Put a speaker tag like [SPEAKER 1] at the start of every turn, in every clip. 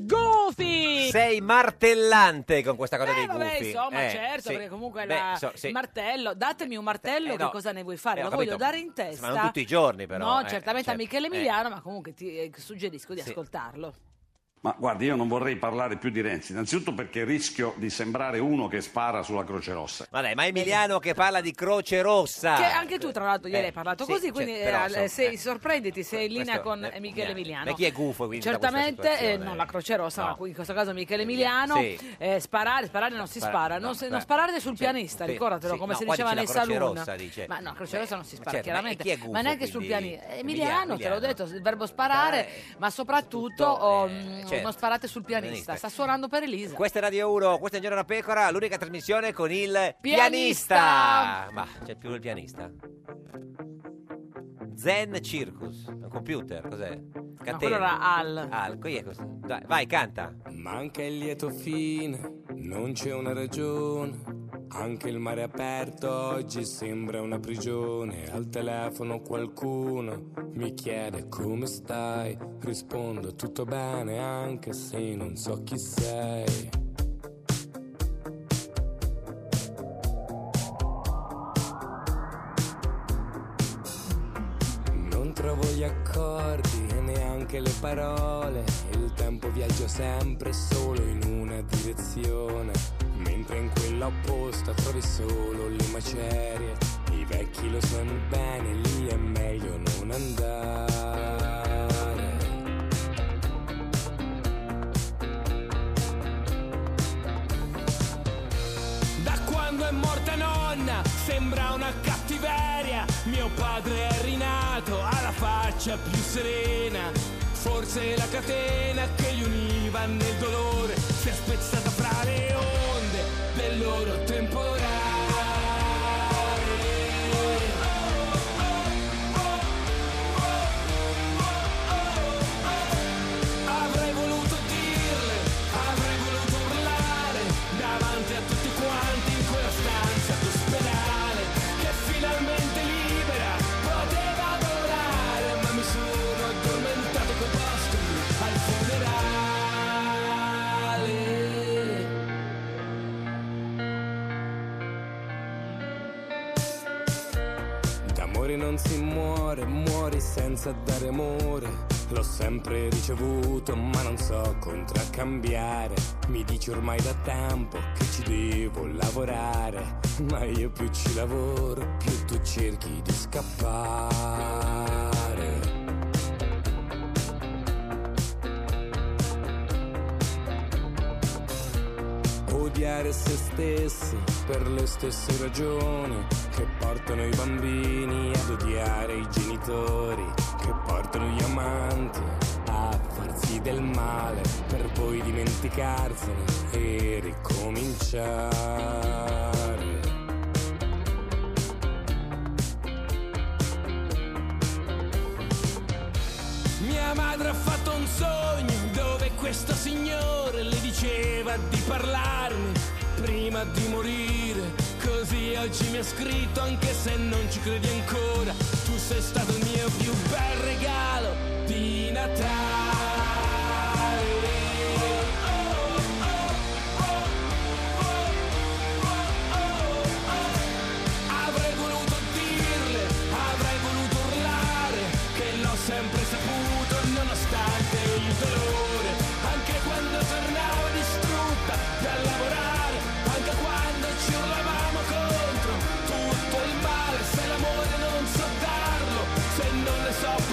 [SPEAKER 1] Goofy!
[SPEAKER 2] Sei martellante con questa cosa
[SPEAKER 1] Eh,
[SPEAKER 2] dei
[SPEAKER 1] vabbè,
[SPEAKER 2] gufi.
[SPEAKER 1] insomma,
[SPEAKER 2] Eh,
[SPEAKER 1] certo,
[SPEAKER 2] sì.
[SPEAKER 1] perché comunque
[SPEAKER 2] Beh,
[SPEAKER 1] la-
[SPEAKER 2] so- sì.
[SPEAKER 1] il martello, datemi un martello,
[SPEAKER 2] Eh,
[SPEAKER 1] che
[SPEAKER 2] no.
[SPEAKER 1] cosa ne vuoi fare?
[SPEAKER 2] Eh, ho
[SPEAKER 1] Lo voglio
[SPEAKER 2] capito.
[SPEAKER 1] dare in testa.
[SPEAKER 2] Ma non tutti i giorni, però.
[SPEAKER 1] no,
[SPEAKER 2] eh,
[SPEAKER 1] certamente a
[SPEAKER 2] certo.
[SPEAKER 1] Michele
[SPEAKER 2] Eh.
[SPEAKER 1] Emiliano, ma comunque ti eh, suggerisco di
[SPEAKER 2] Sì.
[SPEAKER 1] ascoltarlo.
[SPEAKER 3] Ma guardi, io non vorrei parlare più di Renzi, innanzitutto perché rischio di sembrare uno che spara sulla Croce Rossa.
[SPEAKER 2] Ma dai, ma Emiliano che parla di Croce Rossa.
[SPEAKER 1] Che ah, anche tu, tra l'altro, ieri
[SPEAKER 2] Ah, eh,
[SPEAKER 1] hai parlato
[SPEAKER 2] sì,
[SPEAKER 1] così,
[SPEAKER 2] cioè,
[SPEAKER 1] quindi
[SPEAKER 2] però,
[SPEAKER 1] eh,
[SPEAKER 2] insomma,
[SPEAKER 1] eh, se- sorprenditi, sei in linea
[SPEAKER 2] questo,
[SPEAKER 1] con
[SPEAKER 2] eh,
[SPEAKER 1] Michele Emiliano.
[SPEAKER 2] Ma chi è gufo quindi? da questa
[SPEAKER 1] Certamente, eh,
[SPEAKER 2] situazione?
[SPEAKER 1] non la Croce Rossa,
[SPEAKER 2] No. Eh,
[SPEAKER 1] ma qui in questo caso Michele Emiliano.
[SPEAKER 2] Sì.
[SPEAKER 1] eh, sparare, sparare non si
[SPEAKER 2] Spara-
[SPEAKER 1] spara,
[SPEAKER 2] no,
[SPEAKER 1] non, se-
[SPEAKER 2] beh.
[SPEAKER 1] non sparare sul pianista,
[SPEAKER 2] sì,
[SPEAKER 1] ricordatelo,
[SPEAKER 2] sì,
[SPEAKER 1] come
[SPEAKER 2] no,
[SPEAKER 1] si
[SPEAKER 2] qua
[SPEAKER 1] diceva
[SPEAKER 2] dice
[SPEAKER 1] nei
[SPEAKER 2] la Croce
[SPEAKER 1] saloon.
[SPEAKER 2] Rossa, dice.
[SPEAKER 1] Ma no, Croce Rossa non si spara,
[SPEAKER 2] certo, ma
[SPEAKER 1] chiaramente,
[SPEAKER 2] chi è gufo,
[SPEAKER 1] ma neanche sul
[SPEAKER 2] quindi?
[SPEAKER 1] pianista. Eh,
[SPEAKER 2] Emiliano,
[SPEAKER 1] Emiliano, te l'ho detto, il verbo sparare, ma soprattutto oh, mm,
[SPEAKER 2] certo.
[SPEAKER 1] non sparate sul
[SPEAKER 2] Pianista.
[SPEAKER 1] pianista. Sta suonando per Elisa.
[SPEAKER 2] Questa è Radio 1, questa è Un Giorno da Pecora, l'unica trasmissione con il
[SPEAKER 1] Pianista!
[SPEAKER 2] pianista. Ma c'è più il pianista? Zen Circus, un computer, cos'è? Catena.
[SPEAKER 1] quello era Al.
[SPEAKER 2] Al, qui è questo. Dai, vai, canta.
[SPEAKER 4] Manca il lieto fine, non c'è una ragione. Anche il mare aperto oggi sembra una prigione. Al telefono qualcuno mi chiede come stai. Rispondo tutto bene anche se non so chi sei. Non trovo gli accordi e neanche le parole. Il tempo viaggia sempre solo in una direzione. Mentre in quella opposta trovi solo le macerie. I vecchi lo sanno bene, lì è meglio non andare. Da quando è morta nonna sembra una cattiveria. Mio padre è rinato, ha la faccia più serena. Forse la catena che gli univa nel dolore si è spezzata fra le onde del loro temporale. Avrei voluto dirle, avrei voluto urlare davanti a tutti quanti in quella stanza d'ospedale che finalmente libera poteva volare, ma mi sono addormentato coi postumi al funerale. D'amore non si muore, muori senza dare amore. L'ho sempre ricevuto, ma non so contraccambiare. Mi dici ormai da tempo che ci devo lavorare. Ma io più ci lavoro, più tu cerchi di scappare. Odiare se stessi per le stesse ragioni che portano i bambini ad odiare i genitori, che portano gli amanti a farsi del male per poi dimenticarsene e ricominciare. Mia madre ha fatto un sogno dove questo signore le diceva di parlarmi prima di morire. Così oggi mi ha scritto anche se non ci credi ancora. Tu sei stato il mio più bel regalo di Natale. Avrei voluto dirle, avrei voluto urlare Che l'ho sempre saputo nonostante il dolore Anche quando tornavo distrutta da lavorare Anche quando ci urlavamo contro tutto il male Se l'amore non so darlo,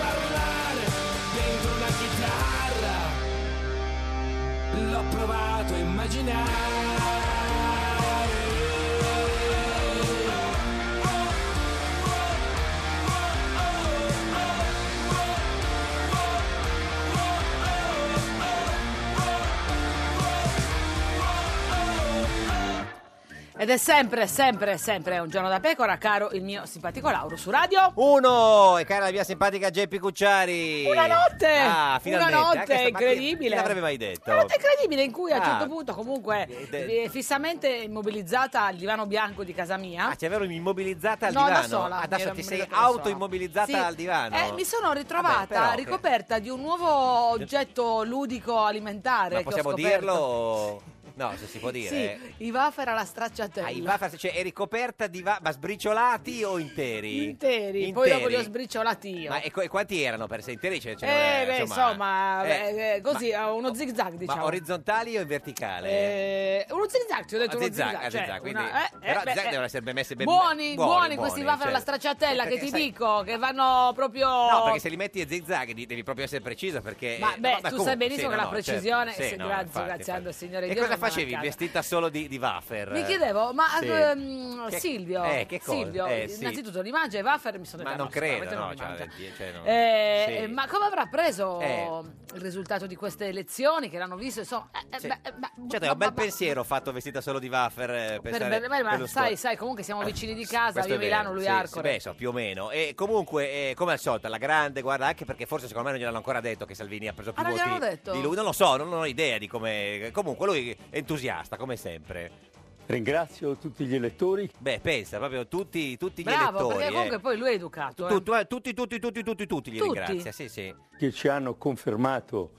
[SPEAKER 1] Ed è sempre, sempre, sempre un giorno da pecora, caro il mio simpatico Lauro su radio.
[SPEAKER 2] Uno! E cara la mia simpatica Geppi Cucciari.
[SPEAKER 1] Una notte!
[SPEAKER 2] Ah, finalmente.
[SPEAKER 1] Una
[SPEAKER 2] Anche
[SPEAKER 1] notte
[SPEAKER 2] stamattina,
[SPEAKER 1] incredibile.
[SPEAKER 2] Chi l'avrebbe mai detto?
[SPEAKER 1] Una notte incredibile in cui a un
[SPEAKER 2] Ah.
[SPEAKER 1] certo punto comunque
[SPEAKER 2] de-
[SPEAKER 1] eh, fissamente immobilizzata al divano bianco di casa mia.
[SPEAKER 2] Ah, ti avevano immobilizzata al
[SPEAKER 1] No,
[SPEAKER 2] divano?
[SPEAKER 1] da sola.
[SPEAKER 2] Adesso
[SPEAKER 1] ero
[SPEAKER 2] ti sei
[SPEAKER 1] immobilizzata da sola.
[SPEAKER 2] autoimmobilizzata
[SPEAKER 1] Sì.
[SPEAKER 2] al divano?
[SPEAKER 1] Eh, mi sono
[SPEAKER 2] Vabbè,
[SPEAKER 1] ritrovata
[SPEAKER 2] però, che-
[SPEAKER 1] ricoperta di un nuovo oggetto ludico
[SPEAKER 2] Ma
[SPEAKER 1] alimentare. che ho
[SPEAKER 2] possiamo
[SPEAKER 1] scoperto.
[SPEAKER 2] dirlo? o- No, se si può dire. eh.
[SPEAKER 1] Sì, i wafer alla stracciatella.
[SPEAKER 2] Ah, i wafer, cioè, eri coperta di va- ma sbriciolati o interi?
[SPEAKER 1] Interi, poi dopo li ho sbriciolati io.
[SPEAKER 2] Ma e, co- e quanti erano per essere interi? Cioè, ce
[SPEAKER 1] eh,
[SPEAKER 2] n'era,
[SPEAKER 1] beh, insomma, beh, eh, così,
[SPEAKER 2] Ma,
[SPEAKER 1] eh, uno zig zag, diciamo.
[SPEAKER 2] ma orizzontali o in verticale?
[SPEAKER 1] Eh, uno zig zag, ti ho detto
[SPEAKER 2] Ah,
[SPEAKER 1] uno
[SPEAKER 2] zig-zag,
[SPEAKER 1] zig-zag,
[SPEAKER 2] ah,
[SPEAKER 1] cioè,
[SPEAKER 2] zig-zag,
[SPEAKER 1] una-
[SPEAKER 2] quindi-
[SPEAKER 1] eh, eh,
[SPEAKER 2] però
[SPEAKER 1] beh,
[SPEAKER 2] zig-zag
[SPEAKER 1] eh,
[SPEAKER 2] devono essere ben messi ben-
[SPEAKER 1] buoni, buoni,
[SPEAKER 2] buoni,
[SPEAKER 1] questi
[SPEAKER 2] buoni,
[SPEAKER 1] wafer alla
[SPEAKER 2] certo.
[SPEAKER 1] stracciatella che
[SPEAKER 2] Perché
[SPEAKER 1] ti
[SPEAKER 2] sai-
[SPEAKER 1] dico che vanno proprio
[SPEAKER 2] No, perché se li metti a zig-zag di- devi proprio essere preciso perché...
[SPEAKER 1] Ma
[SPEAKER 2] eh,
[SPEAKER 1] beh,
[SPEAKER 2] no,
[SPEAKER 1] tu
[SPEAKER 2] comunque,
[SPEAKER 1] sai
[SPEAKER 2] sì,
[SPEAKER 1] benissimo che
[SPEAKER 2] no,
[SPEAKER 1] la
[SPEAKER 2] no, certo,
[SPEAKER 1] precisione,
[SPEAKER 2] sì,
[SPEAKER 1] se
[SPEAKER 2] no,
[SPEAKER 1] grazie,
[SPEAKER 2] infatti,
[SPEAKER 1] grazie
[SPEAKER 2] infatti.
[SPEAKER 1] Aldo, signore
[SPEAKER 2] E
[SPEAKER 1] Dio,
[SPEAKER 2] cosa
[SPEAKER 1] non me la
[SPEAKER 2] facevi
[SPEAKER 1] cava.
[SPEAKER 2] vestita solo di, di wafer?
[SPEAKER 1] Mi chiedevo, ma
[SPEAKER 2] Sì.
[SPEAKER 1] ehm,
[SPEAKER 2] Che-
[SPEAKER 1] Silvio,
[SPEAKER 2] eh, che cosa?
[SPEAKER 1] Silvio
[SPEAKER 2] Eh, sì.
[SPEAKER 1] innanzitutto li mangia i wafer? Mi sono
[SPEAKER 2] Ma
[SPEAKER 1] detta,
[SPEAKER 2] non
[SPEAKER 1] no, sicuramente
[SPEAKER 2] credo,
[SPEAKER 1] non
[SPEAKER 2] no,
[SPEAKER 1] li
[SPEAKER 2] cioè,
[SPEAKER 1] mangia.
[SPEAKER 2] eh, cioè, no.
[SPEAKER 1] Eh,
[SPEAKER 2] Sì.
[SPEAKER 1] eh, ma come avrà preso
[SPEAKER 2] Eh.
[SPEAKER 1] il risultato di queste elezioni che l'hanno visto? Insomma, eh, eh,
[SPEAKER 2] Sì.
[SPEAKER 1] beh, eh, ma-
[SPEAKER 2] Certo, è
[SPEAKER 1] ma-
[SPEAKER 2] un bel
[SPEAKER 1] ma-
[SPEAKER 2] pensiero fatto vestita solo di wafer. eh,
[SPEAKER 1] per-
[SPEAKER 2] pensare
[SPEAKER 1] per- ma- ma
[SPEAKER 2] per lo
[SPEAKER 1] sai,
[SPEAKER 2] sport. Eh,
[SPEAKER 1] sai, comunque siamo vicini di casa,
[SPEAKER 2] Questo
[SPEAKER 1] io
[SPEAKER 2] è vero,
[SPEAKER 1] Milano, lui eh.
[SPEAKER 2] sì, sì,
[SPEAKER 1] Arcore.
[SPEAKER 2] beh, so, più o meno. E comunque, eh, come al solito, la grande, guarda, anche perché forse secondo me non gliel'hanno ancora detto che Salvini ha preso più
[SPEAKER 1] Ah, non gliel'hanno
[SPEAKER 2] voti
[SPEAKER 1] detto?
[SPEAKER 2] di lui. Non lo so, non ho idea di come... Comunque, lui è entusiasta, come sempre.
[SPEAKER 5] Ringrazio tutti gli elettori.
[SPEAKER 2] Beh, pensa, proprio tutti, tutti gli
[SPEAKER 1] Bravo,
[SPEAKER 2] elettori.
[SPEAKER 1] perché comunque
[SPEAKER 2] eh.
[SPEAKER 1] poi lui è educato. eh.
[SPEAKER 2] Tu- tu- eh, tutti, tutti, tutti, tutti, tutti li
[SPEAKER 1] Tutti?
[SPEAKER 2] ringrazia, sì, sì.
[SPEAKER 5] che ci hanno confermato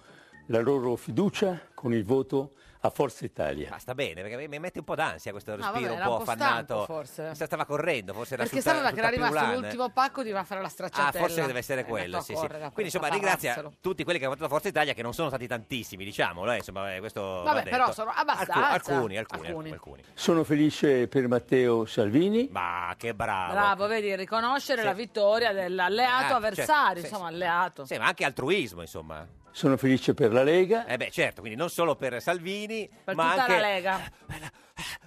[SPEAKER 5] la loro fiducia con il voto a Forza Italia.
[SPEAKER 2] Ma Ah, sta bene, perché mi- mi mette un po' d'ansia questo
[SPEAKER 1] vabbè,
[SPEAKER 2] respiro
[SPEAKER 1] era
[SPEAKER 2] un po'
[SPEAKER 1] un po'
[SPEAKER 2] affannato.
[SPEAKER 1] stanco, forse.
[SPEAKER 2] Sa- Stava correndo, forse era
[SPEAKER 1] Perché
[SPEAKER 2] tutta-
[SPEAKER 1] sapeva che
[SPEAKER 2] tutta
[SPEAKER 1] era rimasto
[SPEAKER 2] pirulana.
[SPEAKER 1] l'ultimo pacco di wafer alla
[SPEAKER 2] Ah,
[SPEAKER 1] stracciatella.
[SPEAKER 2] forse deve
[SPEAKER 1] È
[SPEAKER 2] essere quello,
[SPEAKER 1] andato a
[SPEAKER 2] sì, sì.
[SPEAKER 1] Eh, correre da-
[SPEAKER 2] Quindi insomma
[SPEAKER 1] da
[SPEAKER 2] ringrazia
[SPEAKER 1] pagarselo.
[SPEAKER 2] tutti quelli che hanno votato Forza Italia, che non sono stati tantissimi, diciamolo, eh, insomma, eh, questo va
[SPEAKER 1] Vabbè,
[SPEAKER 2] detto.
[SPEAKER 1] però sono abbastanza.
[SPEAKER 2] Alcu- alcuni, alcuni, alcuni,
[SPEAKER 1] Alcuni.
[SPEAKER 2] alcuni.
[SPEAKER 5] Sono felice per Matteo Salvini.
[SPEAKER 2] Ma che bravo.
[SPEAKER 1] Bravo, vedi, riconoscere
[SPEAKER 2] Ah, Sì.
[SPEAKER 1] la vittoria dell'alleato
[SPEAKER 2] Ah, certo,
[SPEAKER 1] avversario,
[SPEAKER 2] sì,
[SPEAKER 1] insomma, alleato.
[SPEAKER 2] Sì, ma anche altruismo, insomma.
[SPEAKER 5] Sono felice per la Lega.
[SPEAKER 2] Eh beh, certo, quindi non solo per Salvini,
[SPEAKER 1] Per
[SPEAKER 2] ma
[SPEAKER 1] tutta
[SPEAKER 2] anche
[SPEAKER 1] la Lega.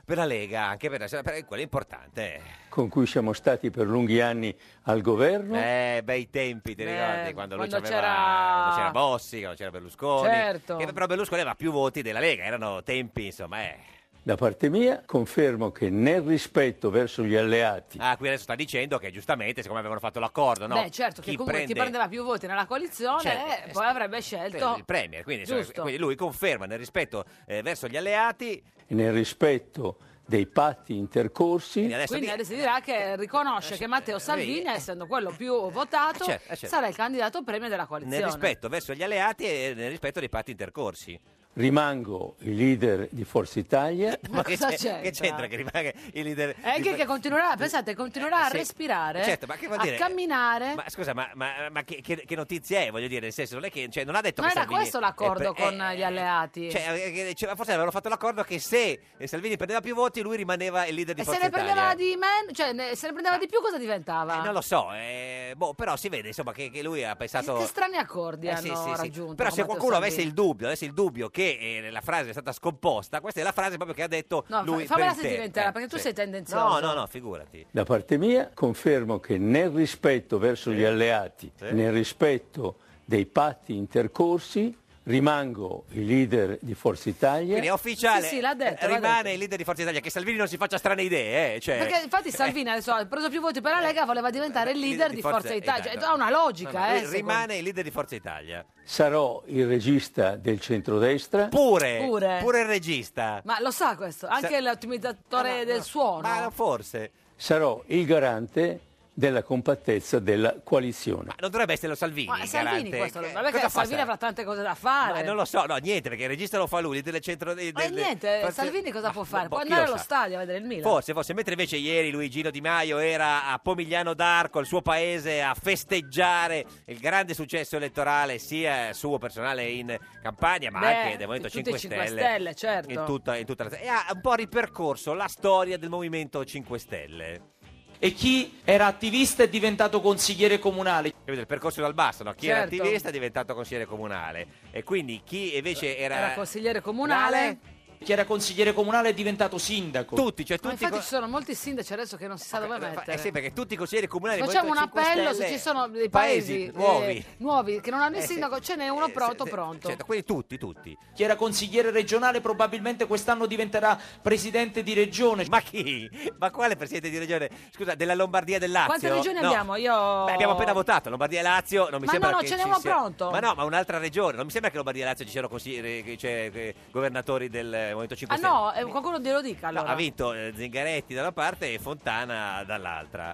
[SPEAKER 2] per la Lega, anche per, la- per quello è importante. eh.
[SPEAKER 5] con cui siamo stati per lunghi anni al governo.
[SPEAKER 2] Eh, bei tempi, ti
[SPEAKER 1] Beh,
[SPEAKER 2] ricordi? Quando, lui
[SPEAKER 1] Mm. quando
[SPEAKER 2] c'aveva-
[SPEAKER 1] c'era-
[SPEAKER 2] quando c'era Bossi, quando c'era Berlusconi.
[SPEAKER 1] Certo.
[SPEAKER 2] Che però Berlusconi aveva più voti della Lega, erano tempi, insomma, eh.
[SPEAKER 5] Da parte mia confermo che nel rispetto verso gli alleati
[SPEAKER 2] Ah, qui adesso sta dicendo che giustamente, siccome avevano fatto l'accordo, no?
[SPEAKER 1] Beh, certo, che
[SPEAKER 2] Chi
[SPEAKER 1] comunque
[SPEAKER 2] prende
[SPEAKER 1] ti prendeva più voti nella coalizione
[SPEAKER 2] Certo,
[SPEAKER 1] e poi avrebbe scelto...
[SPEAKER 2] il Premier, quindi, insomma,
[SPEAKER 1] Giusto.
[SPEAKER 2] quindi lui conferma nel rispetto eh, verso gli alleati.
[SPEAKER 5] e nel rispetto dei patti intercorsi
[SPEAKER 2] Quindi adesso
[SPEAKER 1] Quindi
[SPEAKER 2] di- eh,
[SPEAKER 1] adesso si dirà che riconosce che Matteo Salvini, essendo quello più votato,
[SPEAKER 2] Eh, certo, eh, certo.
[SPEAKER 1] sarà il candidato premio della
[SPEAKER 2] nel
[SPEAKER 1] coalizione.
[SPEAKER 2] rispetto verso gli alleati e nel rispetto dei patti intercorsi.
[SPEAKER 5] rimango il leader di Forza Italia
[SPEAKER 1] Ma
[SPEAKER 2] che,
[SPEAKER 1] cosa
[SPEAKER 2] c'è- che c'entra
[SPEAKER 1] c'entra?
[SPEAKER 2] che rimane il leader?
[SPEAKER 1] E anche
[SPEAKER 2] il-
[SPEAKER 1] Eh, che continuerà, pensate, continuerà a
[SPEAKER 2] Eh, Sì.
[SPEAKER 1] respirare,
[SPEAKER 2] Certo, ma che vuol dire?
[SPEAKER 1] a camminare.
[SPEAKER 2] Ma scusa, ma, ma- ma che, che- che notizia è? Voglio dire, nel senso, non è che cioè, non ha detto
[SPEAKER 1] Non
[SPEAKER 2] che
[SPEAKER 1] era
[SPEAKER 2] Salvini
[SPEAKER 1] questo l'accordo
[SPEAKER 2] è pre-
[SPEAKER 1] con
[SPEAKER 2] è-
[SPEAKER 1] gli alleati.
[SPEAKER 2] Cioè, eh, che- cioè, forse avevano fatto l'accordo che se eh, Salvini prendeva più voti, lui rimaneva il leader di
[SPEAKER 1] e se
[SPEAKER 2] Forza
[SPEAKER 1] ne prendeva
[SPEAKER 2] Italia.
[SPEAKER 1] di meno, cioè ne- se ne prendeva di più cosa diventava?
[SPEAKER 2] Eh, non lo so, eh, boh, però si vede insomma che, che lui ha pensato.
[SPEAKER 1] Che strani accordi
[SPEAKER 2] Eh,
[SPEAKER 1] hanno
[SPEAKER 2] sì, sì, sì.
[SPEAKER 1] raggiunto.
[SPEAKER 2] Però se
[SPEAKER 1] con Matteo
[SPEAKER 2] qualcuno avesse
[SPEAKER 1] Salvini.
[SPEAKER 2] il dubbio, avesse il dubbio che eh, la frase è stata scomposta, questa è la frase proprio che ha detto
[SPEAKER 1] No, fa-
[SPEAKER 2] lui.
[SPEAKER 1] fammela
[SPEAKER 2] per intero.
[SPEAKER 1] sentire intera,
[SPEAKER 2] Eh,
[SPEAKER 1] perché tu
[SPEAKER 2] sì.
[SPEAKER 1] sei
[SPEAKER 2] No,
[SPEAKER 1] tendenzioso.
[SPEAKER 2] no, no, figurati.
[SPEAKER 5] Da parte mia confermo che nel rispetto verso gli alleati,
[SPEAKER 2] Sì.
[SPEAKER 5] nel rispetto dei patti intercorsi, rimango il leader di Forza Italia.
[SPEAKER 2] Quindi è ufficiale,
[SPEAKER 1] Sì, sì, l'ha detto,
[SPEAKER 2] eh,
[SPEAKER 1] l'ha
[SPEAKER 2] rimane
[SPEAKER 1] detto.
[SPEAKER 2] il leader di Forza Italia, che Salvini non si faccia strane idee, eh, cioè-
[SPEAKER 1] Perché infatti Salvini adesso ha preso più voti per la Lega, voleva diventare il leader di Forza Italia. Cioè, ha una logica,
[SPEAKER 2] esatto. No, no,
[SPEAKER 1] eh.
[SPEAKER 2] lui
[SPEAKER 1] secondo-
[SPEAKER 2] Rimane il leader di Forza Italia.
[SPEAKER 5] Sarò il regista del centrodestra.
[SPEAKER 2] Pure,
[SPEAKER 1] Pure.
[SPEAKER 2] pure, il regista.
[SPEAKER 1] Ma lo sa questo, anche
[SPEAKER 2] Sa-
[SPEAKER 1] l'ottimizzatore
[SPEAKER 2] Ah, no,
[SPEAKER 1] del
[SPEAKER 2] no.
[SPEAKER 1] suono.
[SPEAKER 2] Ma no, forse.
[SPEAKER 5] Sarò il garante della compattezza della coalizione.
[SPEAKER 2] Ma non dovrebbe essere lo Salvini.
[SPEAKER 1] Ma
[SPEAKER 2] il
[SPEAKER 1] Salvini
[SPEAKER 2] garante?
[SPEAKER 1] questo,
[SPEAKER 2] Che-
[SPEAKER 1] vabbè
[SPEAKER 2] cosa
[SPEAKER 1] che
[SPEAKER 2] fa
[SPEAKER 1] Salvini
[SPEAKER 2] Sa-
[SPEAKER 1] avrà tante cose da
[SPEAKER 2] Ma
[SPEAKER 1] fare.
[SPEAKER 2] non lo so, no, niente, perché il regista lo fa lui, il leader del centro... del-
[SPEAKER 1] Ma
[SPEAKER 2] del-
[SPEAKER 1] niente,
[SPEAKER 2] Forza-
[SPEAKER 1] Salvini cosa
[SPEAKER 2] Ma
[SPEAKER 1] può fare?
[SPEAKER 2] boh,
[SPEAKER 1] Può
[SPEAKER 2] chi
[SPEAKER 1] andare
[SPEAKER 2] lo
[SPEAKER 1] allo
[SPEAKER 2] sa?
[SPEAKER 1] stadio a vedere il Milan.
[SPEAKER 2] Forse, forse, mentre invece ieri Luigino Di Maio era a Pomigliano d'Arco, il suo paese, a festeggiare il grande successo elettorale sia suo personale in Campania, ma
[SPEAKER 1] Beh,
[SPEAKER 2] anche del Movimento
[SPEAKER 1] tutti
[SPEAKER 2] 5
[SPEAKER 1] i
[SPEAKER 2] Stelle.
[SPEAKER 1] 5 Stelle, certo.
[SPEAKER 2] In tutta, in tutta la... E ha un po' ripercorso la storia del Movimento 5 Stelle.
[SPEAKER 6] e chi era attivista è diventato consigliere comunale.
[SPEAKER 2] Capito? Il percorso dal basso, no? chi era
[SPEAKER 1] Certo.
[SPEAKER 2] attivista è diventato consigliere comunale e quindi chi invece era,
[SPEAKER 1] Era consigliere comunale.
[SPEAKER 2] comunale
[SPEAKER 6] chi era consigliere comunale è diventato sindaco.
[SPEAKER 2] Tutti, cioè
[SPEAKER 1] Ma infatti ci sono molti sindaci adesso che non si sa dove mettere.
[SPEAKER 2] Eh sì, perché tutti i consiglieri comunali del
[SPEAKER 1] Facciamo un
[SPEAKER 2] Movimento 5
[SPEAKER 1] appello se
[SPEAKER 2] Stelle-
[SPEAKER 1] ci sono dei
[SPEAKER 2] paesi
[SPEAKER 1] paesi, eh,
[SPEAKER 2] nuovi.
[SPEAKER 1] nuovi che non hanno il
[SPEAKER 2] Eh sì,
[SPEAKER 1] sindaco, ce n'è uno proto pronto.
[SPEAKER 2] Certo, quindi tutti, tutti.
[SPEAKER 6] Chi era consigliere regionale probabilmente quest'anno diventerà presidente di regione.
[SPEAKER 2] Ma chi? Ma quale presidente di regione? Scusa, della Lombardia e del Lazio?
[SPEAKER 7] Quante regioni
[SPEAKER 2] No.
[SPEAKER 7] abbiamo? Io...
[SPEAKER 2] Beh, abbiamo appena votato Lombardia e Lazio, non mi
[SPEAKER 7] Eh. Ma
[SPEAKER 2] sembra
[SPEAKER 7] no, no,
[SPEAKER 2] che
[SPEAKER 7] ce n'è
[SPEAKER 2] ci
[SPEAKER 7] uno
[SPEAKER 2] sia-
[SPEAKER 7] pronto.
[SPEAKER 2] Ma no, ma un'altra regione, non mi sembra che Lombardia e Lazio ci siano consiglieri, che c'è, eh, governatori del eh, Movimento 5
[SPEAKER 7] Ah
[SPEAKER 2] Stelle.
[SPEAKER 7] no, eh, qualcuno glielo dica allora.
[SPEAKER 2] Ha vinto eh, Zingaretti da una parte e Fontana dall'altra.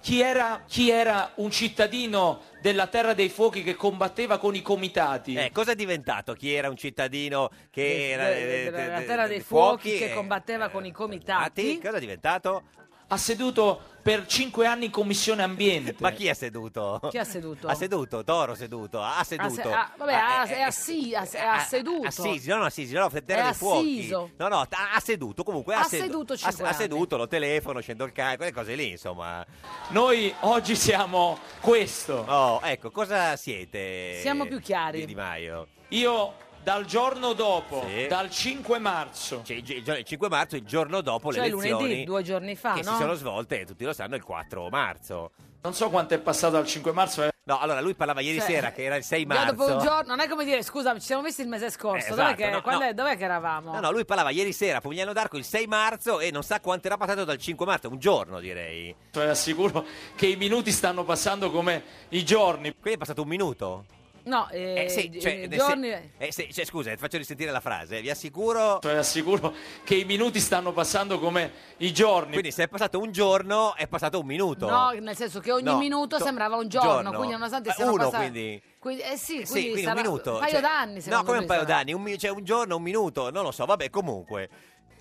[SPEAKER 6] Chi era, chi era un cittadino della Terra dei Fuochi che combatteva con i comitati?
[SPEAKER 2] Eh, cosa è diventato? Chi era un cittadino che era eh, de-
[SPEAKER 7] la
[SPEAKER 2] de-
[SPEAKER 7] terra
[SPEAKER 2] de-
[SPEAKER 7] dei
[SPEAKER 2] de-
[SPEAKER 7] fuochi, che
[SPEAKER 2] eh,
[SPEAKER 7] combatteva con i comitati.
[SPEAKER 2] Sì, cosa è diventato?
[SPEAKER 6] Ha seduto per cinque anni in commissione ambiente.
[SPEAKER 2] Ma chi è seduto?
[SPEAKER 7] Chi ha seduto?
[SPEAKER 2] Ha seduto, Toro seduto, ha
[SPEAKER 1] Ah, se-
[SPEAKER 2] seduto.
[SPEAKER 1] ah, vabbè,
[SPEAKER 2] Ah,
[SPEAKER 1] ah,
[SPEAKER 2] eh,
[SPEAKER 1] è assi- ass- è
[SPEAKER 2] Ah,
[SPEAKER 1] asseduto.
[SPEAKER 2] Assisi, no, no, Assisi, no, Terra
[SPEAKER 1] È
[SPEAKER 2] dei Fuochi.
[SPEAKER 1] assiso.
[SPEAKER 2] No, no, ha, ha seduto, comunque ha,
[SPEAKER 1] Ha
[SPEAKER 2] sedu-
[SPEAKER 1] seduto
[SPEAKER 2] ha-
[SPEAKER 1] cinque
[SPEAKER 2] ha
[SPEAKER 1] anni.
[SPEAKER 2] seduto, lo telefono, scendo il cane, quelle cose lì, insomma.
[SPEAKER 6] Noi oggi siamo questo.
[SPEAKER 2] Oh, ecco, cosa siete?
[SPEAKER 7] Siamo più chiari.
[SPEAKER 2] Di, Di Maio.
[SPEAKER 6] Io dal giorno dopo,
[SPEAKER 2] Sì.
[SPEAKER 6] dal 5 marzo,
[SPEAKER 2] Cioè, il gi- il 5 marzo, il giorno dopo
[SPEAKER 7] Cioè
[SPEAKER 2] le elezioni
[SPEAKER 7] lunedì, due giorni
[SPEAKER 1] Ah,
[SPEAKER 7] fa,
[SPEAKER 2] che
[SPEAKER 7] no? Cioè,
[SPEAKER 2] si sono svolte, tutti lo sanno, il 4 marzo.
[SPEAKER 6] non so quanto è passato dal 5 marzo, eh,
[SPEAKER 2] No, allora lui parlava ieri
[SPEAKER 7] Cioè,
[SPEAKER 2] sera che era il 6
[SPEAKER 1] già
[SPEAKER 2] marzo.
[SPEAKER 1] dopo un
[SPEAKER 7] Giorno- non è come dire, scusa, ci siamo visti il mese scorso.
[SPEAKER 2] Eh,
[SPEAKER 7] dov'è,
[SPEAKER 2] esatto,
[SPEAKER 7] che,
[SPEAKER 2] no,
[SPEAKER 7] quando
[SPEAKER 2] no.
[SPEAKER 7] è- dov'è che eravamo?
[SPEAKER 2] No, no, lui parlava ieri sera a Pugliano d'Arco il 6 marzo e non sa quanto era passato dal 5 marzo, un giorno direi.
[SPEAKER 6] vi Cioè, assicuro che i minuti stanno passando come i giorni.
[SPEAKER 2] Quindi è passato un minuto.
[SPEAKER 7] No, eh,
[SPEAKER 2] Eh, sì,
[SPEAKER 7] gi-
[SPEAKER 2] cioè,
[SPEAKER 7] eh,
[SPEAKER 2] nel
[SPEAKER 7] giorni...
[SPEAKER 2] se- eh, sì, cioè, scusa, faccio risentire la frase. Vi assicuro.
[SPEAKER 6] Cioè, Vi assicuro che i minuti stanno passando come i giorni.
[SPEAKER 2] Quindi se è passato un giorno, è passato un minuto.
[SPEAKER 1] No, nel senso che ogni
[SPEAKER 2] No,
[SPEAKER 1] minuto
[SPEAKER 2] to-
[SPEAKER 1] sembrava un giorno,
[SPEAKER 2] giorno.
[SPEAKER 1] quindi nonostante
[SPEAKER 2] Eh,
[SPEAKER 1] siano
[SPEAKER 2] uno,
[SPEAKER 1] passati...
[SPEAKER 2] quindi.
[SPEAKER 1] Quindi- eh sì,
[SPEAKER 2] Eh,
[SPEAKER 1] quindi,
[SPEAKER 2] sì, quindi un
[SPEAKER 1] sarà
[SPEAKER 2] minuto.
[SPEAKER 1] Un paio
[SPEAKER 2] cioè-
[SPEAKER 1] d'anni,
[SPEAKER 2] No,
[SPEAKER 1] secondo
[SPEAKER 2] come
[SPEAKER 1] me,
[SPEAKER 2] un paio
[SPEAKER 1] sarà.
[SPEAKER 2] d'anni, un, mi- cioè, un giorno, un minuto, non lo so, vabbè, comunque.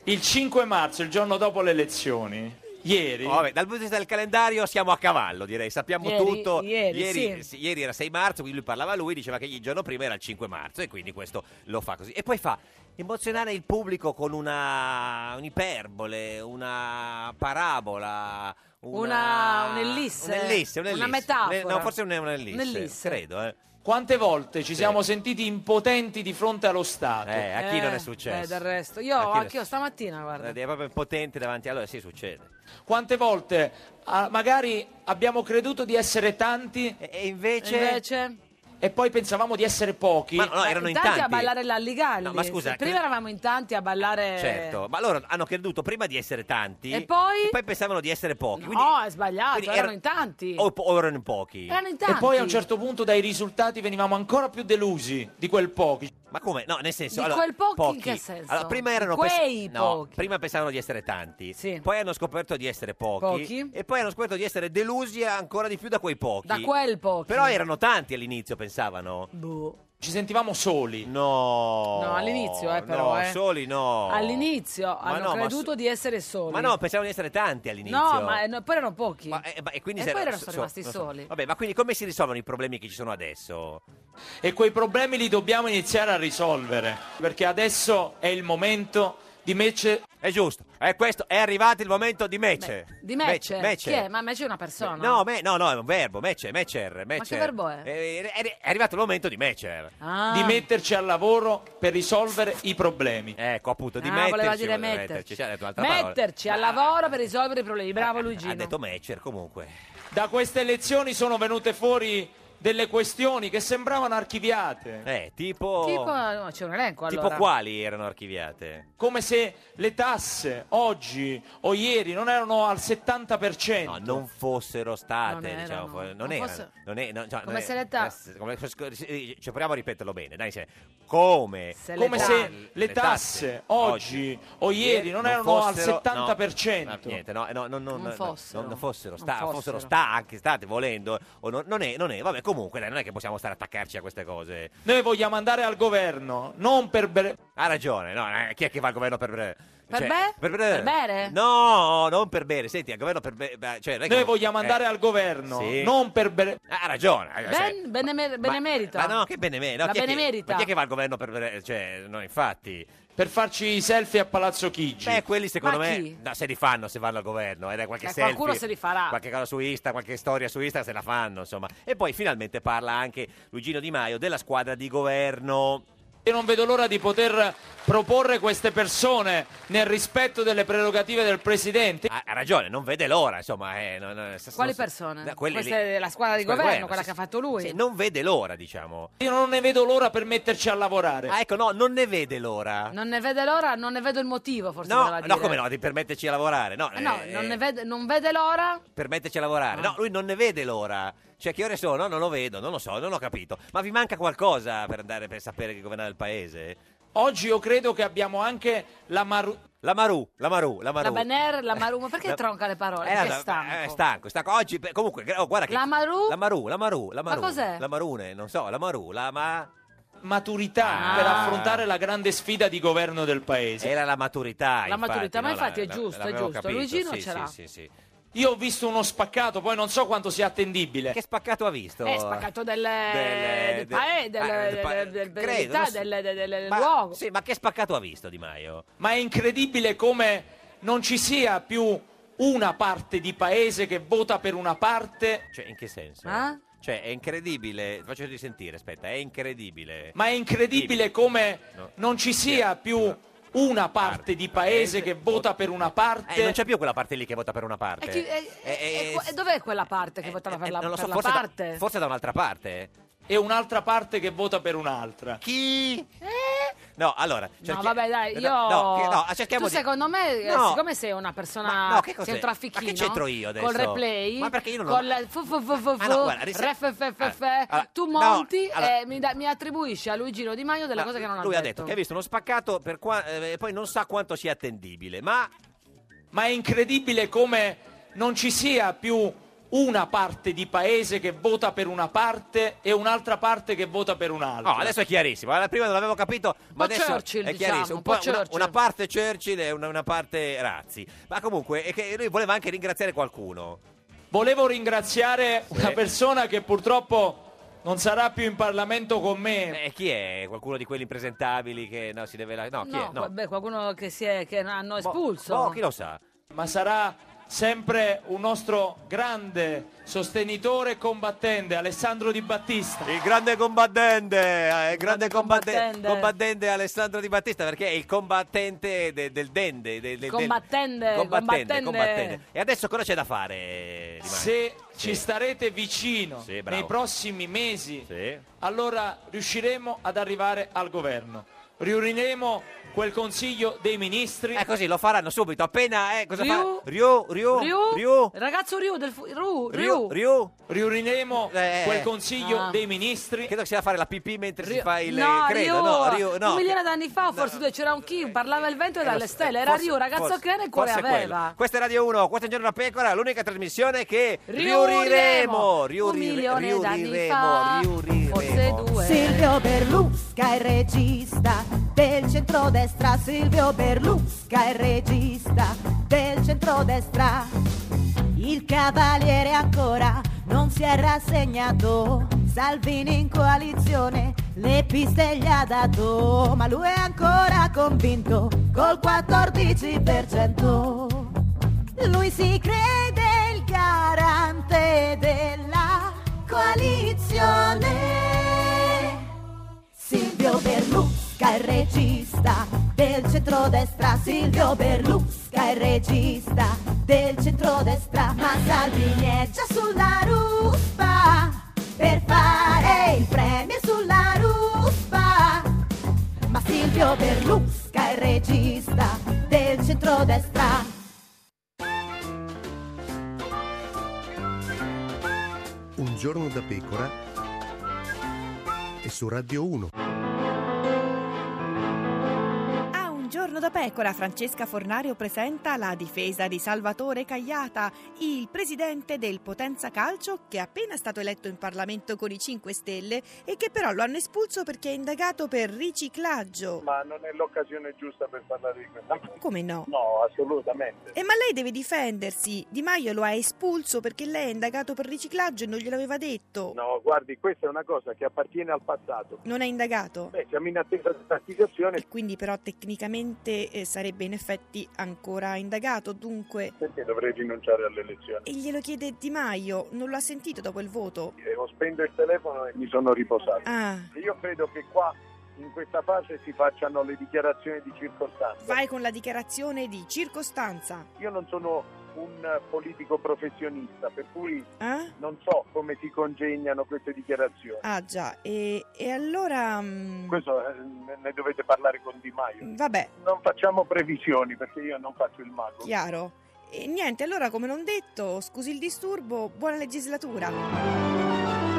[SPEAKER 6] Il 5 marzo, il giorno dopo le elezioni, ieri,
[SPEAKER 2] Oh, Vabbè, dal punto di vista del calendario siamo a cavallo, direi, sappiamo
[SPEAKER 7] Ieri-
[SPEAKER 2] tutto.
[SPEAKER 7] ieri, sì.
[SPEAKER 2] sì, ieri era 6 marzo, quindi lui parlava lui, diceva che il giorno prima era il 5 marzo e quindi questo lo fa così. E poi fa emozionare il pubblico con una un'iperbole, una parabola, una,
[SPEAKER 7] Una- un'ellisse.
[SPEAKER 2] un'ellisse,
[SPEAKER 7] Una
[SPEAKER 2] un'ellisse.
[SPEAKER 7] metafora.
[SPEAKER 2] No, forse un- un'ellisse,
[SPEAKER 7] Un'ellisse.
[SPEAKER 2] credo, eh.
[SPEAKER 6] quante volte ci
[SPEAKER 2] Sì.
[SPEAKER 6] siamo sentiti impotenti di fronte allo Stato?
[SPEAKER 2] Eh, a chi non
[SPEAKER 7] Eh,
[SPEAKER 2] è successo?
[SPEAKER 7] eh, del resto. Io,
[SPEAKER 2] A chi non-
[SPEAKER 7] anch'io stamattina,
[SPEAKER 2] È
[SPEAKER 7] guarda.
[SPEAKER 2] proprio potente davanti a loro, sì, succede.
[SPEAKER 6] Quante volte ah, magari abbiamo creduto di essere tanti
[SPEAKER 2] E, e invece...
[SPEAKER 7] Invece... Eh,
[SPEAKER 6] e poi pensavamo di essere pochi?
[SPEAKER 2] Ma no, no, erano in tanti.
[SPEAKER 7] a ballare l'alligalli.
[SPEAKER 2] No, ma scusa,
[SPEAKER 7] prima
[SPEAKER 2] che-
[SPEAKER 7] eravamo in tanti a ballare...
[SPEAKER 2] Certo, ma loro hanno creduto prima di essere tanti
[SPEAKER 7] E poi?
[SPEAKER 2] pensavano di essere pochi.
[SPEAKER 7] No,
[SPEAKER 2] quindi-
[SPEAKER 7] è sbagliato,
[SPEAKER 2] quindi Oh,
[SPEAKER 7] erano in tanti.
[SPEAKER 2] O, o erano in pochi.
[SPEAKER 7] Erano in tanti.
[SPEAKER 6] E poi a un certo punto dai risultati venivamo ancora più delusi di quel pochi.
[SPEAKER 2] Ma come? No, nel senso...
[SPEAKER 7] Di
[SPEAKER 2] allora,
[SPEAKER 7] quel pochi in che senso?
[SPEAKER 2] Allora, prima erano...
[SPEAKER 7] Quei
[SPEAKER 2] no,
[SPEAKER 7] pochi.
[SPEAKER 2] prima pensavano di essere tanti.
[SPEAKER 7] Sì.
[SPEAKER 2] Poi hanno scoperto di essere pochi,
[SPEAKER 7] Pochi.
[SPEAKER 2] E poi hanno scoperto di essere delusi ancora di più da quei pochi.
[SPEAKER 7] Da quel pochi.
[SPEAKER 2] Però erano tanti all'inizio, pensavano.
[SPEAKER 7] Boh.
[SPEAKER 6] Ci sentivamo soli.
[SPEAKER 2] No.
[SPEAKER 7] No, all'inizio, eh, però,
[SPEAKER 2] No,
[SPEAKER 7] eh.
[SPEAKER 2] soli no.
[SPEAKER 7] All'inizio
[SPEAKER 2] Ma
[SPEAKER 7] hanno
[SPEAKER 2] no, ma
[SPEAKER 7] creduto
[SPEAKER 2] so-
[SPEAKER 7] di essere soli.
[SPEAKER 2] Ma no, pensavano di essere tanti all'inizio.
[SPEAKER 7] No, ma eh, no, poi erano pochi.
[SPEAKER 2] Ma, eh, ma- e quindi
[SPEAKER 7] E
[SPEAKER 2] se-
[SPEAKER 7] poi erano
[SPEAKER 2] so-
[SPEAKER 7] sono
[SPEAKER 2] so-
[SPEAKER 7] rimasti
[SPEAKER 2] non so.
[SPEAKER 7] soli.
[SPEAKER 2] Vabbè, ma quindi come si risolvono i problemi che ci sono adesso?
[SPEAKER 6] E quei problemi li dobbiamo iniziare a risolvere. Perché adesso è il momento di mece-
[SPEAKER 2] È giusto, è questo, è arrivato il momento di mece.
[SPEAKER 7] Beh, di Mece. Chi è? Ma Mece è una persona.
[SPEAKER 2] No, me- no, no, è un verbo, mece, mecer, mecer.
[SPEAKER 7] verbo è?
[SPEAKER 2] Eh, È, è arrivato il momento di mecer.
[SPEAKER 7] Ah.
[SPEAKER 6] di metterci al lavoro per risolvere i problemi.
[SPEAKER 2] Ecco, appunto, di
[SPEAKER 7] Ah,
[SPEAKER 2] metterci.
[SPEAKER 7] voleva dire
[SPEAKER 2] vuole
[SPEAKER 7] metterci.
[SPEAKER 2] ci ha detto un'altra parola.
[SPEAKER 7] Metterci al
[SPEAKER 2] Ma-
[SPEAKER 7] lavoro per risolvere i problemi. Bravo Luigino.
[SPEAKER 2] Ha detto mecer, comunque.
[SPEAKER 6] Da queste elezioni sono venute fuori delle questioni che sembravano archiviate.
[SPEAKER 2] Eh, tipo...
[SPEAKER 7] Tipo, no, c'è un elenco
[SPEAKER 2] tipo
[SPEAKER 7] allora.
[SPEAKER 2] quali erano archiviate?
[SPEAKER 6] Come se le tasse oggi o ieri non erano al 70%.
[SPEAKER 2] No, non fossero state,
[SPEAKER 7] Non erano,
[SPEAKER 2] diciamo, fo- non,
[SPEAKER 7] non
[SPEAKER 2] erano.
[SPEAKER 7] fosse-
[SPEAKER 2] non è- no, cioè,
[SPEAKER 7] Come
[SPEAKER 2] non è-
[SPEAKER 7] se le ta-
[SPEAKER 2] eh, come- eh, cioè, proviamo a ripeterlo bene, dai, se- come,
[SPEAKER 7] Se
[SPEAKER 6] Come
[SPEAKER 7] ta-
[SPEAKER 6] se le tasse oggi o ieri non erano al
[SPEAKER 2] fossero-
[SPEAKER 6] 70%.
[SPEAKER 2] no, ma niente, no, eh, no, no, no,
[SPEAKER 7] Non
[SPEAKER 2] no, no,
[SPEAKER 7] fossero.
[SPEAKER 2] non fossero,
[SPEAKER 7] Non
[SPEAKER 2] sta-
[SPEAKER 7] fossero.
[SPEAKER 2] fossero sta- anche state volendo, o no- non è, non è, vabbè, comunque, dai, non è che possiamo stare a attaccarci a queste cose.
[SPEAKER 6] Noi vogliamo andare al governo, non per... bre-
[SPEAKER 2] Ha ragione, no, eh, chi è che va al governo per bere? Cioè,
[SPEAKER 7] Per be- per bere?
[SPEAKER 2] No, non per bere, senti, al governo per bere, cioè, non è che-
[SPEAKER 6] Noi vogliamo
[SPEAKER 2] eh,
[SPEAKER 6] andare al governo,
[SPEAKER 2] sì.
[SPEAKER 6] non per... bre-
[SPEAKER 2] Ha ragione. eh, sai.
[SPEAKER 7] Ben, benemer-
[SPEAKER 2] Ma-
[SPEAKER 7] benemerita.
[SPEAKER 2] Ma, no, che benemerita.
[SPEAKER 7] La
[SPEAKER 2] chi è che-
[SPEAKER 7] benemerita.
[SPEAKER 2] ma chi è che va al governo per... Cioè, no, infatti.
[SPEAKER 6] per farci i selfie a Palazzo Chigi.
[SPEAKER 2] Beh, quelli secondo
[SPEAKER 7] Ma
[SPEAKER 2] me...
[SPEAKER 7] chi?
[SPEAKER 2] no, se li fanno, se vanno al governo. Eh, dai, qualche
[SPEAKER 7] Beh,
[SPEAKER 2] selfie.
[SPEAKER 7] qualcuno se li farà.
[SPEAKER 2] Qualche cosa su Insta, qualche storia su Insta, se la fanno, insomma. E poi finalmente parla anche Luigino Di Maio della squadra di governo.
[SPEAKER 6] Io non vedo l'ora di poter proporre queste persone nel rispetto delle prerogative del Presidente.
[SPEAKER 2] Ha ragione, non vede l'ora, insomma. eh, no, no, s-
[SPEAKER 7] Quali
[SPEAKER 2] s-
[SPEAKER 7] persone?
[SPEAKER 2] da- quelle
[SPEAKER 7] Questa
[SPEAKER 2] lì.
[SPEAKER 7] è la squadra di
[SPEAKER 2] Squadra
[SPEAKER 7] governo,
[SPEAKER 2] di governo,
[SPEAKER 7] quella
[SPEAKER 2] sì,
[SPEAKER 7] che ha fatto lui.
[SPEAKER 2] Sì, non vede l'ora, diciamo.
[SPEAKER 6] Io non ne vedo l'ora per metterci a lavorare.
[SPEAKER 2] Ah, ecco, no, non ne vede l'ora.
[SPEAKER 7] Non ne vede l'ora, non ne vedo il motivo, forse
[SPEAKER 2] No,
[SPEAKER 7] voleva
[SPEAKER 2] no,
[SPEAKER 7] dire.
[SPEAKER 2] come no, di permetterci a lavorare. No,
[SPEAKER 7] Eh No,
[SPEAKER 2] eh,
[SPEAKER 7] non, ne Ah. vede, non vede l'ora.
[SPEAKER 2] permetterci a lavorare. No, lui non ne vede l'ora. Cioè, che ore sono? Non lo vedo, non lo so, non ho capito. Ma vi manca qualcosa per andare per sapere chi governare il paese?
[SPEAKER 6] Oggi io credo che abbiamo anche la Maru...
[SPEAKER 2] La Maru, la Maru, la Maru.
[SPEAKER 7] La Baner, la Maru, ma perché
[SPEAKER 2] La-
[SPEAKER 7] tronca le parole?
[SPEAKER 2] Eh,
[SPEAKER 7] Perché
[SPEAKER 2] no,
[SPEAKER 7] è stanco.
[SPEAKER 2] eh, stanco, stanco. Oggi, beh, comunque, gra- oh, guarda che...
[SPEAKER 7] La Maru?
[SPEAKER 2] La Maru, la Maru, la
[SPEAKER 7] Ma
[SPEAKER 2] Maru.
[SPEAKER 7] cos'è?
[SPEAKER 2] La Marune, non so, la Maru, la ma...
[SPEAKER 6] Maturità
[SPEAKER 2] Ah.
[SPEAKER 6] per affrontare la grande sfida di governo del paese.
[SPEAKER 2] Era la maturità,
[SPEAKER 7] La maturità, ma
[SPEAKER 2] no, la-
[SPEAKER 7] infatti è
[SPEAKER 2] la-
[SPEAKER 7] giusto, è
[SPEAKER 2] l'avevo
[SPEAKER 7] giusto.
[SPEAKER 2] capito,
[SPEAKER 7] Luigino
[SPEAKER 2] sì,
[SPEAKER 7] ce
[SPEAKER 2] sì,
[SPEAKER 7] l'ha.
[SPEAKER 2] Sì, sì.
[SPEAKER 6] Io ho visto uno spaccato, poi non so quanto sia attendibile.
[SPEAKER 2] Che spaccato ha visto?
[SPEAKER 7] Eh, spaccato del,
[SPEAKER 2] Del-
[SPEAKER 7] del
[SPEAKER 2] del-
[SPEAKER 7] paese, del,
[SPEAKER 2] ah, del pa-
[SPEAKER 7] del- del-
[SPEAKER 2] credo,
[SPEAKER 7] dell'età,
[SPEAKER 2] non so.
[SPEAKER 7] del- del- del
[SPEAKER 2] Ma-
[SPEAKER 7] luogo.
[SPEAKER 2] Sì, ma che spaccato ha visto Di Maio?
[SPEAKER 6] Ma è incredibile come non ci sia più una parte di paese che vota per una parte,
[SPEAKER 2] Cioè, in che senso?
[SPEAKER 7] Ma?
[SPEAKER 2] Cioè, è incredibile. Faccio risentire, aspetta, è incredibile.
[SPEAKER 6] ma è incredibile come
[SPEAKER 2] No.
[SPEAKER 6] non ci sia più una parte di paese che vota per una
[SPEAKER 2] Eh, non
[SPEAKER 6] parte.
[SPEAKER 2] c'è più quella parte lì che vota per una parte.
[SPEAKER 7] E, chi- e-
[SPEAKER 2] Eh, eh,
[SPEAKER 7] e- e- e dov'è quella parte che
[SPEAKER 2] eh,
[SPEAKER 7] votava per
[SPEAKER 2] eh,
[SPEAKER 7] la,
[SPEAKER 2] non lo so,
[SPEAKER 7] per la
[SPEAKER 2] forse da-
[SPEAKER 7] parte?
[SPEAKER 2] forse da un'altra parte.
[SPEAKER 6] e un'altra parte che vota per un'altra.
[SPEAKER 2] Chi? No, allora.
[SPEAKER 7] No,
[SPEAKER 2] cerchi-
[SPEAKER 7] vabbè, dai, io...
[SPEAKER 2] Cioè, No, no, che- no, ah, cerchiamo
[SPEAKER 7] tu
[SPEAKER 2] di-
[SPEAKER 7] secondo me, eh,
[SPEAKER 2] No.
[SPEAKER 7] siccome sei una persona...
[SPEAKER 2] Ma no, che cos'è?
[SPEAKER 7] sei un traffichino...
[SPEAKER 2] Ma che c'entro io adesso?
[SPEAKER 7] Col replay...
[SPEAKER 2] Ma perché io non ho-
[SPEAKER 7] Con la... fu- fu- fu- fu-
[SPEAKER 2] Ah, no, guarda,
[SPEAKER 7] fu-
[SPEAKER 2] rese-
[SPEAKER 7] RFFFF,
[SPEAKER 2] Ah, allora,
[SPEAKER 7] tu
[SPEAKER 2] no,
[SPEAKER 7] monti
[SPEAKER 2] allora-
[SPEAKER 7] e mi, da- mi attribuisci a Luigino Di Maio delle
[SPEAKER 2] Ma
[SPEAKER 7] cose che non ha
[SPEAKER 2] lui ha detto che ha visto uno spaccato per qua- eh, e poi non sa quanto sia attendibile, ma
[SPEAKER 6] Ma è incredibile come non ci sia più una parte di paese che vota per una parte e un'altra parte che vota per un'altra.
[SPEAKER 2] No, adesso è chiarissimo. Allora, prima non l'avevo capito, ma
[SPEAKER 1] po'
[SPEAKER 2] adesso
[SPEAKER 1] Churchill,
[SPEAKER 2] è chiarissimo.
[SPEAKER 1] diciamo,
[SPEAKER 2] Un
[SPEAKER 1] un
[SPEAKER 2] po'
[SPEAKER 1] po'
[SPEAKER 2] una,
[SPEAKER 1] Churchill.
[SPEAKER 2] una parte Churchill e una, una parte Razzi. Ma comunque, è che lui voleva anche ringraziare qualcuno.
[SPEAKER 6] Volevo ringraziare una persona che purtroppo non sarà più in Parlamento con me.
[SPEAKER 2] Eh, chi è? Qualcuno di quelli impresentabili che no, si deve. la- No, chi
[SPEAKER 7] No,
[SPEAKER 2] è? No.
[SPEAKER 7] beh, qualcuno che, si è, che hanno
[SPEAKER 2] Boh,
[SPEAKER 7] espulso.
[SPEAKER 2] boh, chi lo sa?
[SPEAKER 6] ma sarà sempre un nostro grande sostenitore e combattente, Alessandro Di Battista.
[SPEAKER 2] Il grande combattente, eh, il grande combatte- combattente,
[SPEAKER 7] combattente.
[SPEAKER 2] Alessandro Di Battista perché è il combattente de- del dende. de- de- del-
[SPEAKER 7] Combattente,
[SPEAKER 2] combattente,
[SPEAKER 7] combattente.
[SPEAKER 2] combattente. E adesso cosa c'è da fare? Di Maio?
[SPEAKER 6] Se
[SPEAKER 2] Sì.
[SPEAKER 6] ci starete vicino
[SPEAKER 2] Sì, bravo.
[SPEAKER 6] nei prossimi mesi,
[SPEAKER 2] Sì.
[SPEAKER 6] allora riusciremo ad arrivare al governo. Riuniremo quel Consiglio dei Ministri.
[SPEAKER 2] Eh così lo faranno subito, appena eh, cosa fa?
[SPEAKER 7] Riu.
[SPEAKER 2] Riu, Riu,
[SPEAKER 7] Ryu?
[SPEAKER 2] Riu,
[SPEAKER 7] Ragazzo Ryu del fu- Ryu,
[SPEAKER 2] Riu,
[SPEAKER 7] Ryu.
[SPEAKER 2] Riu.
[SPEAKER 6] Riuniremo
[SPEAKER 2] Eh.
[SPEAKER 6] quel Consiglio
[SPEAKER 7] Ah.
[SPEAKER 6] dei Ministri.
[SPEAKER 2] Credo che sia da fare la pipì mentre si fa il
[SPEAKER 7] no,
[SPEAKER 2] credo,
[SPEAKER 7] Ryu,
[SPEAKER 2] no, Riu, no.
[SPEAKER 1] Un milione d'anni fa,
[SPEAKER 7] No.
[SPEAKER 1] forse due, c'era un chi parlava il vento e
[SPEAKER 2] Eh, lo
[SPEAKER 1] dalle
[SPEAKER 2] so,
[SPEAKER 1] stelle.
[SPEAKER 2] eh,
[SPEAKER 1] Era
[SPEAKER 2] forse-
[SPEAKER 1] Rio, ragazzo
[SPEAKER 2] forse-
[SPEAKER 1] che era il cuore
[SPEAKER 2] forse è
[SPEAKER 1] aveva.
[SPEAKER 2] quello. Questa è Radio 1, questo è un giorno da pecora, l'unica trasmissione che riuriremo,
[SPEAKER 1] Riuniremo.
[SPEAKER 2] riuri-
[SPEAKER 1] Un milione d'anni
[SPEAKER 2] riuriremo,
[SPEAKER 1] fa,
[SPEAKER 2] riuriremo.
[SPEAKER 1] forse due.
[SPEAKER 8] Silvio Berlusca è il regista del centrodestra, Silvio Berlusca è il regista del centrodestra. Il cavaliere ancora non si è rassegnato, Salvini in coalizione le piste gli ha dato, ma lui è ancora convinto col 14%. Lui si crede il garante della coalizione. Silvio Berlusca è il regista del centrodestra, Silvio Berlusca è il regista del centrodestra, ma Salvini è già sulla ruspa per fare il premier sulla ruspa. Ma Silvio Berlusca è il regista del centrodestra.
[SPEAKER 9] Un giorno da pecora e su Radio 1.
[SPEAKER 10] A un giorno da pecora, Francesca Fornario presenta la difesa di Salvatore Cagliata, il presidente del Potenza Calcio che è appena stato eletto in Parlamento con i 5 Stelle e che però lo hanno espulso perché è indagato per riciclaggio.
[SPEAKER 11] Ma non è l'occasione giusta per parlare di questa cosa.
[SPEAKER 10] Come no?
[SPEAKER 11] No, assolutamente.
[SPEAKER 10] E ma lei deve difendersi. Di Maio lo ha espulso perché lei è indagato per riciclaggio e non glielo aveva detto.
[SPEAKER 11] No, guardi, questa è una cosa che appartiene al passato.
[SPEAKER 10] Non è indagato.
[SPEAKER 11] Beh, siamo in attesa dell'archiviazione.
[SPEAKER 10] E quindi però tecnicamente eh, sarebbe in effetti ancora indagato, dunque...
[SPEAKER 11] Perché dovrei rinunciare alle elezioni?
[SPEAKER 10] E glielo chiede Di Maio, non l'ha sentito dopo il voto.
[SPEAKER 11] Devo spendere il telefono e mi sono riposato.
[SPEAKER 10] Ah,
[SPEAKER 11] Io credo che qua
[SPEAKER 12] in questa fase si facciano le dichiarazioni di circostanza.
[SPEAKER 10] Vai con la dichiarazione di circostanza.
[SPEAKER 12] Io non sono un eh, politico professionista, per cui
[SPEAKER 10] Eh?
[SPEAKER 12] non so come si congegnano queste dichiarazioni.
[SPEAKER 10] Ah già, e, e allora... mm,
[SPEAKER 12] Questo eh, ne dovete parlare con Di Maio.
[SPEAKER 10] Vabbè,
[SPEAKER 12] Non facciamo previsioni perché io non faccio il mago.
[SPEAKER 10] chiaro. E niente, allora come non detto, scusi il disturbo, buona legislatura.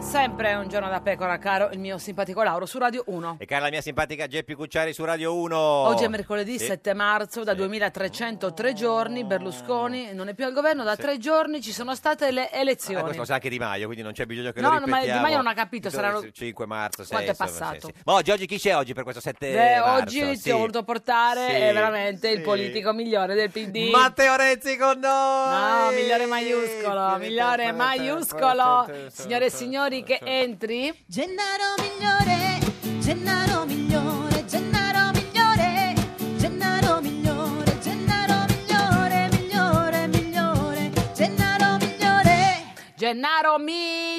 [SPEAKER 1] Sempre un giorno da pecora, caro il mio simpatico Lauro su Radio 1.
[SPEAKER 2] E cara la mia simpatica Geppi Cucciari su Radio 1.
[SPEAKER 1] Oggi è mercoledì
[SPEAKER 2] Sì.
[SPEAKER 1] 7 marzo, da 2303 giorni Berlusconi non è più al governo, da
[SPEAKER 2] Sì.
[SPEAKER 1] tre giorni ci sono state le
[SPEAKER 2] Ah, questo
[SPEAKER 1] elezioni.
[SPEAKER 2] lo sa anche Di Maio, quindi non c'è bisogno che
[SPEAKER 1] No,
[SPEAKER 2] lo
[SPEAKER 1] no, ma
[SPEAKER 2] ripetiamo.
[SPEAKER 1] Di Maio non ha capito,
[SPEAKER 2] Tutto il
[SPEAKER 1] saranno-
[SPEAKER 2] 5 marzo,
[SPEAKER 1] Quanto
[SPEAKER 2] 6,
[SPEAKER 1] è passato?
[SPEAKER 2] Ma oggi, oggi chi c'è oggi per questo 7
[SPEAKER 1] Beh,
[SPEAKER 2] marzo?
[SPEAKER 1] oggi
[SPEAKER 2] Sì.
[SPEAKER 1] ti ho voluto portare
[SPEAKER 2] Sì.
[SPEAKER 1] eh, veramente il
[SPEAKER 2] Sì.
[SPEAKER 1] politico migliore del PD.
[SPEAKER 2] Matteo Renzi con noi!
[SPEAKER 1] No, migliore maiuscolo, migliore maiuscolo. Signore e signori, che entri.
[SPEAKER 8] Gennaro migliore, Gennaro migliore, Gennaro migliore, Gennaro migliore, Gennaro migliore, migliore, migliore, Gennaro migliore.
[SPEAKER 1] Gennaro migliore.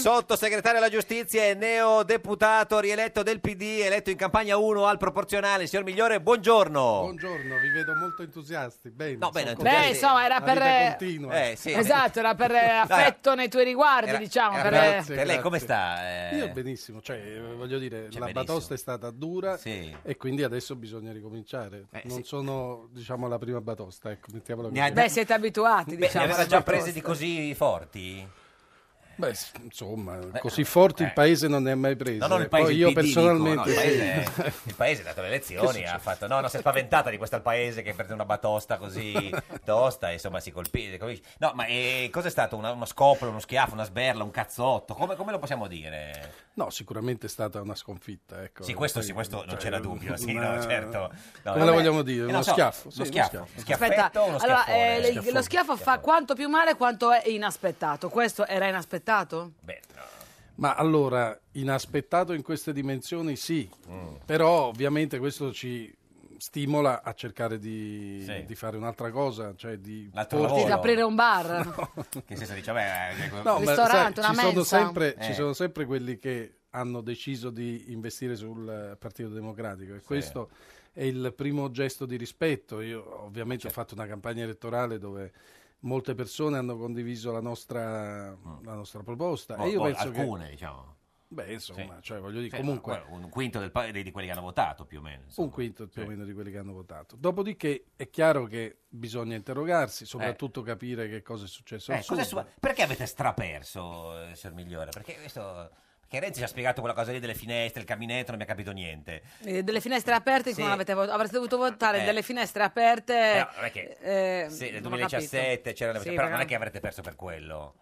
[SPEAKER 2] Sottosegretario alla giustizia e neodeputato rieletto del PD, eletto in campagna 1 al proporzionale. Signor Migliore, buongiorno.
[SPEAKER 13] Buongiorno, vi vedo molto entusiasti. Bene,
[SPEAKER 2] Oh. No, bene,
[SPEAKER 13] sono
[SPEAKER 1] Beh, insomma, era
[SPEAKER 13] La
[SPEAKER 1] per.
[SPEAKER 13] vita continua.
[SPEAKER 2] Eh, sì.
[SPEAKER 1] Esatto, era per eh,
[SPEAKER 2] No, era-
[SPEAKER 1] affetto nei tuoi riguardi,
[SPEAKER 2] era-
[SPEAKER 1] diciamo.
[SPEAKER 2] era
[SPEAKER 1] per-
[SPEAKER 2] per-
[SPEAKER 13] Grazie,
[SPEAKER 2] per lei
[SPEAKER 13] grazie.
[SPEAKER 2] come sta? eh?
[SPEAKER 13] Io benissimo, cioè, eh, voglio dire, la
[SPEAKER 2] benissimo.
[SPEAKER 13] batosta è stata dura
[SPEAKER 2] Sì. Eh,
[SPEAKER 13] e quindi adesso bisogna ricominciare. non
[SPEAKER 2] sì.
[SPEAKER 13] sono, diciamo, la prima batosta, ecco, mettiamola
[SPEAKER 2] Ne ha-
[SPEAKER 13] così.
[SPEAKER 1] Beh, siete abituati,
[SPEAKER 2] Beh,
[SPEAKER 1] diciamo.
[SPEAKER 2] ne aveva
[SPEAKER 1] alla
[SPEAKER 2] già
[SPEAKER 1] proposta.
[SPEAKER 2] presi di così forti? Eh,
[SPEAKER 13] Beh, s- insomma, così forti il paese non ne ha mai preso.
[SPEAKER 2] No, no, il
[SPEAKER 13] E
[SPEAKER 2] paese,
[SPEAKER 13] Poi
[SPEAKER 2] il
[SPEAKER 13] io
[SPEAKER 2] PD, dico,
[SPEAKER 13] personalmente...
[SPEAKER 2] no, il,
[SPEAKER 13] sì.
[SPEAKER 2] paese, il paese, dato le
[SPEAKER 13] Che è
[SPEAKER 2] elezioni,
[SPEAKER 13] successo?
[SPEAKER 2] ha fatto... No, no, si è spaventata di questa al paese che perde una batosta così tosta e insomma si colpisce. capisci? No, ma eh, cosa è stato? Una- uno scopolo, uno schiaffo, una sberla, un cazzotto? Come, come lo possiamo dire?
[SPEAKER 13] No, sicuramente è stata una sconfitta. Ecco.
[SPEAKER 2] Sì, questo
[SPEAKER 13] Poi,
[SPEAKER 2] sì, questo non
[SPEAKER 13] cioè,
[SPEAKER 2] c'era dubbio, sì,
[SPEAKER 13] una-
[SPEAKER 2] no, certo. No,
[SPEAKER 13] Come
[SPEAKER 2] no,
[SPEAKER 13] la
[SPEAKER 2] beh,
[SPEAKER 13] vogliamo dire?
[SPEAKER 2] eh,
[SPEAKER 13] Uno
[SPEAKER 2] non so,
[SPEAKER 13] schiaffo? sì,
[SPEAKER 2] Uno schiaffo. schiaffetto
[SPEAKER 1] Aspetta,
[SPEAKER 2] o uno
[SPEAKER 1] allora,
[SPEAKER 2] schiaffone?
[SPEAKER 1] eh, le- lo schiaffo fa quanto più male quanto è inaspettato. Questo era inaspettato?
[SPEAKER 13] Ma allora, inaspettato in queste dimensioni sì,
[SPEAKER 2] Mm.
[SPEAKER 13] però ovviamente questo ci stimola a cercare di, di fare un'altra cosa, cioè di... porre-
[SPEAKER 1] Di aprire un bar?
[SPEAKER 2] Che senso dice, beh, eh,
[SPEAKER 13] No, ma
[SPEAKER 1] ristorante,
[SPEAKER 13] sai,
[SPEAKER 1] una
[SPEAKER 13] ci sono,
[SPEAKER 1] mensa?
[SPEAKER 13] sempre,
[SPEAKER 2] Eh.
[SPEAKER 13] ci sono sempre quelli che hanno deciso di investire sul eh, Partito Democratico e questo è il primo gesto di rispetto. Io ovviamente
[SPEAKER 2] Certo.
[SPEAKER 13] ho fatto una campagna elettorale dove molte persone hanno condiviso la nostra, la nostra proposta
[SPEAKER 2] Mm. Mo-
[SPEAKER 13] e io
[SPEAKER 2] mo-
[SPEAKER 13] penso
[SPEAKER 2] boh, alcune,
[SPEAKER 13] che...
[SPEAKER 2] diciamo.
[SPEAKER 13] Beh, insomma,
[SPEAKER 2] Sì.
[SPEAKER 13] cioè, voglio dire,
[SPEAKER 2] Sì,
[SPEAKER 13] comunque...
[SPEAKER 2] ma Un quinto del pa- di quelli che hanno votato, più o meno. insomma.
[SPEAKER 13] Un quinto più o meno di quelli che hanno votato. Dopodiché è chiaro che bisogna interrogarsi, soprattutto capire che cosa è successo. al
[SPEAKER 2] Eh, cosa è
[SPEAKER 13] Sud.
[SPEAKER 2] su- perché avete straperso, eh, signor Migliore? Perché questo... Perché Renzi ci ha spiegato quella cosa lì delle finestre, il caminetto, non mi ha capito niente.
[SPEAKER 1] Eh, delle finestre aperte
[SPEAKER 2] Sì.
[SPEAKER 1] che non avete votato. Avreste dovuto votare
[SPEAKER 2] Eh.
[SPEAKER 1] delle finestre aperte.
[SPEAKER 2] Però non è che-
[SPEAKER 1] eh,
[SPEAKER 2] Sì, nel
[SPEAKER 1] non ho capito.
[SPEAKER 2] 2017 c'era la...
[SPEAKER 1] Sì,
[SPEAKER 2] però
[SPEAKER 1] però-
[SPEAKER 2] non è che avrete perso per quello.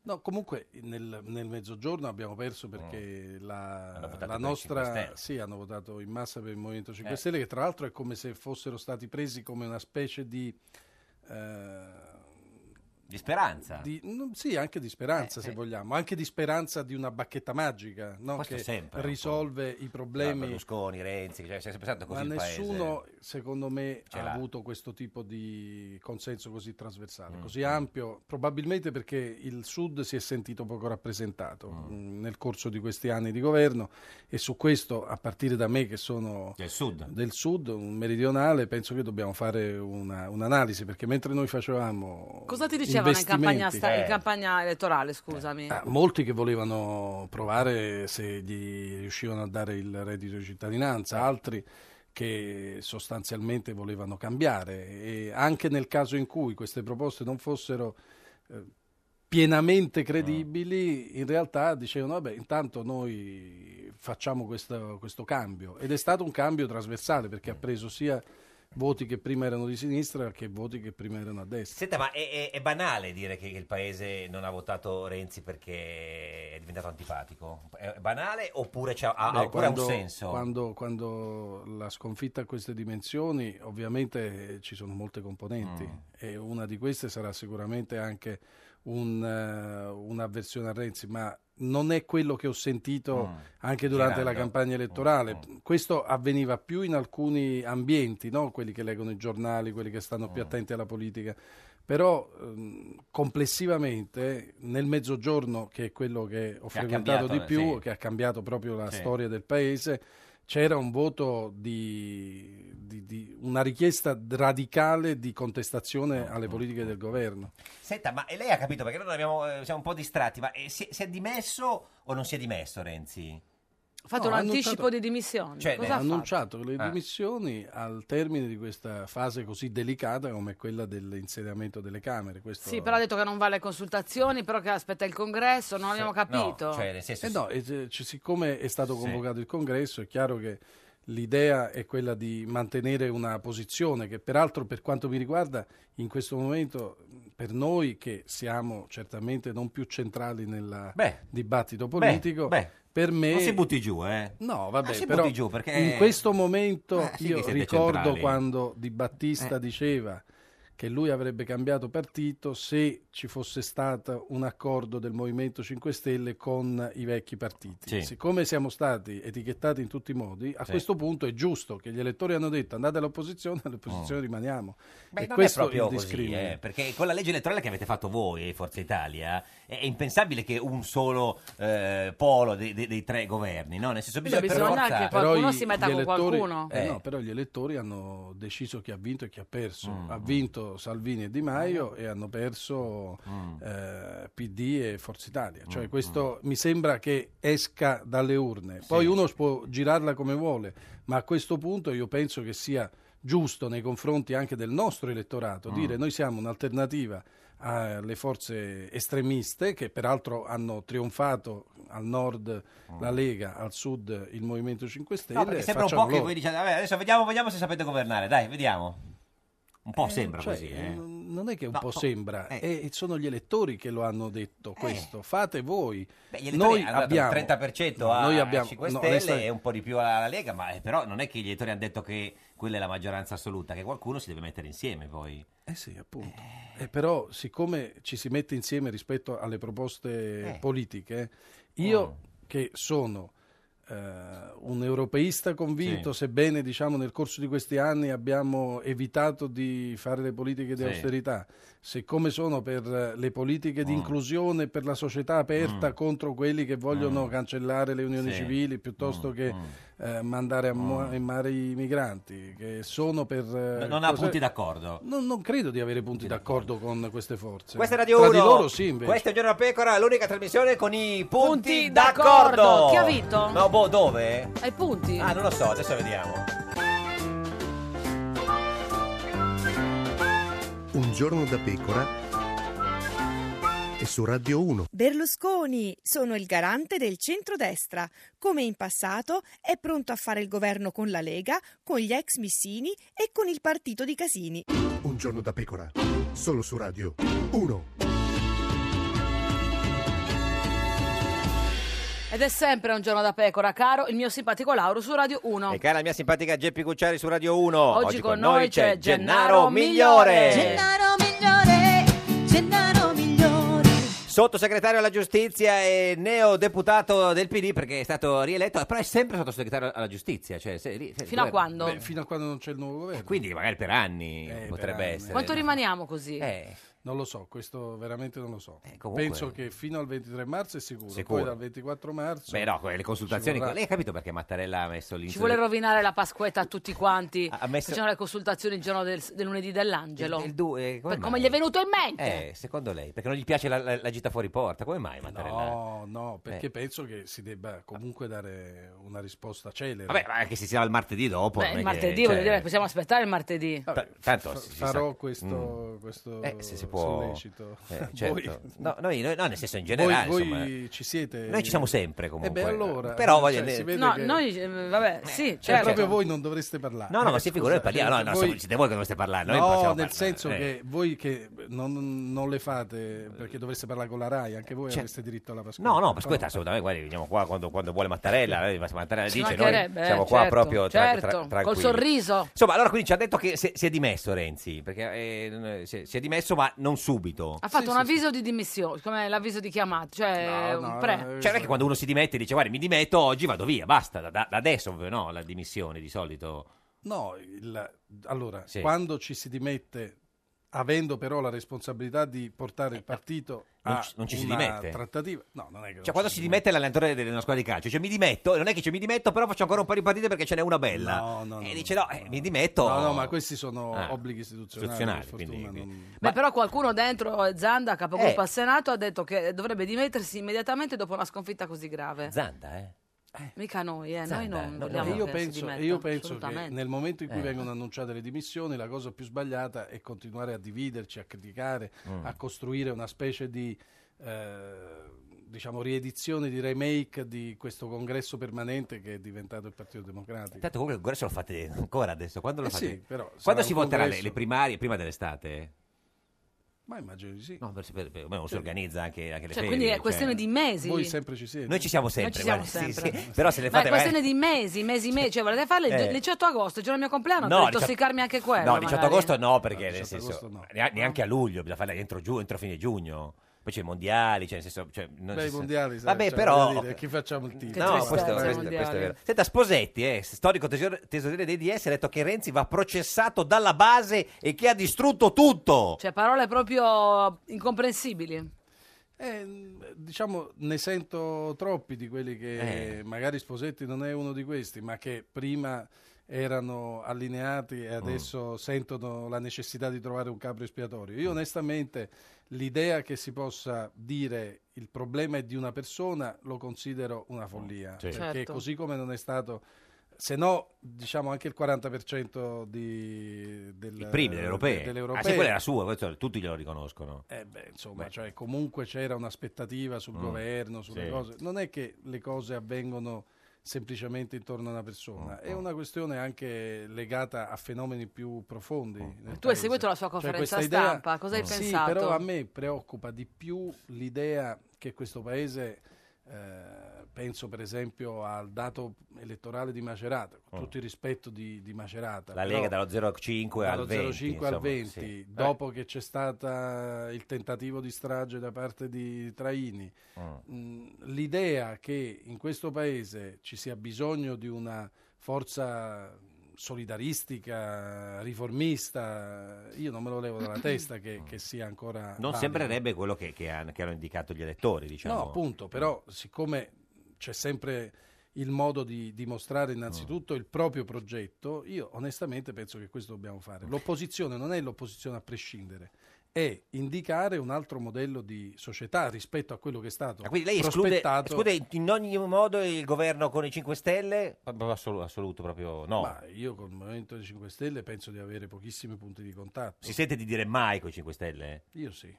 [SPEAKER 13] No, comunque nel, nel mezzogiorno abbiamo perso perché la,
[SPEAKER 2] Mm. votato
[SPEAKER 13] la
[SPEAKER 2] per il Cinque
[SPEAKER 13] nostra...
[SPEAKER 2] Stelle.
[SPEAKER 13] Sì, hanno votato in massa per il Movimento 5
[SPEAKER 2] Eh.
[SPEAKER 13] Stelle, che tra l'altro è come se fossero stati presi come una specie di... eh,
[SPEAKER 2] Di speranza. Eh,
[SPEAKER 13] di- no, sì, anche di speranza, se vogliamo, anche di speranza di una bacchetta magica no?
[SPEAKER 2] Questo
[SPEAKER 13] che
[SPEAKER 2] sempre,
[SPEAKER 13] risolve i
[SPEAKER 2] No,
[SPEAKER 13] problemi
[SPEAKER 2] Berlusconi, Renzi, cioè, si è sempre stato
[SPEAKER 13] Ma
[SPEAKER 2] così il paese.
[SPEAKER 13] nessuno, secondo me,
[SPEAKER 2] Ce
[SPEAKER 13] ha
[SPEAKER 2] l'ha.
[SPEAKER 13] avuto questo tipo di consenso così trasversale,
[SPEAKER 2] Mm,
[SPEAKER 13] così ampio, probabilmente perché il Sud si è sentito poco rappresentato
[SPEAKER 2] Mm.
[SPEAKER 13] mh, nel corso di questi anni di governo e su questo, a partire da me che sono
[SPEAKER 2] Del Sud.
[SPEAKER 13] del Sud, un meridionale, penso che dobbiamo fare una- un'analisi, perché mentre noi facevamo...
[SPEAKER 1] Cosa ti dicevano in campagna, sta- in
[SPEAKER 2] Eh,
[SPEAKER 13] investimenti- eh.
[SPEAKER 1] campagna elettorale? Scusami.
[SPEAKER 13] Ah, molti che volevano provare se gli riuscivano a dare il reddito di cittadinanza, altri che sostanzialmente volevano cambiare e anche nel caso in cui queste proposte non fossero eh,
[SPEAKER 2] Ah.
[SPEAKER 13] pienamente credibili, in realtà dicevano vabbè, intanto noi facciamo questo, questo cambio ed è stato un cambio trasversale perché ha
[SPEAKER 2] Mm.
[SPEAKER 13] preso sia voti che prima erano di sinistra che voti che prima erano a destra.
[SPEAKER 2] Senta, ma è, è- è banale dire che il paese non ha votato Renzi perché è diventato antipatico? È è banale oppure, c'ha- ha,
[SPEAKER 13] Beh,
[SPEAKER 2] oppure Ah, ha
[SPEAKER 13] quando-
[SPEAKER 2] un senso?
[SPEAKER 13] Quando, quando la sconfitta ha queste dimensioni, ovviamente eh, ci sono molte componenti e una di queste sarà sicuramente anche un, eh, un'avversione a Renzi, ma non è quello che ho sentito anche durante la
[SPEAKER 2] Girando.
[SPEAKER 13] campagna elettorale. Questo avveniva più in alcuni ambienti, no? quelli che leggono i giornali, quelli che stanno più attenti alla politica. Però ehm, complessivamente nel mezzogiorno, che è quello che ho
[SPEAKER 14] Che ha
[SPEAKER 13] frequentato
[SPEAKER 14] cambiato,
[SPEAKER 13] di più,
[SPEAKER 14] sì.
[SPEAKER 13] che ha cambiato proprio la
[SPEAKER 14] Sì.
[SPEAKER 13] storia del paese, c'era un voto di, di- di- una richiesta radicale di contestazione alle politiche del governo.
[SPEAKER 2] Senta, ma e lei ha capito perché noi abbiamo, eh, siamo un po' distratti, ma eh, si, si è dimesso o non si è dimesso Renzi?
[SPEAKER 1] Ha
[SPEAKER 13] No,
[SPEAKER 1] fatto un
[SPEAKER 13] ha annunciato-
[SPEAKER 1] anticipo di dimissioni.
[SPEAKER 13] Cioè,
[SPEAKER 1] Cosa
[SPEAKER 13] ha
[SPEAKER 1] ha fatto?
[SPEAKER 13] annunciato le
[SPEAKER 2] Ah.
[SPEAKER 13] dimissioni al termine di questa fase così delicata come quella dell'insediamento delle Camere. Questo
[SPEAKER 1] Sì, però ha detto che non va alle consultazioni, però che aspetta il congresso, non abbiamo capito.
[SPEAKER 2] cioè,
[SPEAKER 13] Eh no, e se- ci- siccome è stato convocato il congresso, è chiaro che l'idea è quella di mantenere una posizione che, peraltro, per quanto mi riguarda, in questo momento, mh, per noi che siamo certamente non più centrali nel
[SPEAKER 2] Beh.
[SPEAKER 13] dibattito
[SPEAKER 2] Beh,
[SPEAKER 13] politico,
[SPEAKER 2] beh.
[SPEAKER 13] per me.
[SPEAKER 2] Non si butti giù, eh?
[SPEAKER 13] No, vabbè,
[SPEAKER 2] Non si
[SPEAKER 13] però
[SPEAKER 2] butti giù perché...
[SPEAKER 13] in questo momento
[SPEAKER 2] Ah, sì che
[SPEAKER 13] io
[SPEAKER 2] siete
[SPEAKER 13] ricordo
[SPEAKER 2] centrali.
[SPEAKER 13] quando Di Battista
[SPEAKER 2] Eh.
[SPEAKER 13] diceva che lui avrebbe cambiato partito se ci fosse stato un accordo del Movimento 5 Stelle con i vecchi partiti.
[SPEAKER 14] Sì.
[SPEAKER 13] Siccome siamo stati etichettati in tutti i modi, a
[SPEAKER 14] Sì.
[SPEAKER 13] questo punto è giusto che gli elettori hanno detto andate all'opposizione, all'opposizione
[SPEAKER 2] Mm.
[SPEAKER 13] rimaniamo.
[SPEAKER 2] Beh,
[SPEAKER 13] e
[SPEAKER 2] non
[SPEAKER 13] questo
[SPEAKER 2] è proprio
[SPEAKER 13] il
[SPEAKER 2] così,
[SPEAKER 13] discrimine.
[SPEAKER 2] eh, perché con la legge elettorale che avete fatto voi, eh, Forza Italia, è, è impensabile che un solo eh, polo dei, dei- dei tre governi, no? Nel senso bisogna, per forza-
[SPEAKER 13] Però i- gli elettori- eh,
[SPEAKER 2] Eh,
[SPEAKER 13] no, però gli elettori hanno deciso chi ha vinto e chi ha perso.
[SPEAKER 2] Mm.
[SPEAKER 13] Ha vinto Salvini e Di Maio e hanno perso eh, PD e Forza Italia. Cioè
[SPEAKER 14] Mm,
[SPEAKER 13] questo mi sembra che esca dalle urne. Poi uno può girarla come vuole, ma a questo punto io penso che sia giusto nei confronti anche del nostro elettorato
[SPEAKER 14] Mm.
[SPEAKER 13] dire noi siamo un'alternativa alle forze estremiste che peraltro hanno trionfato al nord la Lega, al sud il Movimento 5 Stelle.
[SPEAKER 2] no, perché sembra un po'
[SPEAKER 13] facciamo
[SPEAKER 2] che
[SPEAKER 13] loro.
[SPEAKER 2] voi diciate, vabbè, adesso vediamo, vediamo se sapete governare, dai, vediamo. Un po'
[SPEAKER 13] Eh,
[SPEAKER 2] sembra
[SPEAKER 13] cioè,
[SPEAKER 2] così, eh.
[SPEAKER 13] n- Non è che un
[SPEAKER 2] No,
[SPEAKER 13] po'
[SPEAKER 2] po-
[SPEAKER 13] sembra,
[SPEAKER 2] eh.
[SPEAKER 13] eh, sono gli elettori che lo hanno detto questo, fate voi.
[SPEAKER 2] Beh, gli elettori hanno dato
[SPEAKER 13] abbiamo-
[SPEAKER 2] il 30%
[SPEAKER 13] no,
[SPEAKER 2] a
[SPEAKER 13] noi
[SPEAKER 2] a
[SPEAKER 13] abbiamo-
[SPEAKER 2] 5
[SPEAKER 13] no,
[SPEAKER 2] Stelle
[SPEAKER 13] onestamente-
[SPEAKER 2] e un po' di più alla Lega, ma eh, però non è che gli elettori hanno detto che quella è la maggioranza assoluta, che qualcuno si deve mettere insieme poi.
[SPEAKER 13] Eh sì, appunto. Eh, però, siccome ci si mette insieme rispetto alle proposte
[SPEAKER 14] Eh.
[SPEAKER 13] politiche, io che sono eh, un europeista convinto, sebbene diciamo nel corso di questi anni abbiamo evitato di fare le politiche di
[SPEAKER 14] Sì.
[SPEAKER 13] austerità, siccome sono per eh, le politiche di inclusione, per la società aperta
[SPEAKER 14] Mm.
[SPEAKER 13] contro quelli che vogliono
[SPEAKER 14] Mm.
[SPEAKER 13] cancellare le unioni
[SPEAKER 14] Sì.
[SPEAKER 13] civili piuttosto che eh, mandare a mu- in mare i migranti, che sono per... eh,
[SPEAKER 2] Non ha
[SPEAKER 13] cose-
[SPEAKER 2] punti d'accordo.
[SPEAKER 13] non, non credo di avere punti d'accordo con queste forze.
[SPEAKER 2] Questa è Radio
[SPEAKER 13] Tra di
[SPEAKER 2] 1.
[SPEAKER 13] loro sì, invece.
[SPEAKER 2] Questo è Giorno da Pecora, l'unica trasmissione con i punti,
[SPEAKER 1] d'accordo.
[SPEAKER 2] d'accordo.
[SPEAKER 1] Chi ha vinto?
[SPEAKER 2] No, boh, dove?
[SPEAKER 1] Ai punti.
[SPEAKER 2] Ah, non lo so, adesso vediamo.
[SPEAKER 9] Un giorno da pecora e su Radio 1.
[SPEAKER 10] Berlusconi, sono il garante del centrodestra. Come in passato, è pronto a fare il governo con la Lega, con gli ex Missini e con il partito di Casini.
[SPEAKER 9] Un giorno da pecora, solo su Radio 1.
[SPEAKER 1] Ed è sempre un giorno da pecora, caro il mio simpatico Lauro su Radio 1.
[SPEAKER 2] E cara mia simpatica Geppi Cucciari su Radio 1.
[SPEAKER 1] Oggi con noi c'è Gennaro
[SPEAKER 2] Migliore.
[SPEAKER 8] Gennaro migliore, Gennaro migliore.
[SPEAKER 2] Sottosegretario alla giustizia e neodeputato del PD perché è stato rieletto, però è sempre sottosegretario alla giustizia. Cioè, se- se-
[SPEAKER 1] Fino a
[SPEAKER 2] governo-
[SPEAKER 1] quando?
[SPEAKER 2] Beh,
[SPEAKER 13] Fino a quando non c'è il nuovo governo. Eh,
[SPEAKER 2] quindi magari per anni potrebbe
[SPEAKER 13] anni.
[SPEAKER 2] essere.
[SPEAKER 1] Quanto rimaniamo così?
[SPEAKER 2] Eh,
[SPEAKER 13] Non lo so, questo veramente non lo so.
[SPEAKER 2] comunque-
[SPEAKER 13] Penso che fino al 23 marzo è sicuro,
[SPEAKER 2] Sicuro.
[SPEAKER 13] poi dal 24 marzo...
[SPEAKER 2] Beh, no, le consultazioni.
[SPEAKER 13] ci vorrà-
[SPEAKER 2] Lei ha capito perché Mattarella ha messo l'inizio.
[SPEAKER 1] Ci vuole rovinare la Pasquetta a tutti quanti.
[SPEAKER 2] Ha messo-
[SPEAKER 1] Facendo le consultazioni il giorno del, del lunedì dell'angelo.
[SPEAKER 2] eh, come
[SPEAKER 1] Per come
[SPEAKER 2] mai?
[SPEAKER 1] gli è venuto in mente.
[SPEAKER 2] Eh, secondo lei? Perché non gli piace la, la- la gita fuori porta? Come mai Mattarella?
[SPEAKER 13] No, no, perché
[SPEAKER 2] Eh.
[SPEAKER 13] penso che si debba comunque dare una risposta celere.
[SPEAKER 2] Vabbè, ma che si sia il martedì dopo. non
[SPEAKER 1] Beh,
[SPEAKER 2] è
[SPEAKER 1] il
[SPEAKER 2] che-
[SPEAKER 1] martedì,
[SPEAKER 2] cioè,
[SPEAKER 1] voglio dire, possiamo aspettare il martedì.
[SPEAKER 2] ta- tanto
[SPEAKER 13] Fa-
[SPEAKER 2] si- si
[SPEAKER 13] farò
[SPEAKER 2] sa-
[SPEAKER 13] questo, questo
[SPEAKER 2] Eh, se si può.
[SPEAKER 13] sollecito.
[SPEAKER 2] Eh,
[SPEAKER 13] Voi-
[SPEAKER 2] certo. No, noi, noi- no, nel senso in
[SPEAKER 13] Voi-
[SPEAKER 2] generale.
[SPEAKER 13] voi
[SPEAKER 2] insomma.
[SPEAKER 13] ci siete-
[SPEAKER 2] Noi ci siamo sempre comunque.
[SPEAKER 13] Eh beh, allora,
[SPEAKER 2] Però
[SPEAKER 13] cioè,
[SPEAKER 2] voglio
[SPEAKER 13] si
[SPEAKER 2] dire.
[SPEAKER 13] vede
[SPEAKER 1] No,
[SPEAKER 13] che-
[SPEAKER 1] noi, eh, vabbè, sì,
[SPEAKER 13] Cioè,
[SPEAKER 1] certo.
[SPEAKER 13] proprio voi non dovreste parlare.
[SPEAKER 2] No, no, ma si
[SPEAKER 13] Eh,
[SPEAKER 2] figura, noi
[SPEAKER 13] scusa,
[SPEAKER 2] parliamo. No,
[SPEAKER 13] perché
[SPEAKER 2] no,
[SPEAKER 13] voi-
[SPEAKER 2] siete voi che dovreste parlare. Noi
[SPEAKER 13] no,
[SPEAKER 2] possiamo
[SPEAKER 13] nel
[SPEAKER 2] parlare,
[SPEAKER 13] senso
[SPEAKER 2] eh.
[SPEAKER 13] che voi che non, non le fate perché dovreste parlare con la RAI, anche voi
[SPEAKER 2] Cioè-
[SPEAKER 13] avreste diritto alla Pasquetta.
[SPEAKER 2] No, no, Pasquetta assolutamente, guardi, veniamo qua quando, quando vuole Mattarella, eh, Mattarella
[SPEAKER 1] Oh. Ci
[SPEAKER 2] dice, noi
[SPEAKER 1] mancherebbe, eh,
[SPEAKER 2] siamo qua
[SPEAKER 1] certo,
[SPEAKER 2] proprio tra, tra-
[SPEAKER 1] certo, col
[SPEAKER 2] tranquilli.
[SPEAKER 1] sorriso.
[SPEAKER 2] Insomma, allora quindi ci ha detto che si, si è dimesso Renzi, perché eh, non- si, si è dimesso ma non subito.
[SPEAKER 1] Ha fatto un avviso di dimissioni, come l'avviso di chiamata, cioè un pre.
[SPEAKER 2] Cioè non è che quando uno si dimette dice guarda mi dimetto oggi vado via, basta, da, da- da adesso no, la dimissione di solito.
[SPEAKER 13] No, il- allora,
[SPEAKER 2] Sì.
[SPEAKER 13] quando ci si dimette avendo però la responsabilità di portare il partito a
[SPEAKER 2] Eh, Non ci- non ci si
[SPEAKER 13] una
[SPEAKER 2] dimette.
[SPEAKER 13] trattativa. No, non è che non
[SPEAKER 2] Cioè, quando
[SPEAKER 13] ci
[SPEAKER 2] si dimette l'allenatore de- della squadra di calcio, cioè mi dimetto, e non è che cioè, mi dimetto, però faccio ancora un paio di partite perché ce n'è una bella. e dice no, eh, mi dimetto.
[SPEAKER 13] No, no, ma questi sono
[SPEAKER 2] Ah,
[SPEAKER 13] obblighi istituzionali.
[SPEAKER 2] istituzionali,
[SPEAKER 13] per fortuna
[SPEAKER 2] quindi-
[SPEAKER 13] non-
[SPEAKER 1] Beh, però qualcuno dentro eh, Zanda, capogruppo
[SPEAKER 13] Eh.
[SPEAKER 1] al Senato, ha detto che dovrebbe dimettersi immediatamente dopo una sconfitta così grave.
[SPEAKER 2] Zanda, eh?
[SPEAKER 1] Mica noi, eh, noi
[SPEAKER 13] Zanda,
[SPEAKER 1] non
[SPEAKER 13] no,
[SPEAKER 1] vogliamo
[SPEAKER 13] e io
[SPEAKER 1] che si
[SPEAKER 13] penso,
[SPEAKER 1] dimetta,
[SPEAKER 13] e io penso che
[SPEAKER 1] assolutamente.
[SPEAKER 13] nel momento in cui
[SPEAKER 1] Eh.
[SPEAKER 13] vengono annunciate le dimissioni, la cosa più sbagliata è continuare a dividerci, a criticare,
[SPEAKER 2] Mm.
[SPEAKER 13] a costruire una specie di eh, diciamo riedizione, di remake di questo congresso permanente che è diventato il Partito Democratico.
[SPEAKER 2] Tanto comunque il congresso lo fate ancora adesso. Quando lo
[SPEAKER 13] Eh
[SPEAKER 2] fate?
[SPEAKER 13] sì, però sarà
[SPEAKER 2] quando
[SPEAKER 13] un
[SPEAKER 2] si voterà le,
[SPEAKER 13] congresso.
[SPEAKER 2] le primarie prima dell'estate?
[SPEAKER 13] Ma immagino di sì.
[SPEAKER 2] No, per, per- per- ma non si organizza anche, anche le
[SPEAKER 1] Cioè,
[SPEAKER 2] ferie,
[SPEAKER 1] quindi è
[SPEAKER 2] cioè.
[SPEAKER 1] questione di mesi.
[SPEAKER 13] Voi sempre ci siete.
[SPEAKER 2] Noi ci siamo sempre,
[SPEAKER 1] Noi ci
[SPEAKER 2] guarda,
[SPEAKER 1] siamo
[SPEAKER 2] sì,
[SPEAKER 1] sempre.
[SPEAKER 2] sì. però se le
[SPEAKER 1] Ma è
[SPEAKER 2] fate magari-
[SPEAKER 1] questione di mesi, mesi, mesi. Cioè, volete farle il
[SPEAKER 2] Eh.
[SPEAKER 1] il 18 agosto, il giorno del mio compleanno,
[SPEAKER 2] No,
[SPEAKER 1] per
[SPEAKER 2] 18
[SPEAKER 1] intossicarmi anche quello.
[SPEAKER 2] No, 18
[SPEAKER 1] magari.
[SPEAKER 2] agosto no, perché nel senso,
[SPEAKER 13] Ah, agosto no.
[SPEAKER 2] nea- neanche a luglio, bisogna fare entro, giu- entro fine giugno. Poi c'è i mondiali, cioè, nel senso, cioè, non
[SPEAKER 13] Beh,
[SPEAKER 2] si
[SPEAKER 13] i
[SPEAKER 2] sa-
[SPEAKER 13] mondiali, sai,
[SPEAKER 2] Vabbè,
[SPEAKER 13] cioè,
[SPEAKER 2] però
[SPEAKER 13] voglio dire, chi facciamo il tifo?
[SPEAKER 2] No,
[SPEAKER 13] Che
[SPEAKER 2] questo,
[SPEAKER 13] tristezza,
[SPEAKER 2] questo-
[SPEAKER 13] i mondiali.
[SPEAKER 2] questo è vero. Senta, Sposetti, eh, storico tesor- tesoriere dei DS, ha detto che Renzi va processato dalla base e che ha distrutto tutto.
[SPEAKER 1] Cioè, parole proprio incomprensibili.
[SPEAKER 13] diciamo ne sento troppi di quelli che
[SPEAKER 2] Eh.
[SPEAKER 13] magari Sposetti non è uno di questi, ma che prima erano allineati e
[SPEAKER 2] Mm.
[SPEAKER 13] adesso sentono la necessità di trovare un capro espiatorio. Io onestamente l'idea che si possa dire il problema è di una persona lo considero una follia,
[SPEAKER 2] Mm, Sì.
[SPEAKER 13] perché
[SPEAKER 2] Certo.
[SPEAKER 13] così come non è stato se no, diciamo anche il 40% di, del,
[SPEAKER 2] I primi delle europee.
[SPEAKER 13] de- Eh, delle
[SPEAKER 2] Ah,
[SPEAKER 13] europee
[SPEAKER 2] sì, quella era sua, questo tutti glielo riconoscono.
[SPEAKER 13] eh beh, insomma, cioè, comunque c'era un'aspettativa sul
[SPEAKER 2] Mm.
[SPEAKER 13] governo, sulle
[SPEAKER 2] Sì.
[SPEAKER 13] cose. Non è che le cose avvengono semplicemente intorno a una persona,
[SPEAKER 2] Mm,
[SPEAKER 13] è una questione anche legata a fenomeni più
[SPEAKER 2] Mm,
[SPEAKER 13] profondi. nel
[SPEAKER 1] Tu hai
[SPEAKER 13] paese.
[SPEAKER 1] seguito la sua
[SPEAKER 13] Cioè,
[SPEAKER 1] conferenza
[SPEAKER 13] questa idea- Mm.
[SPEAKER 1] stampa, cosa hai
[SPEAKER 13] sì,
[SPEAKER 1] pensato?
[SPEAKER 13] però a me preoccupa di più l'idea che questo paese. eh, penso per esempio al dato elettorale di Macerata, con
[SPEAKER 2] Mm.
[SPEAKER 13] tutto il rispetto di, di Macerata.
[SPEAKER 2] La
[SPEAKER 13] però-
[SPEAKER 2] Lega dallo 0,5
[SPEAKER 13] dallo
[SPEAKER 2] al 20,
[SPEAKER 13] 0,5
[SPEAKER 2] insomma,
[SPEAKER 13] al 20
[SPEAKER 2] sì.
[SPEAKER 13] dopo che c'è stato il tentativo di strage da parte di Traini mh, l'idea che in questo paese ci sia bisogno di una forza solidaristica riformista io non me lo levo dalla testa che, che sia ancora
[SPEAKER 2] Non
[SPEAKER 13] valida.
[SPEAKER 2] sembrerebbe quello che, che han- che hanno indicato gli elettori, diciamo.
[SPEAKER 13] No, appunto, però siccome c'è sempre il modo di dimostrare innanzitutto il proprio progetto, io onestamente penso che questo dobbiamo fare. L'opposizione non è l'opposizione a prescindere, è indicare un altro modello di società rispetto a quello che è stato
[SPEAKER 2] Ah, Quindi lei esclude,
[SPEAKER 13] prospettato.
[SPEAKER 2] esclude in ogni modo il governo con i 5 Stelle? Proprio assolu- assoluto, proprio no.
[SPEAKER 13] Ma io col Movimento dei 5 Stelle penso di avere pochissimi punti di contatto.
[SPEAKER 2] Si sente di dire mai con i 5 Stelle?
[SPEAKER 13] Io sì.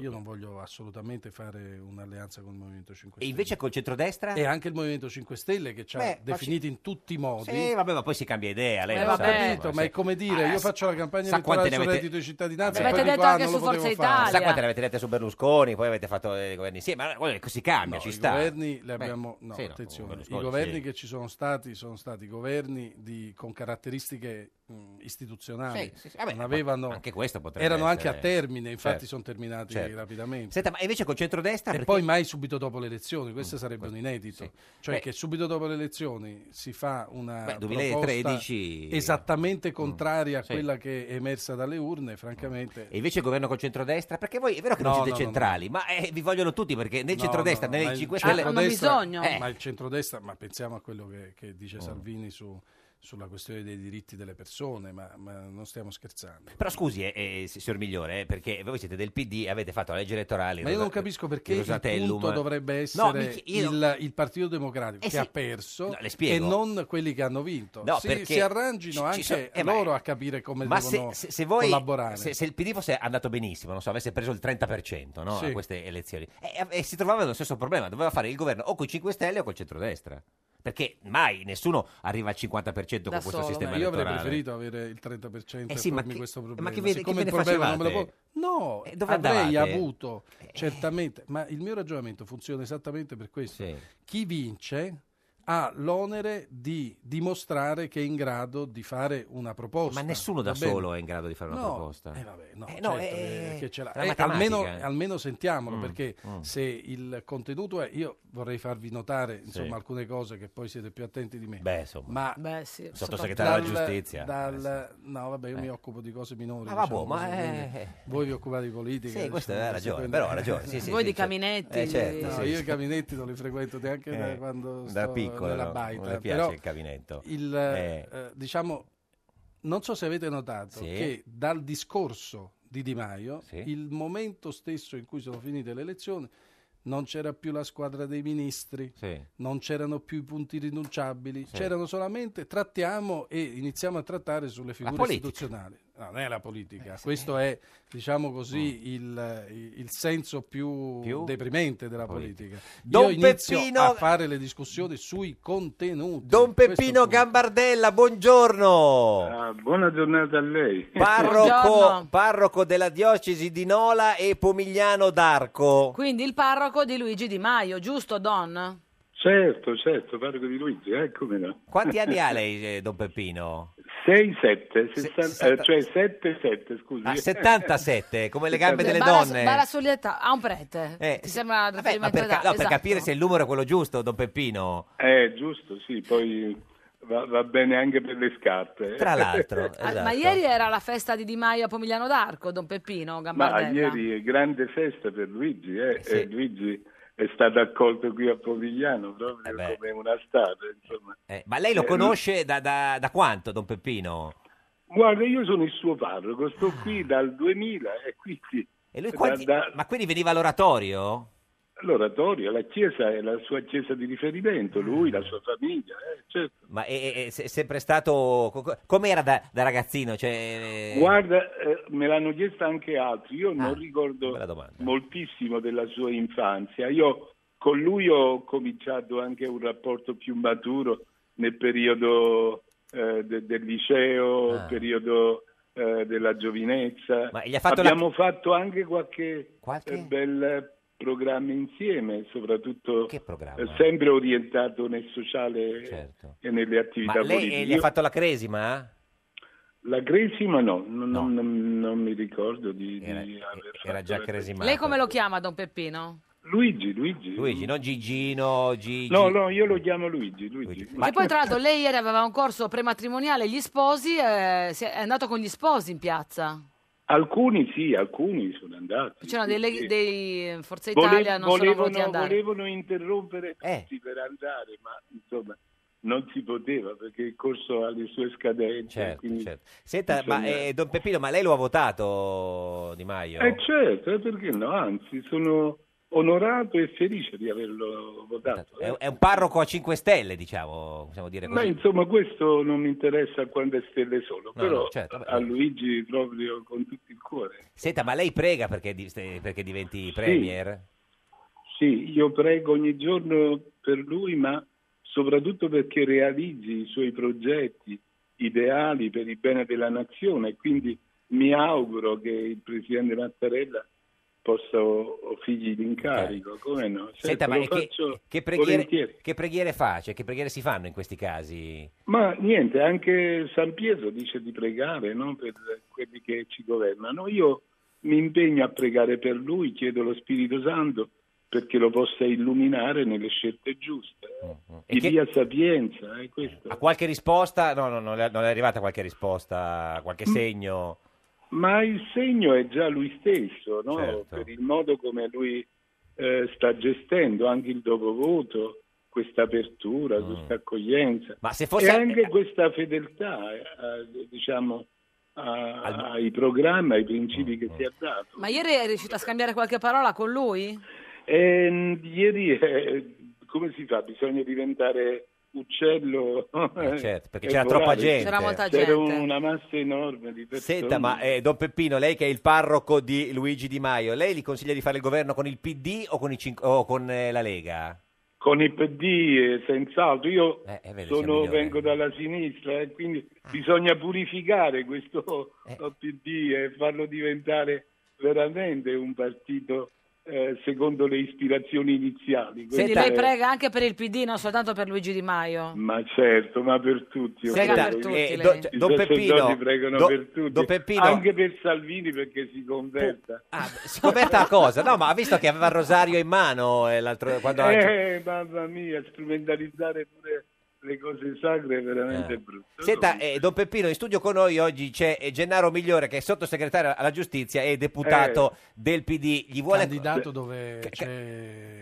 [SPEAKER 13] Io non voglio assolutamente fare un'alleanza con il Movimento 5
[SPEAKER 2] E
[SPEAKER 13] Stelle.
[SPEAKER 2] invece col centrodestra?
[SPEAKER 13] E anche il Movimento 5 Stelle che ci ha
[SPEAKER 2] Beh, ma
[SPEAKER 13] definiti in tutti i modi.
[SPEAKER 2] Sì, vabbè, ma poi si cambia idea. Lei
[SPEAKER 13] Eh,
[SPEAKER 2] lo
[SPEAKER 13] ho
[SPEAKER 2] sa,
[SPEAKER 13] capito,
[SPEAKER 2] insomma,
[SPEAKER 13] ma
[SPEAKER 2] sì.
[SPEAKER 13] è come dire,
[SPEAKER 2] Ah,
[SPEAKER 13] io
[SPEAKER 2] sa-
[SPEAKER 13] faccio la campagna
[SPEAKER 2] sa quante
[SPEAKER 13] elettorale
[SPEAKER 2] ne
[SPEAKER 13] sul
[SPEAKER 2] avete-
[SPEAKER 13] reddito di cittadinanza
[SPEAKER 1] Avete
[SPEAKER 13] e poi dico,
[SPEAKER 1] detto
[SPEAKER 13] ah,
[SPEAKER 1] anche
[SPEAKER 13] non lo
[SPEAKER 1] su
[SPEAKER 13] potevo
[SPEAKER 1] Forza
[SPEAKER 13] fare.
[SPEAKER 1] Italia.
[SPEAKER 2] Sa quante ne avete lette su Berlusconi, poi avete fatto eh, i governi insieme, ma guarda, si cambia,
[SPEAKER 13] No,
[SPEAKER 2] ci
[SPEAKER 13] i
[SPEAKER 2] sta.
[SPEAKER 13] governi li
[SPEAKER 2] Beh,
[SPEAKER 13] abbiamo- no,
[SPEAKER 2] sì,
[SPEAKER 13] attenzione,
[SPEAKER 2] Berlusconi,
[SPEAKER 13] i governi
[SPEAKER 2] sì.
[SPEAKER 13] che ci sono stati sono stati governi di- con caratteristiche mh, istituzionali.
[SPEAKER 2] Sì, sì, sì, vabbè,
[SPEAKER 13] non avevano,
[SPEAKER 2] ma anche questo potrebbe
[SPEAKER 13] erano anche a
[SPEAKER 2] essere-
[SPEAKER 13] termine, infatti
[SPEAKER 2] Certo,
[SPEAKER 13] sono terminati
[SPEAKER 2] certo.
[SPEAKER 13] rapidamente.
[SPEAKER 2] Senta, ma invece col centrodestra
[SPEAKER 13] E
[SPEAKER 2] perché- Mm,
[SPEAKER 13] poi mai subito dopo le elezioni, questo sarebbe un inedito. Cioè
[SPEAKER 2] Beh.
[SPEAKER 13] che subito dopo le elezioni si fa una
[SPEAKER 2] Beh,
[SPEAKER 13] proposta
[SPEAKER 2] 2013.
[SPEAKER 13] esattamente contraria a
[SPEAKER 2] Sì.
[SPEAKER 13] quella che è emersa dalle urne, francamente
[SPEAKER 2] E invece il governo col centrodestra? Perché voi è vero che
[SPEAKER 13] No,
[SPEAKER 2] non siete
[SPEAKER 13] no, no,
[SPEAKER 2] centrali, ma eh, vi vogliono tutti perché nel centrodestra,
[SPEAKER 13] nelle
[SPEAKER 2] nelle 5 Stelle... Eh, Mm.
[SPEAKER 13] Ma il centrodestra, ma pensiamo a quello che, che dice Salvini su- sulla questione dei diritti delle persone, ma, ma non stiamo scherzando.
[SPEAKER 2] Però scusi, eh, eh, signor Migliore, eh, perché voi siete del PD, avete fatto la legge
[SPEAKER 13] Ma
[SPEAKER 2] elettorale...
[SPEAKER 13] io
[SPEAKER 2] Rosa-
[SPEAKER 13] non capisco perché
[SPEAKER 2] di
[SPEAKER 13] il
[SPEAKER 2] Rosatellum.
[SPEAKER 13] punto dovrebbe
[SPEAKER 2] No,
[SPEAKER 13] essere
[SPEAKER 2] mi chi- io-
[SPEAKER 13] il, il Partito Democratico che
[SPEAKER 2] Eh sì.
[SPEAKER 13] ha perso
[SPEAKER 2] No, le spiego.
[SPEAKER 13] e non quelli che hanno vinto.
[SPEAKER 2] No,
[SPEAKER 13] si,
[SPEAKER 2] perché
[SPEAKER 13] si arrangino
[SPEAKER 2] ci-
[SPEAKER 13] anche
[SPEAKER 2] ci sono- eh, ma-
[SPEAKER 13] loro a capire come
[SPEAKER 2] Ma se,
[SPEAKER 13] devono
[SPEAKER 2] se- se voi,
[SPEAKER 13] collaborare.
[SPEAKER 2] se, se il PD fosse andato benissimo, non so, avesse preso il 30% no,
[SPEAKER 13] Sì.
[SPEAKER 2] a queste elezioni, e, e si trovava nello stesso problema, doveva fare il governo o con i 5 Stelle o col centrodestra. Perché mai nessuno arriva al 50% con
[SPEAKER 13] Da
[SPEAKER 2] questo
[SPEAKER 13] solo.
[SPEAKER 2] sistema
[SPEAKER 13] Ma io avrei
[SPEAKER 2] elettorale.
[SPEAKER 13] preferito avere il 30%
[SPEAKER 2] Eh
[SPEAKER 13] e
[SPEAKER 2] sì, ma
[SPEAKER 13] pormi
[SPEAKER 2] che-
[SPEAKER 13] questo
[SPEAKER 2] ma che
[SPEAKER 13] problema.
[SPEAKER 2] ve- che
[SPEAKER 13] Siccome
[SPEAKER 2] ve ne
[SPEAKER 13] il problema non me lo
[SPEAKER 2] facevate?
[SPEAKER 13] può- No,
[SPEAKER 2] Eh, dove
[SPEAKER 13] avrei
[SPEAKER 2] andavate? Eh.
[SPEAKER 13] avuto certamente, ma il mio ragionamento funziona esattamente per questo. Chi vince ha l'onere di dimostrare che è in grado di fare una proposta.
[SPEAKER 2] Ma nessuno da
[SPEAKER 13] Va bene?
[SPEAKER 2] solo è in grado di fare una
[SPEAKER 13] No,
[SPEAKER 2] proposta.
[SPEAKER 13] eh, vabbè, no,
[SPEAKER 2] Eh, no,
[SPEAKER 13] certo,
[SPEAKER 2] eh,
[SPEAKER 13] eh, che ce l'ha.
[SPEAKER 2] la
[SPEAKER 13] Eh,
[SPEAKER 2] matematica.
[SPEAKER 13] almeno, almeno sentiamolo,
[SPEAKER 2] Mm,
[SPEAKER 13] perché
[SPEAKER 2] mm.
[SPEAKER 13] se il contenuto è... Io vorrei farvi notare insomma,
[SPEAKER 2] Sì.
[SPEAKER 13] alcune cose che poi siete più attenti di me.
[SPEAKER 2] Beh, insomma.
[SPEAKER 13] Ma
[SPEAKER 2] Beh, sì, Il sottosegretario
[SPEAKER 13] dal-
[SPEAKER 2] della giustizia.
[SPEAKER 13] dal- no, vabbè, io
[SPEAKER 2] Eh.
[SPEAKER 13] mi occupo di cose minori. diciamo,
[SPEAKER 2] Ah, vabbè, ma
[SPEAKER 13] così,
[SPEAKER 2] eh,
[SPEAKER 13] quindi
[SPEAKER 2] eh.
[SPEAKER 13] Voi vi occupate di politica.
[SPEAKER 2] Sì, questa
[SPEAKER 13] diciamo,
[SPEAKER 2] ha ragione,
[SPEAKER 13] quindi-
[SPEAKER 2] però ha ragione, sì, sì, Voi sì, di certo. caminetti. Eh, certo,
[SPEAKER 13] No,
[SPEAKER 2] sì,
[SPEAKER 13] io
[SPEAKER 2] sì.
[SPEAKER 13] i caminetti non li frequento neanche da
[SPEAKER 2] Eh,
[SPEAKER 13] quando
[SPEAKER 2] da
[SPEAKER 13] sto
[SPEAKER 2] piccolo,
[SPEAKER 13] nella
[SPEAKER 2] no,
[SPEAKER 13] baita.
[SPEAKER 2] non le piace
[SPEAKER 13] però
[SPEAKER 2] il caminetto.
[SPEAKER 13] il,
[SPEAKER 2] Eh.
[SPEAKER 13] eh, diciamo, non so se avete notato
[SPEAKER 2] Sì.
[SPEAKER 13] che dal discorso di Di Maio,
[SPEAKER 2] Sì.
[SPEAKER 13] il momento stesso in cui sono finite le elezioni, non c'era più la squadra dei ministri,
[SPEAKER 2] Sì.
[SPEAKER 13] non c'erano più i punti rinunciabili,
[SPEAKER 2] Sì.
[SPEAKER 13] c'erano solamente trattiamo e iniziamo a trattare sulle figure
[SPEAKER 2] politica.
[SPEAKER 13] istituzionali. No, non è la politica, questo è, diciamo così, il, il senso più,
[SPEAKER 2] Mm. Più?
[SPEAKER 13] deprimente della
[SPEAKER 2] Politica.
[SPEAKER 13] politica.
[SPEAKER 2] Don
[SPEAKER 13] Io inizio
[SPEAKER 2] Peppino-
[SPEAKER 13] a fare le discussioni sui contenuti.
[SPEAKER 2] Don
[SPEAKER 13] Questo
[SPEAKER 2] Peppino Gambardella, buongiorno.
[SPEAKER 14] Ah, buona giornata a lei.
[SPEAKER 2] Parroco,
[SPEAKER 1] Buongiorno.
[SPEAKER 2] parroco della diocesi di Nola e Pomigliano d'Arco.
[SPEAKER 1] Quindi il parroco di Luigi Di Maio, giusto Don?
[SPEAKER 14] Certo, certo, parlo di Luigi, eh, come no.
[SPEAKER 2] Quanti anni ha lei, eh, Don Peppino?
[SPEAKER 14] 6, 7, 60,
[SPEAKER 2] sessanta-
[SPEAKER 14] cioè 7, 7, scusi.
[SPEAKER 2] Ah, 77, come le gambe delle
[SPEAKER 1] Bara-
[SPEAKER 2] donne.
[SPEAKER 1] Bara sull'età, ha un prete.
[SPEAKER 2] Eh,
[SPEAKER 1] Ti sembra un
[SPEAKER 2] Ma
[SPEAKER 1] riferimento
[SPEAKER 2] per, ca-
[SPEAKER 1] d'età?
[SPEAKER 2] no, per
[SPEAKER 1] Esatto.
[SPEAKER 2] capire se il numero è quello giusto, Don Peppino.
[SPEAKER 14] Eh, giusto, sì, poi va, va bene anche per le scarpe.
[SPEAKER 2] Tra l'altro, esatto.
[SPEAKER 1] Ah, Ma ieri era la festa di Di Maio a Pomigliano d'Arco, Don Peppino
[SPEAKER 14] Ma
[SPEAKER 1] Gambardella.
[SPEAKER 14] ieri è grande festa per Luigi, eh.
[SPEAKER 2] Sì.
[SPEAKER 14] e Luigi è stato accolto qui a Pomigliano
[SPEAKER 2] Eh
[SPEAKER 14] proprio
[SPEAKER 2] beh.
[SPEAKER 14] come una statua, insomma.
[SPEAKER 2] Eh, ma lei lo
[SPEAKER 14] Eh,
[SPEAKER 2] conosce da, da- da quanto, Don Peppino?
[SPEAKER 14] Guarda, io sono il suo parroco, sto qui dal 2000 e quindi...
[SPEAKER 2] Ah. E lui quanti- Ma quindi veniva all'oratorio?
[SPEAKER 14] L'oratorio, la chiesa è la sua chiesa di
[SPEAKER 2] Ah.
[SPEAKER 14] riferimento, lui, la sua famiglia, eh, certo.
[SPEAKER 2] Ma è, è- è se- sempre stato... co- co- Com'era da, da ragazzino? Cioè...
[SPEAKER 14] Guarda, eh, me l'hanno chiesto anche altri, io
[SPEAKER 2] Ah,
[SPEAKER 14] non ricordo
[SPEAKER 2] bella domanda.
[SPEAKER 14] moltissimo della sua infanzia, io con lui ho cominciato anche un rapporto più maturo nel periodo eh, de- del liceo,
[SPEAKER 2] Ah.
[SPEAKER 14] periodo eh, della giovinezza,
[SPEAKER 2] gli ha fatto la-
[SPEAKER 14] abbiamo fatto anche qualche, eh, bel programma insieme, soprattutto eh, sempre orientato nel sociale e nelle
[SPEAKER 2] Certo. Ma
[SPEAKER 14] attività
[SPEAKER 2] lei
[SPEAKER 14] politiche.
[SPEAKER 2] eh, gli ha
[SPEAKER 14] Io-
[SPEAKER 2] fatto la cresima?
[SPEAKER 14] la Cresima no, non, non- non mi ricordo di, di aver
[SPEAKER 2] Era già
[SPEAKER 14] cresima.
[SPEAKER 1] Lei come lo chiama Don Peppino?
[SPEAKER 14] Luigi, Luigi.
[SPEAKER 2] Luigi, non Gigino, Gigi...
[SPEAKER 14] No, no, io lo chiamo Luigi, Luigi.
[SPEAKER 1] E poi tra l'altro lei ieri aveva un corso prematrimoniale, gli sposi, eh, si è è andato con gli sposi in piazza.
[SPEAKER 14] Alcuni sì, alcuni sono andati.
[SPEAKER 1] C'erano
[SPEAKER 14] sì,
[SPEAKER 1] dei,
[SPEAKER 14] sì.
[SPEAKER 1] leg- dei Forza
[SPEAKER 14] Vole-
[SPEAKER 1] Italia, non sono
[SPEAKER 14] volevano,
[SPEAKER 1] voluti andare.
[SPEAKER 14] volevano interrompere
[SPEAKER 2] Eh.
[SPEAKER 14] tutti per andare, ma insomma non si poteva perché il corso ha le sue scadenze.
[SPEAKER 2] Certo,
[SPEAKER 14] quindi
[SPEAKER 2] certo. Senta, ma
[SPEAKER 14] bisogna-
[SPEAKER 2] eh, Don Peppino, ma lei lo ha votato Di Maio?
[SPEAKER 14] Eh certo, eh, perché no? Anzi, sono onorato e felice di averlo votato.
[SPEAKER 2] È,
[SPEAKER 14] eh.
[SPEAKER 2] è un parroco a 5 stelle, diciamo, possiamo dire
[SPEAKER 14] Ma
[SPEAKER 2] Certo, così.
[SPEAKER 14] insomma questo non mi interessa quante stelle sono,
[SPEAKER 2] No,
[SPEAKER 14] però
[SPEAKER 2] no, certo,
[SPEAKER 14] a Luigi proprio con tutto il cuore.
[SPEAKER 2] Senta, ma lei prega perché, di- ste- perché diventi premier?
[SPEAKER 14] Sì, io prego ogni giorno per lui, ma soprattutto perché realizzi i suoi progetti ideali per il bene della nazione. Quindi mi auguro che il presidente Mattarella possa o- offrirgli l'incarico, come no?
[SPEAKER 2] Senta,
[SPEAKER 14] Certo,
[SPEAKER 2] ma
[SPEAKER 14] lo
[SPEAKER 2] eh, che,
[SPEAKER 14] faccio
[SPEAKER 2] che preghiere,
[SPEAKER 14] volentieri.
[SPEAKER 2] che preghiere fa? Cioè, che preghiere si fanno in questi casi?
[SPEAKER 14] Ma niente, anche San Pietro dice di pregare no? per quelli che ci governano. Io mi impegno a pregare per lui, chiedo lo Spirito Santo perché lo possa illuminare nelle scelte giuste,
[SPEAKER 2] Mm, E
[SPEAKER 14] di
[SPEAKER 2] che-
[SPEAKER 14] via sapienza. eh, questo.
[SPEAKER 2] ha qualche risposta? No, no, non le non le è arrivata qualche risposta, qualche
[SPEAKER 14] Mm.
[SPEAKER 2] segno.
[SPEAKER 14] Ma il segno è già lui stesso, no?
[SPEAKER 2] Certo.
[SPEAKER 14] per il modo come lui eh, sta gestendo anche il dopovoto, questa apertura, questa accoglienza.
[SPEAKER 2] Mm. Ma se fosse-
[SPEAKER 14] E anche questa fedeltà, eh, eh, diciamo, a- ai programmi, ai principi
[SPEAKER 2] Mm,
[SPEAKER 14] che si è dato.
[SPEAKER 1] Ma ieri è riuscita a scambiare qualche parola con lui?
[SPEAKER 14] E, mh, ieri, eh, come si fa? Bisogna diventare uccello.
[SPEAKER 2] Eh, certo, perché
[SPEAKER 14] e
[SPEAKER 2] c'era troppa
[SPEAKER 14] volare.
[SPEAKER 2] gente. C'era molta
[SPEAKER 14] C'era
[SPEAKER 2] gente.
[SPEAKER 14] una massa enorme di persone.
[SPEAKER 2] Senta, ma eh, Don Peppino, lei che è il parroco di Luigi Di Maio, lei gli consiglia di fare il governo con il PD o con, i cinque- o con eh, la Lega?
[SPEAKER 14] Con il PD, eh, senz'altro. Io
[SPEAKER 2] Eh, vede, siamo Mm.
[SPEAKER 14] sono,
[SPEAKER 2] migliori.
[SPEAKER 14] vengo dalla sinistra e quindi bisogna purificare questo PD e farlo diventare veramente un partito eh, eh, secondo le ispirazioni iniziali.
[SPEAKER 1] Quindi
[SPEAKER 14] Questa
[SPEAKER 1] lei
[SPEAKER 14] è-
[SPEAKER 1] prega anche per il PD, non soltanto per Luigi Di Maio.
[SPEAKER 14] Ma certo, ma per tutti. io
[SPEAKER 1] Prega
[SPEAKER 14] credo.
[SPEAKER 1] per tutti,
[SPEAKER 14] I
[SPEAKER 2] eh,
[SPEAKER 1] lei. Don-
[SPEAKER 14] sacerdoti
[SPEAKER 2] Don Peppino,
[SPEAKER 14] pregano
[SPEAKER 2] Don-
[SPEAKER 14] per tutti.
[SPEAKER 2] Don Peppino. Ah,
[SPEAKER 14] Anche per Salvini perché si converta.
[SPEAKER 2] Si converta a cosa? No, ma ha visto che aveva il rosario in mano eh, l'altro, quando ha-
[SPEAKER 14] Eh, mamma mia, strumentalizzare pure le cose sacre è veramente brutto.
[SPEAKER 2] Senta, eh, Don Peppino, in studio con noi oggi c'è eh, Gennaro Migliore, che è sottosegretario alla giustizia e
[SPEAKER 14] Eh.
[SPEAKER 2] deputato del PD. Gli vuole...
[SPEAKER 13] Candidato dove c'è...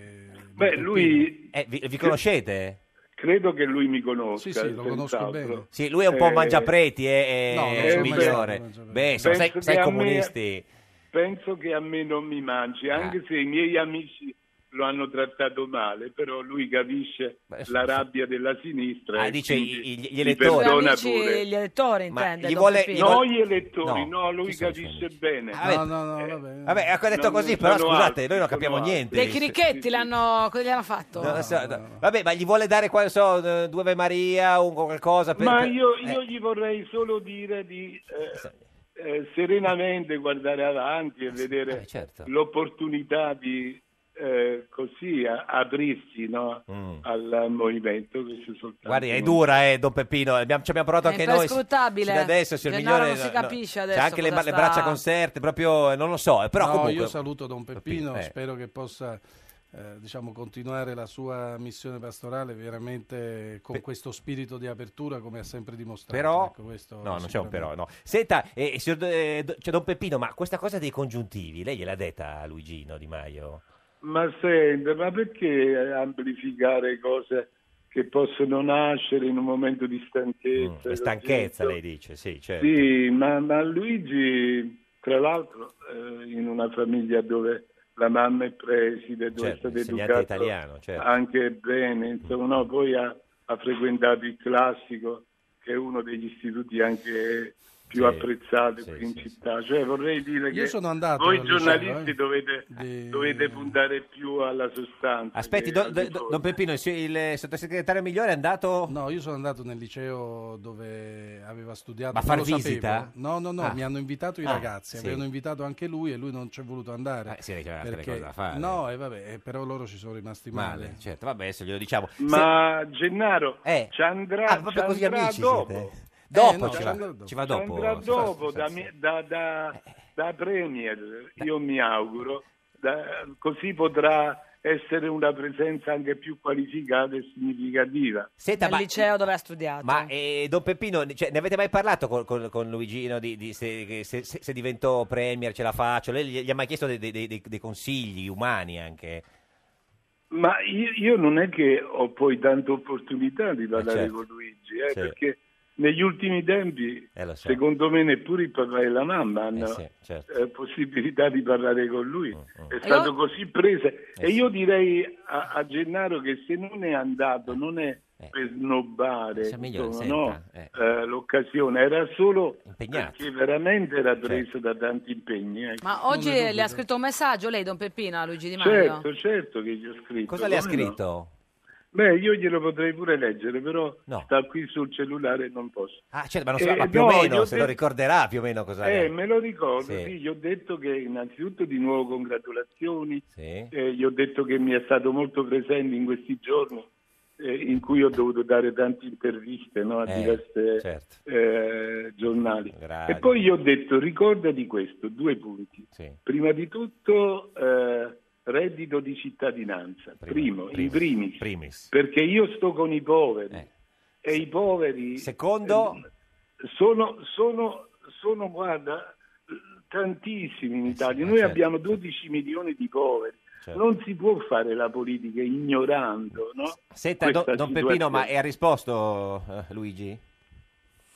[SPEAKER 14] Beh, lui...
[SPEAKER 2] Eh, vi, vi conoscete?
[SPEAKER 14] Credo che lui mi conosca.
[SPEAKER 13] Sì, sì, lo conosco
[SPEAKER 14] senz'altro.
[SPEAKER 13] bene.
[SPEAKER 2] Sì, lui è un po'
[SPEAKER 14] Eh,
[SPEAKER 2] mangiapreti, eh, eh,
[SPEAKER 14] no,
[SPEAKER 2] eh,
[SPEAKER 14] non so
[SPEAKER 2] Migliore.
[SPEAKER 14] mangiapreti,
[SPEAKER 2] Beh, insomma, sai,
[SPEAKER 14] Penso
[SPEAKER 2] sai
[SPEAKER 14] che a me-
[SPEAKER 2] comunisti. Ah.
[SPEAKER 14] Penso che a me non mi mangi, anche se i miei amici lo hanno trattato male, però lui capisce la rabbia della sinistra.
[SPEAKER 2] Ah,
[SPEAKER 14] e
[SPEAKER 2] dice
[SPEAKER 14] quindi
[SPEAKER 2] gli- gli
[SPEAKER 14] mi
[SPEAKER 2] elettori.
[SPEAKER 14] perdona
[SPEAKER 1] Amici,
[SPEAKER 14] pure.
[SPEAKER 1] gli elettori,
[SPEAKER 2] Ma
[SPEAKER 1] intende.
[SPEAKER 2] gli
[SPEAKER 1] Don
[SPEAKER 2] vuole-
[SPEAKER 1] Peppino.
[SPEAKER 2] gli
[SPEAKER 14] No,
[SPEAKER 2] vuole-
[SPEAKER 14] gli elettori,
[SPEAKER 2] No,
[SPEAKER 14] no, lui capisce bene.
[SPEAKER 2] Ah,
[SPEAKER 13] No, no, no,
[SPEAKER 2] Vabbè, ecco, ha detto
[SPEAKER 14] Non-
[SPEAKER 2] così,
[SPEAKER 14] non
[SPEAKER 2] però
[SPEAKER 14] sono
[SPEAKER 2] scusate,
[SPEAKER 14] altri,
[SPEAKER 2] noi non
[SPEAKER 14] sono
[SPEAKER 2] capiamo
[SPEAKER 14] altri.
[SPEAKER 2] niente.
[SPEAKER 1] Dei chirichetti l'hanno, cosa gli hanno fatto.
[SPEAKER 2] No, so- no. Vabbè, ma gli vuole dare qua, non so, eh, due Ave Maria, un qualcosa per...
[SPEAKER 14] Ma
[SPEAKER 2] per-
[SPEAKER 14] io,
[SPEAKER 2] eh.
[SPEAKER 14] io gli vorrei solo dire di eh, eh, serenamente guardare
[SPEAKER 2] Ah,
[SPEAKER 14] avanti e
[SPEAKER 2] Eh,
[SPEAKER 14] vedere
[SPEAKER 2] certo.
[SPEAKER 14] l'opportunità di eh, così a- aprirsi no, al movimento. Questo è soltanto-
[SPEAKER 2] Mm. Guardi, è dura, eh, Don Peppino. abbiamo- ci abbiamo provato
[SPEAKER 1] È
[SPEAKER 2] anche noi.
[SPEAKER 1] imperscrutabile.
[SPEAKER 2] Sì, da adesso, signor
[SPEAKER 1] Gennaro,
[SPEAKER 2] Migliore,
[SPEAKER 1] non si
[SPEAKER 2] no,
[SPEAKER 1] capisce
[SPEAKER 2] no.
[SPEAKER 1] adesso
[SPEAKER 2] C'ha anche le,
[SPEAKER 1] cosa
[SPEAKER 2] ba- le
[SPEAKER 1] sta-
[SPEAKER 2] braccia conserte, proprio, eh, non lo so. eh, Però
[SPEAKER 13] No,
[SPEAKER 2] comunque...
[SPEAKER 13] io saluto Don Peppino,
[SPEAKER 2] Peppino, eh.
[SPEAKER 13] spero che possa eh, diciamo, continuare la sua missione pastorale veramente con
[SPEAKER 2] Pe-
[SPEAKER 13] questo spirito di apertura come ha sempre dimostrato.
[SPEAKER 2] Però...
[SPEAKER 13] Ecco, questo
[SPEAKER 2] no, non c'è un
[SPEAKER 13] sicuramente.
[SPEAKER 2] però, no. Senta, eh, signor, eh, do- cioè, Don Peppino, ma questa cosa dei congiuntivi, lei gliel'ha detta a Luigino Di Maio?
[SPEAKER 14] Ma senta, ma perché amplificare cose che possono nascere in un momento di stanchezza?
[SPEAKER 2] La
[SPEAKER 14] così?
[SPEAKER 2] Mm, stanchezza, lei dice, sì, certo.
[SPEAKER 14] Sì, ma, ma Luigi, tra l'altro, eh, in una famiglia dove la mamma è preside, dove
[SPEAKER 2] Certo,
[SPEAKER 14] è stato
[SPEAKER 2] insegnante
[SPEAKER 14] educato
[SPEAKER 2] italiano, certo.
[SPEAKER 14] anche bene, insomma, no, poi ha, ha frequentato il classico, che è uno degli istituti anche più
[SPEAKER 13] Sì,
[SPEAKER 14] apprezzati qui in città. Cioè, vorrei dire
[SPEAKER 13] Io
[SPEAKER 14] che
[SPEAKER 13] sono andato
[SPEAKER 14] voi
[SPEAKER 13] al liceo,
[SPEAKER 14] giornalisti
[SPEAKER 13] eh.
[SPEAKER 14] dovete, dovete puntare più alla sostanza.
[SPEAKER 2] Aspetti,
[SPEAKER 14] che
[SPEAKER 2] don,
[SPEAKER 14] al
[SPEAKER 2] don-
[SPEAKER 14] discorso.
[SPEAKER 2] don Peppino, il, il sottosegretario Migliore è andato...
[SPEAKER 13] No, io sono andato nel liceo dove aveva studiato.
[SPEAKER 2] Ma
[SPEAKER 13] non
[SPEAKER 2] far
[SPEAKER 13] lo sapevo.
[SPEAKER 2] visita?
[SPEAKER 13] No, no, no,
[SPEAKER 2] Ah.
[SPEAKER 13] mi hanno invitato i
[SPEAKER 2] Ah,
[SPEAKER 13] ragazzi,
[SPEAKER 2] sì.
[SPEAKER 13] avevano invitato anche lui e lui non ci è voluto andare.
[SPEAKER 2] Eh, sì, perché aveva altre cose da fare.
[SPEAKER 13] No, e vabbè, eh, però loro ci sono rimasti male.
[SPEAKER 2] Male, certo, vabbè, adesso glielo diciamo.
[SPEAKER 14] Ma Gennaro ci andrà,
[SPEAKER 2] Ah, proprio
[SPEAKER 14] ci
[SPEAKER 2] così
[SPEAKER 14] andrà
[SPEAKER 2] amici
[SPEAKER 14] dopo.
[SPEAKER 2] siete? Dopo
[SPEAKER 14] Eh, no,
[SPEAKER 2] ci,
[SPEAKER 14] ci
[SPEAKER 2] va,
[SPEAKER 14] andrà dopo.
[SPEAKER 2] ci va
[SPEAKER 14] Ci
[SPEAKER 2] dopo.
[SPEAKER 14] andrà
[SPEAKER 2] sì,
[SPEAKER 14] dopo
[SPEAKER 2] sì,
[SPEAKER 14] da,
[SPEAKER 2] sì.
[SPEAKER 14] mi- da- da- da Premier, io mi auguro, da- così potrà essere una presenza anche più qualificata e significativa.
[SPEAKER 2] Senta,
[SPEAKER 1] Al
[SPEAKER 2] ma,
[SPEAKER 1] liceo dove ha studiato.
[SPEAKER 2] ma, eh, Don Peppino, cioè, ne avete mai parlato con, con- con Luigino di, di se, che se- se- se diventò Premier ce la faccio? Lei gli, gli ha mai chiesto dei, dei- dei- dei consigli umani anche? Eh,
[SPEAKER 14] Ma io, io non è che ho poi tante opportunità di parlare
[SPEAKER 2] certo.
[SPEAKER 14] con Luigi, eh,
[SPEAKER 2] Sì.
[SPEAKER 14] perché negli ultimi tempi,
[SPEAKER 2] Eh, lo so.
[SPEAKER 14] secondo me, neppure il papà e la mamma hanno
[SPEAKER 2] sì, certo. Mm,
[SPEAKER 14] eh, possibilità di parlare con lui. È stato
[SPEAKER 1] Io-
[SPEAKER 14] così preso.
[SPEAKER 2] Eh
[SPEAKER 14] E io direi a, a Gennaro che se non è
[SPEAKER 2] Eh.
[SPEAKER 14] andato, non è per snobbare
[SPEAKER 2] Sia migliore,
[SPEAKER 14] insomma,
[SPEAKER 2] senta,
[SPEAKER 14] no, eh, l'occasione, era solo
[SPEAKER 2] Impegnato. Certo.
[SPEAKER 14] perché veramente era preso da tanti impegni. ecco.
[SPEAKER 1] Ma oggi le ha scritto un messaggio lei, Don Peppino, a Luigi Di Maio?
[SPEAKER 14] Certo, certo che gli ho scritto.
[SPEAKER 2] Cosa le ha
[SPEAKER 14] come no?
[SPEAKER 2] scritto?
[SPEAKER 14] Beh, io glielo potrei pure leggere, però
[SPEAKER 2] No.
[SPEAKER 14] sta qui sul cellulare e non posso.
[SPEAKER 2] Ah, certo, ma, non
[SPEAKER 14] Eh,
[SPEAKER 2] so, ma più o
[SPEAKER 14] no, gli
[SPEAKER 2] meno,
[SPEAKER 14] ho
[SPEAKER 2] se lo
[SPEAKER 14] detto-
[SPEAKER 2] ricorderà più o meno cosa...
[SPEAKER 14] Eh, me lo ricordo,
[SPEAKER 2] Sì.
[SPEAKER 14] sì. gli ho detto che innanzitutto di nuovo congratulazioni,
[SPEAKER 2] Sì.
[SPEAKER 14] eh, gli ho detto che mi è stato molto presente in questi giorni eh, in cui ho dovuto dare tante interviste no, a
[SPEAKER 2] Eh,
[SPEAKER 14] diverse
[SPEAKER 2] certo.
[SPEAKER 14] eh, giornali.
[SPEAKER 2] Grazie.
[SPEAKER 14] E poi gli ho detto ricordati questo, due punti.
[SPEAKER 2] Sì.
[SPEAKER 14] Prima di tutto eh, reddito di cittadinanza, primo, in primis,
[SPEAKER 2] primis.
[SPEAKER 14] perché io sto con i poveri
[SPEAKER 2] Eh.
[SPEAKER 14] e i poveri... Secondo? sono, sono, sono, guarda, tantissimi in Italia. Noi
[SPEAKER 2] certo.
[SPEAKER 14] abbiamo 12 milioni di poveri.
[SPEAKER 2] Certo.
[SPEAKER 14] Non si può fare la politica ignorando, no?
[SPEAKER 2] Senta, Don,
[SPEAKER 14] Questa
[SPEAKER 2] Don Peppino, ma
[SPEAKER 14] situazione.
[SPEAKER 2] ha risposto eh, Luigi?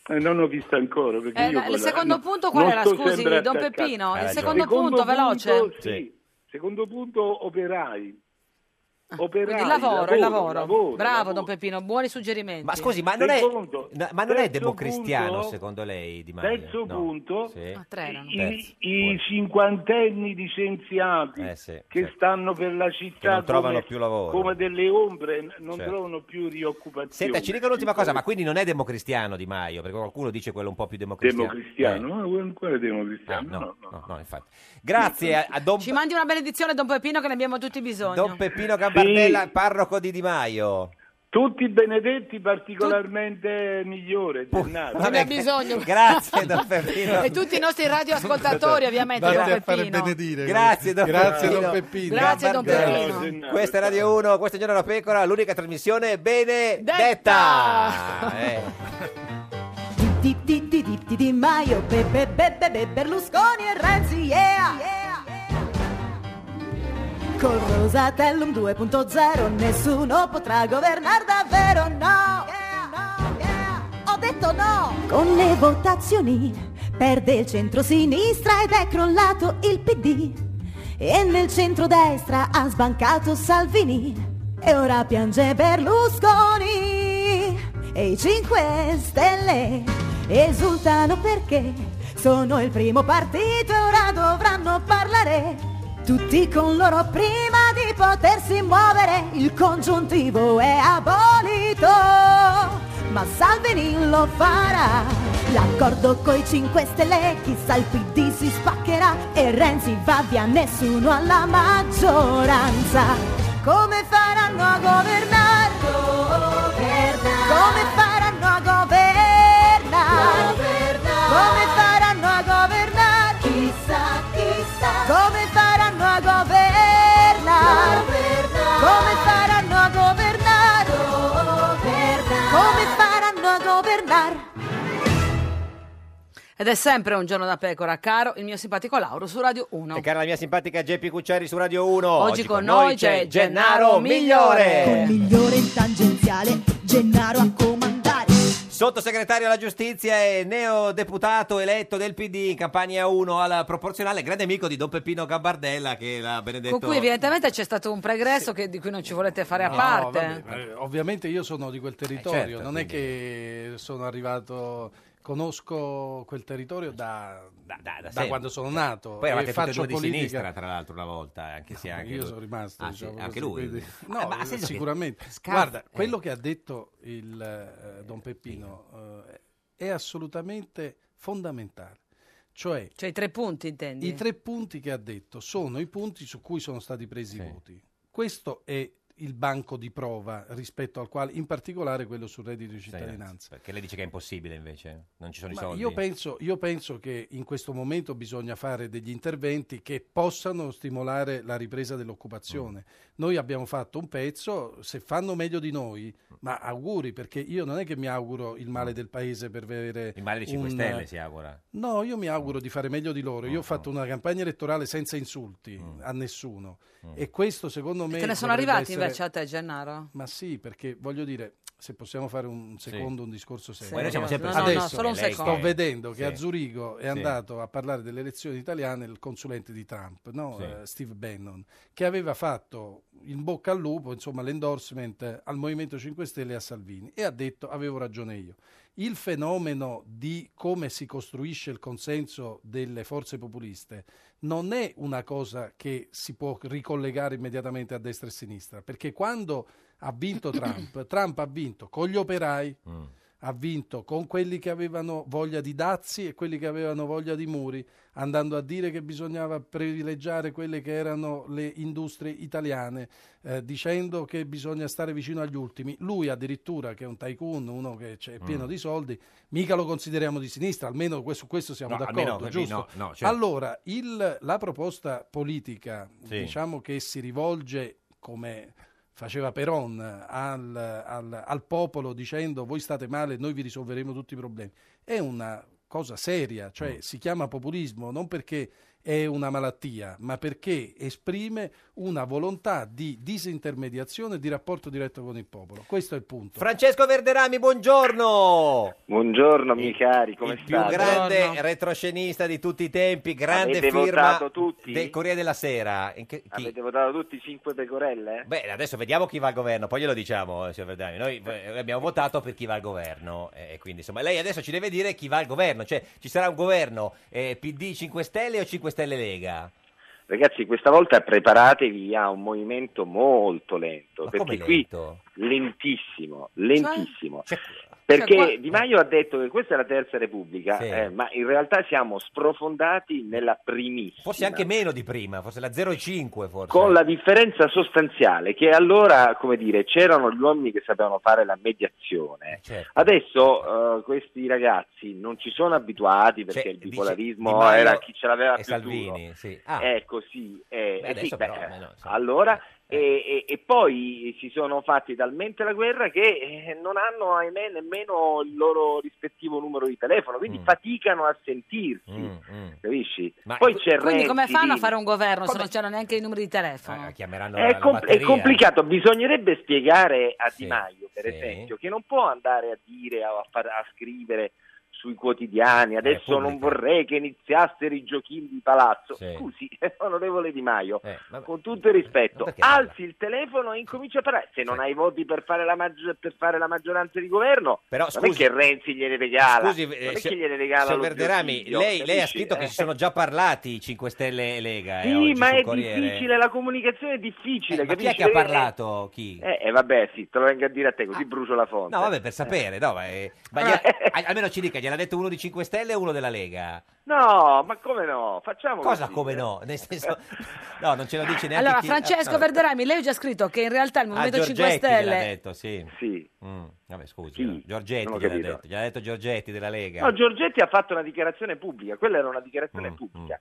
[SPEAKER 14] Eh, non ho visto ancora. perché
[SPEAKER 1] Eh,
[SPEAKER 14] io
[SPEAKER 1] la-
[SPEAKER 14] quella-
[SPEAKER 1] il secondo
[SPEAKER 14] no,
[SPEAKER 1] punto qual
[SPEAKER 14] non
[SPEAKER 1] era,
[SPEAKER 14] sto
[SPEAKER 1] scusi,
[SPEAKER 14] sempre
[SPEAKER 1] Don
[SPEAKER 14] attaccato.
[SPEAKER 2] Eh,
[SPEAKER 1] Peppino?
[SPEAKER 2] Ha
[SPEAKER 1] il
[SPEAKER 2] ragione.
[SPEAKER 1] secondo punto, veloce?
[SPEAKER 14] sì. Secondo punto, operai. operai,
[SPEAKER 1] Ah, il lavoro, il lavoro.
[SPEAKER 14] lavoro.
[SPEAKER 1] Bravo Don Peppino, buoni suggerimenti.
[SPEAKER 2] Ma scusi, ma non è,
[SPEAKER 14] Secondo-
[SPEAKER 2] no, ma non è
[SPEAKER 14] terzo
[SPEAKER 2] democristiano
[SPEAKER 14] punto-
[SPEAKER 2] secondo lei Di Maio?
[SPEAKER 14] Terzo
[SPEAKER 2] No.
[SPEAKER 14] punto,
[SPEAKER 2] Sì.
[SPEAKER 1] Ah,
[SPEAKER 14] i, i cinquantenni licenziati
[SPEAKER 2] Eh sì,
[SPEAKER 14] che stanno per la
[SPEAKER 2] Che
[SPEAKER 14] città
[SPEAKER 2] non trovano
[SPEAKER 14] come,
[SPEAKER 2] più lavoro.
[SPEAKER 14] come delle ombre, n- non
[SPEAKER 2] Certo.
[SPEAKER 14] trovano più rioccupazione.
[SPEAKER 2] Senta, ci dica un'ultima cosa, ma quindi non è democristiano Di Maio, perché qualcuno dice quello un po' più democristiano.
[SPEAKER 14] Democristiano?
[SPEAKER 2] Eh.
[SPEAKER 14] Ma quel- quale democristiano?
[SPEAKER 2] Ah, no, no, no, infatti. Grazie a, a Don,
[SPEAKER 1] Ci mandi una benedizione Don Peppino che ne abbiamo tutti bisogno.
[SPEAKER 2] Don Peppino Gambardella, parroco di Di Maio.
[SPEAKER 14] Tutti benedetti, particolarmente migliore. Gennaro.
[SPEAKER 2] Non
[SPEAKER 1] ne ha bisogno.
[SPEAKER 2] Grazie Don Peppino.
[SPEAKER 1] E tutti i nostri radioascoltatori, ovviamente, Don Peppino.
[SPEAKER 2] Grazie Don
[SPEAKER 13] Grazie,
[SPEAKER 2] Peppino.
[SPEAKER 13] Don Peppino.
[SPEAKER 1] Grazie, Don
[SPEAKER 2] Gambardella.
[SPEAKER 1] Peppino.
[SPEAKER 2] Gennaro. Questa è Radio 1, questo è Giorno da Pecora, l'unica trasmissione
[SPEAKER 1] Ah!
[SPEAKER 2] benedetta. Eh.
[SPEAKER 8] Di di di di di Di Maio, be, be, be, be, be, Berlusconi e Renzi, yeah! Col Rosatellum 2.0 nessuno potrà governare davvero, no! Ho detto no! Con le votazioni perde il centro-sinistra ed è crollato il PD. E nel centro-destra ha sbancato Salvini. E ora piange Berlusconi. E i 5 Stelle esultano perché sono il primo partito e ora dovranno parlare. Tutti con loro prima di potersi muovere, il congiuntivo è abolito, ma Salvini lo farà. L'accordo coi 5 Stelle, chissà il PD si spaccherà e Renzi va via, nessuno alla maggioranza. Come faranno a governare? Come faranno a governare? Come faranno a governare? Chissà, chissà. Come faranno a governare? Come faranno a governare? Come faranno a governare?
[SPEAKER 1] Ed è sempre un giorno da pecora, caro il mio simpatico Lauro su Radio 1.
[SPEAKER 2] E cara la mia simpatica Geppi Cucciari su Radio 1.
[SPEAKER 1] Oggi con noi c'è Gennaro
[SPEAKER 2] Migliore.
[SPEAKER 8] Migliore in tangenziale, Gennaro a comandare.
[SPEAKER 2] Sottosegretario alla giustizia e neodeputato eletto del PD in Campania 1 alla proporzionale, grande amico di Don Peppino Gambardella che l'ha benedetto.
[SPEAKER 1] Con cui evidentemente c'è stato un pregresso che- di cui non ci volete fare a
[SPEAKER 13] No,
[SPEAKER 1] parte.
[SPEAKER 13] vabbè, ma, eh, ovviamente io sono di quel territorio,
[SPEAKER 2] certo,
[SPEAKER 13] non è che sono arrivato, conosco quel territorio da, da
[SPEAKER 2] sempre. Cioè,
[SPEAKER 13] quando sono nato.
[SPEAKER 2] Poi eravate
[SPEAKER 13] e
[SPEAKER 2] tutti e
[SPEAKER 13] faccio
[SPEAKER 2] due di
[SPEAKER 13] politica.
[SPEAKER 2] sinistra, tra l'altro, una volta. eh, Anche se anche
[SPEAKER 13] io
[SPEAKER 2] lui-
[SPEAKER 13] sono rimasto,
[SPEAKER 2] Ah,
[SPEAKER 13] diciamo
[SPEAKER 2] sì,
[SPEAKER 13] così,
[SPEAKER 2] anche lui.
[SPEAKER 13] quindi-
[SPEAKER 2] No,
[SPEAKER 13] No, eh,
[SPEAKER 2] ma senso che-
[SPEAKER 13] sicuramente.
[SPEAKER 2] Scarpa-
[SPEAKER 13] Guarda,
[SPEAKER 2] eh.
[SPEAKER 13] quello che ha detto il eh, Don Peppino eh, è assolutamente fondamentale. Cioè,
[SPEAKER 1] Cioè i tre punti intendi?
[SPEAKER 13] i tre punti che ha detto sono i punti su cui sono stati presi i voti. Questo è il banco di prova rispetto al quale, in particolare quello sul reddito di cittadinanza.
[SPEAKER 2] Perché lei dice che è impossibile invece, non ci sono
[SPEAKER 13] Ma
[SPEAKER 2] i soldi.
[SPEAKER 13] io, penso, io penso che in questo momento bisogna fare degli interventi che possano stimolare la ripresa dell'occupazione.
[SPEAKER 2] Mm.
[SPEAKER 13] Noi abbiamo fatto un pezzo, se fanno meglio di noi,
[SPEAKER 2] Mm.
[SPEAKER 13] ma auguri, perché io non è che mi auguro il male del paese per avere...
[SPEAKER 2] Il male dei 5
[SPEAKER 13] un-
[SPEAKER 2] Stelle si augura. Mm.
[SPEAKER 13] No, io mi auguro di fare meglio di loro. Io ho fatto una campagna elettorale senza insulti
[SPEAKER 2] Mm.
[SPEAKER 13] a nessuno. E questo secondo me...
[SPEAKER 1] Te ne sono
[SPEAKER 13] dovrebbe
[SPEAKER 1] arrivati
[SPEAKER 13] essere-
[SPEAKER 1] invece a te, Gennaro?
[SPEAKER 13] Ma sì, perché voglio dire, se possiamo fare un secondo, un discorso serio.
[SPEAKER 2] Poi noi siamo sempre
[SPEAKER 13] Adesso
[SPEAKER 2] stati- No, no, solo un Lei secondo.
[SPEAKER 13] Sto vedendo che
[SPEAKER 2] Sì.
[SPEAKER 13] a Zurigo è
[SPEAKER 2] Sì.
[SPEAKER 13] andato a parlare delle elezioni italiane il consulente di Trump, no?
[SPEAKER 2] Sì.
[SPEAKER 13] Eh, Steve Bannon, che aveva fatto in bocca al lupo, insomma, l'endorsement al Movimento 5 Stelle e a Salvini e ha detto avevo ragione io. Il fenomeno di come si costruisce il consenso delle forze populiste non è una cosa che si può ricollegare immediatamente a destra e sinistra, perché quando ha vinto Trump, Trump ha vinto con gli operai, ha vinto con quelli che avevano voglia di dazi e quelli che avevano voglia di muri, andando a dire che bisognava privilegiare quelle che erano le industrie italiane, eh, dicendo che bisogna stare vicino agli ultimi. Lui addirittura, che è un tycoon, uno che c'è- è pieno
[SPEAKER 2] Mm.
[SPEAKER 13] di soldi, mica lo consideriamo di sinistra, almeno que- su questo siamo
[SPEAKER 2] No,
[SPEAKER 13] d'accordo,
[SPEAKER 2] almeno per me
[SPEAKER 13] giusto?
[SPEAKER 2] no, no, certo.
[SPEAKER 13] Allora, il- la proposta politica,
[SPEAKER 2] Sì.
[SPEAKER 13] diciamo che si rivolge come faceva Peron al, al- al popolo dicendo voi state male, noi vi risolveremo tutti i problemi. È una cosa seria, cioè si chiama populismo non perché è una malattia, ma perché esprime una volontà di disintermediazione e di rapporto diretto con il popolo. Questo è il punto.
[SPEAKER 2] Francesco Verderami, buongiorno!
[SPEAKER 11] Buongiorno, miei cari, come
[SPEAKER 2] Più
[SPEAKER 11] state?
[SPEAKER 2] grande retroscenista di tutti i tempi, grande
[SPEAKER 11] Avete
[SPEAKER 2] firma
[SPEAKER 11] votato tutti?
[SPEAKER 2] del Corriere della Sera. In che- chi?
[SPEAKER 11] Avete votato tutti 5 pecorelle?
[SPEAKER 2] Beh, adesso vediamo chi va al governo, poi glielo diciamo, eh, signor Verdani. Noi eh, abbiamo votato per chi va al governo, eh, e quindi insomma, lei adesso ci deve dire chi va al governo, cioè ci sarà un governo eh, PD 5 Stelle o 5 Stelle Lega?
[SPEAKER 11] Ragazzi, questa volta preparatevi a un movimento molto lento,
[SPEAKER 2] Ma
[SPEAKER 11] perché
[SPEAKER 2] come
[SPEAKER 11] qui
[SPEAKER 2] lento?
[SPEAKER 11] lentissimo, lentissimo.
[SPEAKER 2] Cioè-
[SPEAKER 11] perché
[SPEAKER 2] cioè qua-
[SPEAKER 11] Di Maio ha detto che questa è la terza Repubblica,
[SPEAKER 2] Sì.
[SPEAKER 11] eh, ma in realtà siamo sprofondati nella primissima.
[SPEAKER 2] Forse anche meno di prima, forse la 0,5 forse.
[SPEAKER 11] con la differenza sostanziale che allora, come dire, c'erano gli uomini che sapevano fare la mediazione.
[SPEAKER 2] Certo.
[SPEAKER 11] Adesso eh, questi ragazzi non ci sono abituati perché
[SPEAKER 2] Cioè,
[SPEAKER 11] il
[SPEAKER 2] dice
[SPEAKER 11] bipolarismo
[SPEAKER 2] Di Maio
[SPEAKER 11] era chi ce l'aveva
[SPEAKER 2] e
[SPEAKER 11] più
[SPEAKER 2] Salvini,
[SPEAKER 11] duro.
[SPEAKER 2] sì. Ah.
[SPEAKER 11] È così. eh,
[SPEAKER 2] Beh,
[SPEAKER 11] eh sì,
[SPEAKER 2] adesso
[SPEAKER 11] beh,
[SPEAKER 2] però, almeno, insomma. eh,
[SPEAKER 11] allora, eh, e, e- e poi si sono fatti talmente la guerra che eh, non hanno, ahimè, nemmeno il loro rispettivo numero di telefono, quindi
[SPEAKER 2] Mm.
[SPEAKER 11] faticano a sentirsi, capisci? poi c'è
[SPEAKER 1] Quindi come
[SPEAKER 11] Renzi
[SPEAKER 1] fanno a
[SPEAKER 11] lì.
[SPEAKER 1] fare un governo se non c'erano neanche i numeri di telefono?
[SPEAKER 2] Eh, chiameranno
[SPEAKER 11] È, com- è complicato, bisognerebbe spiegare a Di Maio, per
[SPEAKER 2] sì.
[SPEAKER 11] esempio, che non può andare a dire o a, far- a scrivere sui
[SPEAKER 2] Eh,
[SPEAKER 11] quotidiani, adesso
[SPEAKER 2] pubblica.
[SPEAKER 11] non vorrei che iniziassero i giochini di palazzo.
[SPEAKER 2] Sì. Eh,
[SPEAKER 11] Scusi, onorevole Di Maio,
[SPEAKER 2] vabbè.
[SPEAKER 11] con tutto il rispetto,
[SPEAKER 2] perché
[SPEAKER 11] alzi il telefono e incomincia a parlare. Se non hai voti per fare la, maggi- per fare la maggioranza di governo,
[SPEAKER 2] Però,
[SPEAKER 11] non
[SPEAKER 2] scusi-
[SPEAKER 11] è che Renzi gliene regala,
[SPEAKER 2] Scusi,
[SPEAKER 11] non
[SPEAKER 2] eh,
[SPEAKER 11] è
[SPEAKER 2] se-
[SPEAKER 11] che gliene regala
[SPEAKER 2] signor
[SPEAKER 11] lo
[SPEAKER 2] Verderami,
[SPEAKER 11] zio Silvio,
[SPEAKER 2] lei, lei ha
[SPEAKER 11] capisci?
[SPEAKER 2] scritto che
[SPEAKER 11] Eh.
[SPEAKER 2] si sono già parlati i 5 Stelle e Lega. eh,
[SPEAKER 11] Sì,
[SPEAKER 2] oggi
[SPEAKER 11] ma
[SPEAKER 2] sul
[SPEAKER 11] è
[SPEAKER 2] Corriere.
[SPEAKER 11] difficile, la comunicazione è difficile.
[SPEAKER 2] Eh, ma chi è
[SPEAKER 11] capisci?
[SPEAKER 2] che ha
[SPEAKER 11] Eh,
[SPEAKER 2] parlato? Chi? Ah.
[SPEAKER 11] Eh, eh, vabbè, sì, te lo vengo a dire a te, così brucio la fonte.
[SPEAKER 2] No, vabbè, per sapere, no, ma, eh, ma gli- al- almeno ci dica, gliel'ha detto uno di 5 Stelle e uno della Lega.
[SPEAKER 11] No, ma come eh? no? Facciamo
[SPEAKER 2] Cosa
[SPEAKER 11] così.
[SPEAKER 2] come no? Nel senso, no, non ce lo dice neanche
[SPEAKER 1] Allora,
[SPEAKER 2] chi-
[SPEAKER 1] Francesco
[SPEAKER 2] ah, vabbè.
[SPEAKER 1] Verderami, lei ha già scritto che in realtà il
[SPEAKER 2] Ah,
[SPEAKER 1] Movimento 5
[SPEAKER 2] Giorgetti gliel'ha
[SPEAKER 1] Stelle
[SPEAKER 2] detto, sì. Mm, vabbè, scusi,
[SPEAKER 11] Chi?
[SPEAKER 2] Giorgetti
[SPEAKER 11] Non ho
[SPEAKER 2] gliel'ha
[SPEAKER 11] capito.
[SPEAKER 2] detto, gliel'ha detto Giorgetti della Lega.
[SPEAKER 11] No, Giorgetti ha fatto una dichiarazione pubblica, quella era una
[SPEAKER 2] Mm,
[SPEAKER 11] dichiarazione pubblica.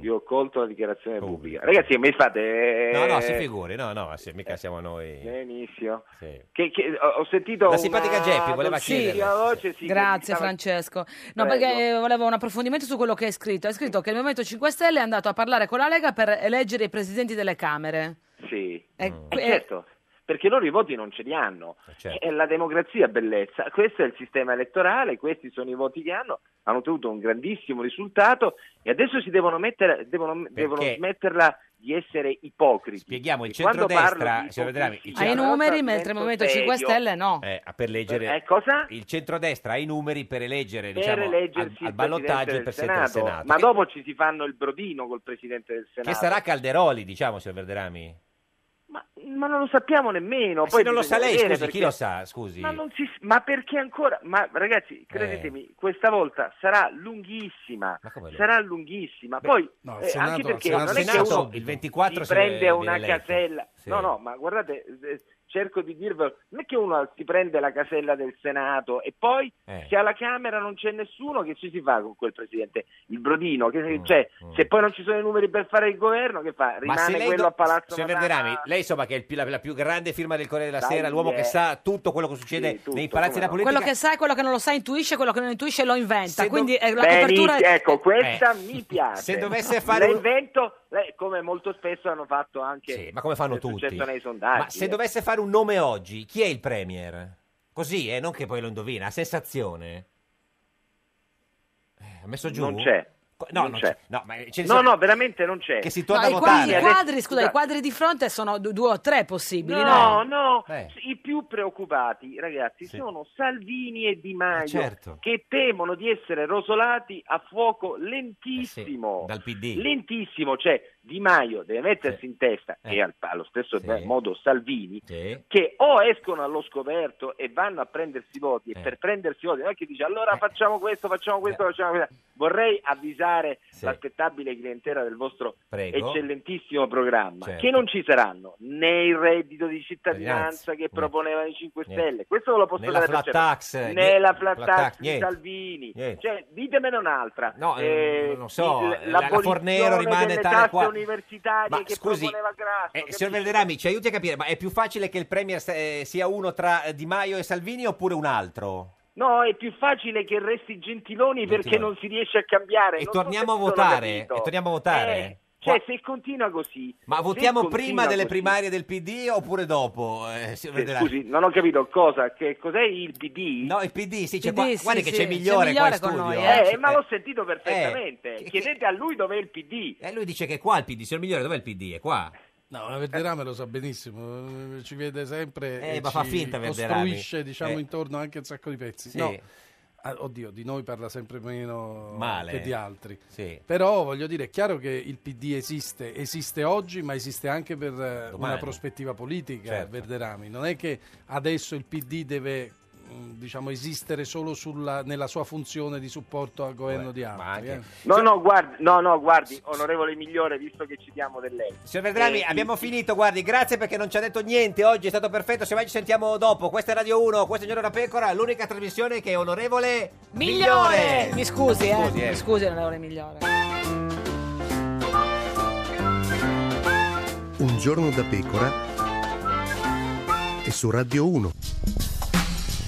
[SPEAKER 11] Io ho colto la dichiarazione pubblica. Ragazzi, mi fate...
[SPEAKER 2] No, no, si figuri, no, no, se- mica siamo noi.
[SPEAKER 11] Benissimo.
[SPEAKER 2] Sì.
[SPEAKER 11] Che, che- ho ho sentito
[SPEAKER 2] La simpatica
[SPEAKER 11] una
[SPEAKER 2] Geppi voleva
[SPEAKER 11] dolcissima
[SPEAKER 2] chiederle.
[SPEAKER 11] voce, sì, che mi
[SPEAKER 1] Grazie
[SPEAKER 11] stava-
[SPEAKER 1] Francesco. No,
[SPEAKER 11] Prego.
[SPEAKER 1] perché eh, volevo un approfondimento su quello che hai scritto. Hai scritto che il Movimento 5 Stelle è andato a parlare con la Lega per eleggere i presidenti delle Camere.
[SPEAKER 11] Sì,
[SPEAKER 1] Eh,
[SPEAKER 11] Eh,
[SPEAKER 1] que-
[SPEAKER 11] certo, perché loro i voti non ce li hanno.
[SPEAKER 2] Mm. certo.
[SPEAKER 11] È la democrazia bellezza, questo è il sistema elettorale, questi sono i voti che hanno, hanno ottenuto un grandissimo risultato e adesso si devono, mettere, devono, devono smetterla di essere ipocriti. Spieghiamo,
[SPEAKER 2] Il centrodestra, signor Verderami, il
[SPEAKER 1] Ha i
[SPEAKER 2] centro-
[SPEAKER 1] numeri, mentre il Movimento 5 Stelle no.
[SPEAKER 2] Eh, per leggere
[SPEAKER 11] Eh, cosa?
[SPEAKER 2] il centrodestra ha i numeri per eleggere
[SPEAKER 11] Per
[SPEAKER 2] diciamo, al,
[SPEAKER 11] eleggersi
[SPEAKER 2] al
[SPEAKER 11] il
[SPEAKER 2] ballottaggio il
[SPEAKER 11] Presidente
[SPEAKER 2] presidente
[SPEAKER 11] del
[SPEAKER 2] del
[SPEAKER 11] Senato.
[SPEAKER 2] Senato,
[SPEAKER 11] ma
[SPEAKER 2] che,
[SPEAKER 11] dopo ci si fanno il brodino col Presidente del Senato.
[SPEAKER 2] che sarà Calderoli, diciamo, signor Verderami.
[SPEAKER 11] Ma, ma non lo sappiamo nemmeno.
[SPEAKER 2] Ma
[SPEAKER 11] poi
[SPEAKER 2] se non lo sa
[SPEAKER 11] bisogna
[SPEAKER 2] lei, scusi,
[SPEAKER 11] vedere
[SPEAKER 2] chi
[SPEAKER 11] perché-
[SPEAKER 2] lo sa, scusi? Eh.
[SPEAKER 11] Ma, non si- ma perché ancora? Ma ragazzi, credetemi, questa volta sarà lunghissima.
[SPEAKER 2] lunga?
[SPEAKER 11] Sarà lunghissima. Poi,
[SPEAKER 2] no, al
[SPEAKER 11] eh,
[SPEAKER 2] Senato-
[SPEAKER 11] anche perché
[SPEAKER 2] al
[SPEAKER 11] non è che
[SPEAKER 2] Senato
[SPEAKER 11] uno
[SPEAKER 2] il 24
[SPEAKER 11] si
[SPEAKER 2] se
[SPEAKER 11] prende
[SPEAKER 2] viene
[SPEAKER 11] una
[SPEAKER 2] eletto.
[SPEAKER 11] casella.
[SPEAKER 2] Sì.
[SPEAKER 11] No, no, ma guardate, eh, cerco di dirvelo, non è che uno si prende la casella del Senato e poi
[SPEAKER 2] Eh.
[SPEAKER 11] se alla Camera non c'è nessuno, che ci si fa con quel Presidente? Il brodino, che, cioè, se poi non ci sono i numeri per fare il governo, che fa?
[SPEAKER 2] Mm, Ma se
[SPEAKER 11] Rimane
[SPEAKER 2] lei
[SPEAKER 11] quello
[SPEAKER 2] do-
[SPEAKER 11] a Palazzo
[SPEAKER 2] signor
[SPEAKER 11] Madama?
[SPEAKER 2] Verderami, lei insomma che è il più- la, la più grande firma del Corriere della
[SPEAKER 11] Dai,
[SPEAKER 2] Sera, l'uomo
[SPEAKER 11] eh.
[SPEAKER 2] che sa tutto quello che succede nei palazzi della politica.
[SPEAKER 1] Quello che sa e quello che non lo sa intuisce, quello che non intuisce lo inventa.
[SPEAKER 11] Se
[SPEAKER 1] Quindi
[SPEAKER 11] dov-
[SPEAKER 1] eh, la
[SPEAKER 11] Beh,
[SPEAKER 1] copertura...
[SPEAKER 11] mi- ecco, questa
[SPEAKER 2] Eh.
[SPEAKER 11] mi piace.
[SPEAKER 2] Se dovesse fare un-
[SPEAKER 11] l'invento, come molto spesso hanno fatto anche
[SPEAKER 2] ma come fanno
[SPEAKER 11] è
[SPEAKER 2] tutti?
[SPEAKER 11] successo nei sondaggi.
[SPEAKER 2] Ma se
[SPEAKER 11] eh.
[SPEAKER 2] dovesse fare un nome oggi, chi è il Premier? Così, eh, non che poi lo indovina, a sensazione. Eh, ha messo giù?
[SPEAKER 11] Non c'è.
[SPEAKER 2] Co- No,
[SPEAKER 11] Non
[SPEAKER 2] non
[SPEAKER 11] c'è.
[SPEAKER 2] c'è. No, ma ce ne
[SPEAKER 11] No,
[SPEAKER 2] sono-
[SPEAKER 11] no, veramente non c'è.
[SPEAKER 2] Che si
[SPEAKER 1] No,
[SPEAKER 2] torna
[SPEAKER 1] i,
[SPEAKER 2] a
[SPEAKER 1] quadri,
[SPEAKER 2] votare.
[SPEAKER 1] i quadri, scusa,
[SPEAKER 11] Scusate.
[SPEAKER 1] i quadri di fronte sono du- due o tre possibili, no?
[SPEAKER 11] No, no,
[SPEAKER 1] Eh.
[SPEAKER 11] i più preoccupati, ragazzi, sono Salvini e Di Maio,
[SPEAKER 2] certo.
[SPEAKER 11] che temono di essere rosolati a fuoco lentissimo.
[SPEAKER 2] Eh Dal PD.
[SPEAKER 11] Lentissimo, cioè Di Maio deve mettersi in testa
[SPEAKER 2] Eh.
[SPEAKER 11] e al- allo stesso modo Salvini che o escono allo scoperto e vanno a prendersi voti
[SPEAKER 2] Eh.
[SPEAKER 11] e per prendersi voti non è che dice allora facciamo questo, facciamo questo, facciamo questo. Vorrei avvisare l'aspettabile clientela del vostro
[SPEAKER 2] Prego.
[SPEAKER 11] eccellentissimo programma
[SPEAKER 2] Certo.
[SPEAKER 11] che non ci saranno né il reddito di cittadinanza che proponevano i 5
[SPEAKER 2] Niente.
[SPEAKER 11] Stelle, questo ve lo posso
[SPEAKER 2] Né la
[SPEAKER 11] dare per
[SPEAKER 2] flat
[SPEAKER 11] certo.
[SPEAKER 2] tax, eh,
[SPEAKER 11] né
[SPEAKER 2] niente.
[SPEAKER 11] la flat
[SPEAKER 2] Flat
[SPEAKER 11] tax
[SPEAKER 2] tax,
[SPEAKER 11] di
[SPEAKER 2] niente.
[SPEAKER 11] Salvini,
[SPEAKER 2] Niente.
[SPEAKER 11] cioè ditemene un'altra.
[SPEAKER 2] No,
[SPEAKER 11] Eh,
[SPEAKER 2] non lo so, la-
[SPEAKER 11] il-
[SPEAKER 2] la
[SPEAKER 11] l'abolizione
[SPEAKER 2] Fornero rimane
[SPEAKER 11] delle
[SPEAKER 2] tale
[SPEAKER 11] tasse
[SPEAKER 2] quale.
[SPEAKER 11] universitarie
[SPEAKER 2] Ma
[SPEAKER 11] che
[SPEAKER 2] scusi,
[SPEAKER 11] proponeva Grasso,
[SPEAKER 2] Eh,
[SPEAKER 11] capisci?
[SPEAKER 2] signor Verderami, ci aiuti a capire, ma è più facile che il Premier eh, sia uno tra eh, Di Maio e Salvini oppure un altro?
[SPEAKER 11] No, è più facile che resti Gentiloni perché non si riesce a cambiare.
[SPEAKER 2] E
[SPEAKER 11] Non so
[SPEAKER 2] torniamo a
[SPEAKER 11] se sono
[SPEAKER 2] votare,
[SPEAKER 11] capito.
[SPEAKER 2] e torniamo a votare.
[SPEAKER 11] Eh, Cioè, se continua così...
[SPEAKER 2] Ma
[SPEAKER 11] se
[SPEAKER 2] votiamo
[SPEAKER 11] continua
[SPEAKER 2] prima delle
[SPEAKER 11] così-
[SPEAKER 2] primarie del PD oppure dopo? Eh, si
[SPEAKER 11] Eh,
[SPEAKER 2] vedrà.
[SPEAKER 11] Scusi, non ho capito cosa, che cos'è il PD?
[SPEAKER 2] No, il PD, sì, c'è PD, qua- guarda sì, che c'è sì, Migliore c'è Migliore qua in con studio. noi, eh.
[SPEAKER 11] Eh, ma l'ho sentito perfettamente. Chiedete a lui dov'è il PD.
[SPEAKER 2] E Eh, lui dice che è qua il PD, signor Migliore, dov'è il PD? È qua.
[SPEAKER 13] No, la Verderame lo sa benissimo, eh, ci vede sempre
[SPEAKER 2] Eh,
[SPEAKER 13] e
[SPEAKER 2] ma fa
[SPEAKER 13] ci
[SPEAKER 2] finta Verderami.
[SPEAKER 13] costruisce diciamo,
[SPEAKER 2] Eh.
[SPEAKER 13] intorno anche un sacco di pezzi.
[SPEAKER 2] Sì.
[SPEAKER 13] No, ah, oddio, di noi parla sempre meno
[SPEAKER 2] Male.
[SPEAKER 13] che di altri.
[SPEAKER 2] Sì.
[SPEAKER 13] Però voglio dire, è chiaro che il PD esiste, esiste oggi, ma esiste anche per eh,
[SPEAKER 2] Domani.
[SPEAKER 13] una prospettiva politica,
[SPEAKER 2] Certo.
[SPEAKER 13] Verderami. Non è che adesso il PD deve mh, diciamo, esistere solo sulla- nella sua funzione di supporto al governo di altri. eh.
[SPEAKER 11] No, no, guardi, no, no, guardi, onorevole Migliore, visto che ci diamo del lei.
[SPEAKER 2] Signor Verdrami,
[SPEAKER 11] Eh,
[SPEAKER 2] abbiamo finito, guardi, grazie perché non ci ha detto niente oggi, è stato perfetto, se mai ci sentiamo dopo. Questa è Radio 1, questa è Giorno da Pecora, l'unica trasmissione che è onorevole
[SPEAKER 1] Migliore! Mi scusi, eh.
[SPEAKER 2] Scusi, eh.
[SPEAKER 1] Mi scusi, onorevole migliore.
[SPEAKER 9] Un giorno da pecora e su Radio 1.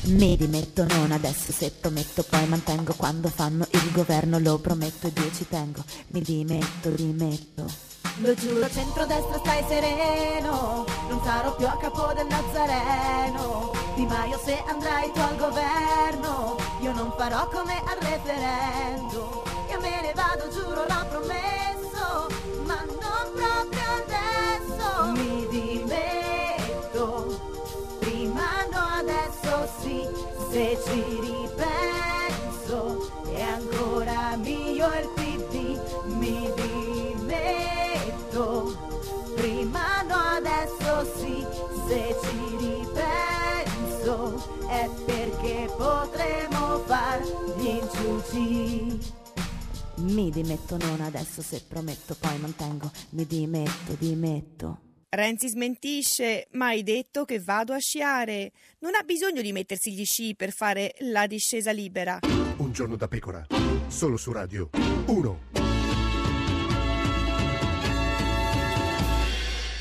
[SPEAKER 8] Mi dimetto non adesso se prometto poi mantengo quando fanno il governo lo prometto e Dio ci tengo mi dimetto dimetto
[SPEAKER 15] Lo giuro, centrodestra stai sereno, non sarò più a capo del Nazareno. Di Maio se andrai tu al governo, io non farò come al referendum. Io me ne vado, giuro, l'ho promesso, ma non proprio adesso. Mi dimetto, prima no, adesso sì, se ci ripenso, è ancora mio il PD, mi dimetto. Prima no, adesso sì, se ci ripenso, è perché potremo far gli inciuci.
[SPEAKER 8] mi dimetto non adesso se prometto poi mantengo mi dimetto dimetto
[SPEAKER 10] Renzi smentisce, ma hai detto che vado a sciare. Non ha bisogno di mettersi gli sci per fare la discesa libera.
[SPEAKER 9] Un giorno da pecora. Solo su Radio 1.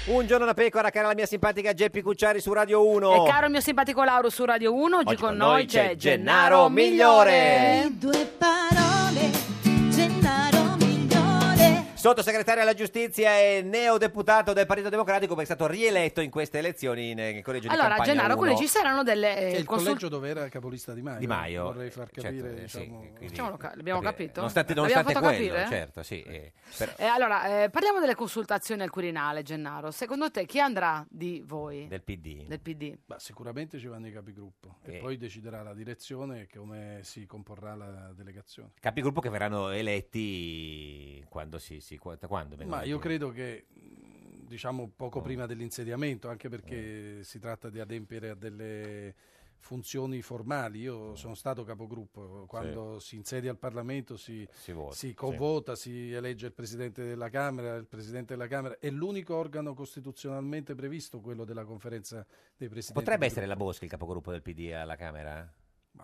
[SPEAKER 2] Un giorno da pecora, cara la mia simpatica Geppi Cucciari su Radio 1.
[SPEAKER 1] E caro il mio simpatico Lauro su Radio 1, oggi,
[SPEAKER 2] Certo. Oggi
[SPEAKER 1] con
[SPEAKER 2] con
[SPEAKER 1] noi
[SPEAKER 2] noi
[SPEAKER 1] c'è
[SPEAKER 2] c'è
[SPEAKER 1] Gennaro
[SPEAKER 2] Gennaro Migliore.
[SPEAKER 1] Migliore.
[SPEAKER 15] Due parole, Gennaro migliore.
[SPEAKER 2] Sottosegretario alla giustizia e neodeputato del Partito Democratico perché è stato rieletto in queste elezioni in- nel collegio di
[SPEAKER 1] Allora,
[SPEAKER 2] campagna
[SPEAKER 1] Gennaro,
[SPEAKER 2] 1.
[SPEAKER 1] quindi ci saranno delle eh,
[SPEAKER 13] Che è il
[SPEAKER 1] consul-
[SPEAKER 13] collegio dove era capolista Di Maio.
[SPEAKER 2] Di Maio,
[SPEAKER 13] Vorrei far capire,
[SPEAKER 2] certo, eh, sì,
[SPEAKER 13] diciamo,
[SPEAKER 2] quindi-
[SPEAKER 1] Diciamolo ca- l'abbiamo capito?
[SPEAKER 2] Nonostante,
[SPEAKER 1] L'abbiamo
[SPEAKER 2] nonostante
[SPEAKER 1] fatto
[SPEAKER 2] quello,
[SPEAKER 1] capire?
[SPEAKER 2] certo, sì. eh, però-
[SPEAKER 1] Eh, allora, eh, parliamo delle consultazioni al Quirinale, Gennaro. Secondo te chi andrà di voi? Ah,
[SPEAKER 2] del Eh. PD.
[SPEAKER 1] Del PD.
[SPEAKER 13] Ma sicuramente ci vanno i capigruppo e
[SPEAKER 2] Sì.
[SPEAKER 13] poi deciderà la direzione e come si comporrà la delegazione.
[SPEAKER 2] Capigruppo che verranno eletti quando si... si qua- da quando vengono
[SPEAKER 13] Ma io
[SPEAKER 2] eletti?
[SPEAKER 13] credo che mh, diciamo poco
[SPEAKER 2] Mm. Eh.
[SPEAKER 13] prima dell'insediamento, anche perché si tratta di adempiere a delle funzioni formali.
[SPEAKER 2] Mm.
[SPEAKER 13] Io sono stato capogruppo, quando si insedia al Parlamento si,
[SPEAKER 2] Eh, Si vota, sì.
[SPEAKER 13] convota, si elegge il Presidente della Camera, il Presidente della Camera è l'unico organo costituzionalmente previsto quello della conferenza dei Presidenti.
[SPEAKER 2] Potrebbe
[SPEAKER 13] dei
[SPEAKER 2] essere
[SPEAKER 13] gruppi.
[SPEAKER 2] la Boschi il capogruppo del PD alla Camera?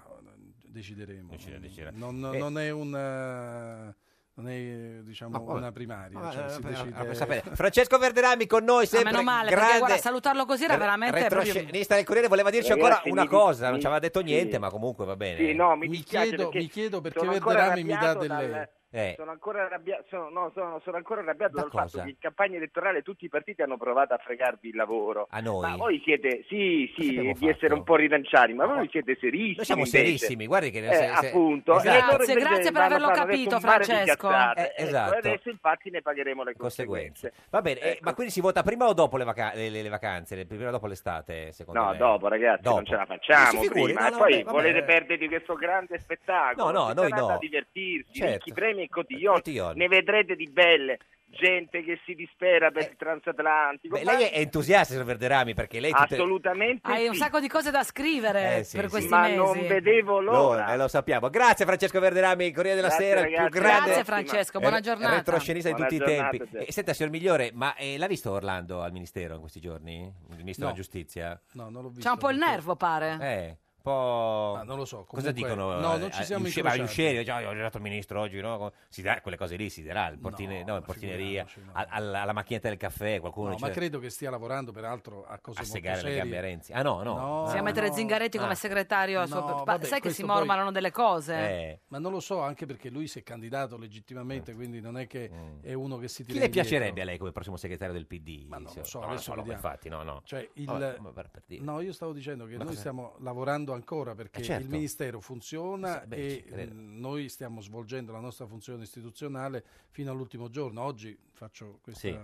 [SPEAKER 13] eh, decideremo.
[SPEAKER 2] Deciderà, deciderà.
[SPEAKER 13] Non, non-
[SPEAKER 2] Eh,
[SPEAKER 13] non è una non è diciamo
[SPEAKER 2] Ma vabbè.
[SPEAKER 13] una primaria,
[SPEAKER 2] Ma,
[SPEAKER 13] cioè,
[SPEAKER 2] eh,
[SPEAKER 13] si
[SPEAKER 2] per-
[SPEAKER 13] decide-
[SPEAKER 2] per sapere. Francesco Verderami con noi
[SPEAKER 1] Ma
[SPEAKER 2] sempre
[SPEAKER 1] Ah, meno male, perché
[SPEAKER 2] grande
[SPEAKER 1] guarda, salutarlo così era
[SPEAKER 2] re-
[SPEAKER 1] veramente proprio-
[SPEAKER 2] retroscenista del Corriere voleva dirci
[SPEAKER 11] Ragazzi,
[SPEAKER 2] ancora una
[SPEAKER 11] mi-
[SPEAKER 2] cosa non
[SPEAKER 11] mi-
[SPEAKER 2] ci aveva detto
[SPEAKER 11] sì.
[SPEAKER 2] niente ma comunque va bene
[SPEAKER 11] Sì, no, mi,
[SPEAKER 13] Mi
[SPEAKER 11] dispiace
[SPEAKER 13] chiedo-
[SPEAKER 11] perché
[SPEAKER 13] mi chiedo perché
[SPEAKER 11] sono ancora
[SPEAKER 13] Verderami mi dà
[SPEAKER 11] arrabbiato
[SPEAKER 13] del-
[SPEAKER 11] dal-
[SPEAKER 2] Eh.
[SPEAKER 11] Sono ancora arrabbiato, sono, no, sono, sono ancora arrabbiato
[SPEAKER 2] Da
[SPEAKER 11] dal
[SPEAKER 2] cosa?
[SPEAKER 11] fatto che in campagna elettorale tutti i partiti hanno provato a fregarvi il lavoro.
[SPEAKER 2] a noi
[SPEAKER 11] Ma voi siete, sì, sì,
[SPEAKER 2] abbiamo
[SPEAKER 11] di essere un po' rilanciati, ma voi siete serissimi.
[SPEAKER 2] noi siamo
[SPEAKER 11] invece.
[SPEAKER 2] serissimi guardi che
[SPEAKER 11] Eh, appunto.
[SPEAKER 2] Esatto.
[SPEAKER 11] E allora
[SPEAKER 1] Grazie,
[SPEAKER 11] invece
[SPEAKER 1] grazie per
[SPEAKER 11] vanno a
[SPEAKER 1] averlo
[SPEAKER 11] fare adesso
[SPEAKER 1] capito,
[SPEAKER 11] un mare di
[SPEAKER 1] Francesco.
[SPEAKER 11] cazzate.
[SPEAKER 2] Eh,
[SPEAKER 11] Ecco,
[SPEAKER 2] esatto.
[SPEAKER 11] adesso infatti ne pagheremo le conseguenze. Ecco.
[SPEAKER 2] conseguenze va bene eh, ma quindi si vota prima o dopo le, vaca- le- le- le vacanze le- prima o dopo l'estate secondo
[SPEAKER 11] No,
[SPEAKER 2] lei?
[SPEAKER 11] dopo ragazzi,
[SPEAKER 2] Dopo.
[SPEAKER 11] non ce la
[SPEAKER 2] Si
[SPEAKER 11] facciamo
[SPEAKER 2] figuri,
[SPEAKER 11] prima.
[SPEAKER 2] no,
[SPEAKER 11] e
[SPEAKER 2] no,
[SPEAKER 11] poi
[SPEAKER 2] vabbè, vabbè.
[SPEAKER 11] volete perdervi questo grande spettacolo?
[SPEAKER 2] No, no,
[SPEAKER 11] Si
[SPEAKER 2] noi
[SPEAKER 11] andate
[SPEAKER 2] no.
[SPEAKER 11] a divertirsi,
[SPEAKER 2] Certo.
[SPEAKER 11] ricchi premi e cotiglioni.
[SPEAKER 2] Cotiglioni.
[SPEAKER 11] Ne vedrete di belle. Gente che si dispera per il transatlantico.
[SPEAKER 2] Eh. Beh,
[SPEAKER 11] ma-
[SPEAKER 2] lei è entusiasta signor Verderami perché lei tutte-
[SPEAKER 11] Assolutamente
[SPEAKER 1] Hai
[SPEAKER 11] sì.
[SPEAKER 1] un sacco di cose da scrivere
[SPEAKER 2] Eh, sì,
[SPEAKER 1] per
[SPEAKER 2] sì.
[SPEAKER 1] questi
[SPEAKER 11] Ma
[SPEAKER 1] mesi.
[SPEAKER 11] non vedevo l'ora.
[SPEAKER 2] Allora, eh, lo sappiamo. Grazie Francesco Verderami, Corriere della
[SPEAKER 11] Grazie,
[SPEAKER 2] Sera, il
[SPEAKER 11] ragazzi,
[SPEAKER 2] più grande.
[SPEAKER 1] Grazie, Francesco, buona
[SPEAKER 2] eh,
[SPEAKER 1] giornata.
[SPEAKER 2] Retroscenista di
[SPEAKER 11] Buona
[SPEAKER 2] tutti
[SPEAKER 11] giornata,
[SPEAKER 2] i tempi.
[SPEAKER 11] Giuseppe.
[SPEAKER 2] Eh, senta, signor Migliore, ma eh, l'ha visto Orlando al Ministero in questi giorni? Il Ministro
[SPEAKER 13] No.
[SPEAKER 2] della Giustizia?
[SPEAKER 13] No, non l'ho visto.
[SPEAKER 1] C'ha un po' il nervo, pare.
[SPEAKER 2] Eh, po'...
[SPEAKER 13] Ah, non lo so,
[SPEAKER 2] Cosa
[SPEAKER 13] comunque-
[SPEAKER 2] dicono?
[SPEAKER 13] no,
[SPEAKER 2] eh,
[SPEAKER 13] non ci
[SPEAKER 2] eh,
[SPEAKER 13] siamo
[SPEAKER 2] Lucia- ma
[SPEAKER 13] incrociati.
[SPEAKER 2] Lucieri, già, ho girato il ministro oggi, no? Co- Si dà, quelle cose lì si dirà, il portine- no, in portineria, al- alla, alla macchinetta del caffè, qualcuno...
[SPEAKER 13] No,
[SPEAKER 2] ci-
[SPEAKER 13] ma credo che stia lavorando peraltro a cose
[SPEAKER 2] A
[SPEAKER 13] molto
[SPEAKER 2] segare le
[SPEAKER 13] serie.
[SPEAKER 2] gambe a Renzi. Ah, no, no.
[SPEAKER 1] Si va a mettere Zingaretti come
[SPEAKER 13] Ah.
[SPEAKER 1] segretario. al suo-
[SPEAKER 13] No,
[SPEAKER 1] pa-
[SPEAKER 13] vabbè,
[SPEAKER 1] sai che
[SPEAKER 13] questo
[SPEAKER 1] si
[SPEAKER 13] poi-
[SPEAKER 1] mormorano delle cose?
[SPEAKER 2] Eh.
[SPEAKER 13] Ma non lo so, anche perché lui si è candidato legittimamente, quindi non è che è uno che si tira
[SPEAKER 2] Mm. Chi le
[SPEAKER 13] indietro.
[SPEAKER 2] piacerebbe a lei come prossimo segretario del PD? Ma non
[SPEAKER 13] lo so, adesso
[SPEAKER 2] no,
[SPEAKER 13] vediamo.
[SPEAKER 2] infatti, no, no.
[SPEAKER 13] Cioè, il-
[SPEAKER 2] Vabbè, ma per- per dire.
[SPEAKER 13] No, io stavo dicendo che
[SPEAKER 2] Ma
[SPEAKER 13] noi
[SPEAKER 2] cosa-
[SPEAKER 13] stiamo lavorando ancora perché
[SPEAKER 2] Eh, certo.
[SPEAKER 13] il Ministero funziona
[SPEAKER 2] Sì, beh, ci
[SPEAKER 13] e
[SPEAKER 2] credo.
[SPEAKER 13] mh, noi stiamo svolgendo la nostra funzione istituzionale fino all'ultimo giorno. Oggi faccio questa...
[SPEAKER 2] Sì.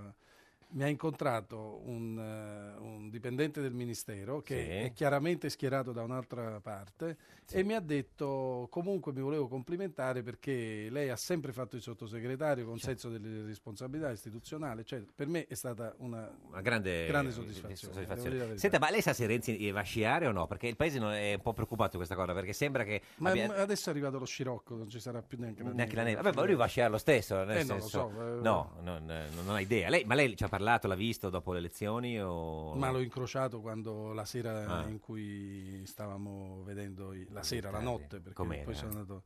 [SPEAKER 13] Mi ha incontrato un, eh, un dipendente del Ministero che
[SPEAKER 2] Sì.
[SPEAKER 13] è chiaramente schierato da un'altra parte e mi ha detto comunque mi volevo complimentare perché lei ha sempre fatto il sottosegretario con senso
[SPEAKER 2] Certo.
[SPEAKER 13] delle responsabilità istituzionale. Cioè, per me è stata una,
[SPEAKER 2] Una grande,
[SPEAKER 13] grande
[SPEAKER 2] eh,
[SPEAKER 13] soddisfazione.
[SPEAKER 2] soddisfazione.
[SPEAKER 13] devo dire la verità.
[SPEAKER 2] Senta, ma lei sa se Renzi va a sciare o no? Perché il paese non- è un po' preoccupato di questa cosa, perché sembra che
[SPEAKER 13] Ma
[SPEAKER 2] abbia-
[SPEAKER 13] ma adesso è arrivato lo scirocco, non ci sarà più neanche la
[SPEAKER 2] neanche la
[SPEAKER 13] neve.
[SPEAKER 2] neve. Vabbè, ma lui va a sciare lo stesso. nel
[SPEAKER 13] Eh, non lo
[SPEAKER 2] senso-
[SPEAKER 13] so, eh.
[SPEAKER 2] no, non, eh, non ho idea. Lei- ma lei ci ha parlato, l'ha visto dopo le elezioni? O...
[SPEAKER 13] Ma l'ho incrociato quando la sera
[SPEAKER 2] Ah.
[SPEAKER 13] in cui stavamo vedendo i- la
[SPEAKER 2] I
[SPEAKER 13] sera, la
[SPEAKER 2] ritardi.
[SPEAKER 13] notte, perché
[SPEAKER 2] Com'era?
[SPEAKER 13] poi sono andato.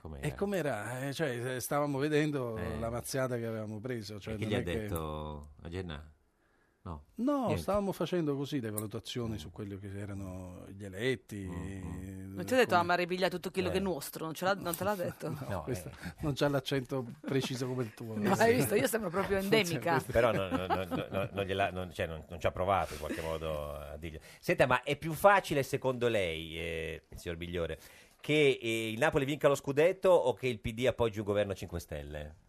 [SPEAKER 2] Com'era?
[SPEAKER 13] E com'era? Eh, cioè, eh, stavamo vedendo
[SPEAKER 2] Eh.
[SPEAKER 13] la mazziata che avevamo preso. Cioè,
[SPEAKER 2] E che
[SPEAKER 13] non
[SPEAKER 2] gli
[SPEAKER 13] è
[SPEAKER 2] ha
[SPEAKER 13] che-
[SPEAKER 2] detto a Gennà? No,
[SPEAKER 13] No,
[SPEAKER 2] Niente. Mm.
[SPEAKER 13] stavamo facendo così le valutazioni su quelli che erano gli eletti.
[SPEAKER 1] Non ti ho detto "Ah, a
[SPEAKER 13] come-
[SPEAKER 1] Maribiglia tutto quello
[SPEAKER 13] Eh.
[SPEAKER 1] che è nostro, non, ce l'ha- non te l'ha detto.
[SPEAKER 13] No,
[SPEAKER 2] eh.
[SPEAKER 13] questo- non c'ha l'accento preciso come il tuo.
[SPEAKER 1] No, hai visto? Io sembro proprio endemica.
[SPEAKER 2] Però no- no- no- no- no- non, gliel'ha- non- cioè, non- non ci ha provato in qualche modo a dirgli. Senta, ma è più facile secondo lei, eh, signor Bigliore, che eh, il Napoli vinca lo scudetto o che il PD appoggi un governo 5 Stelle?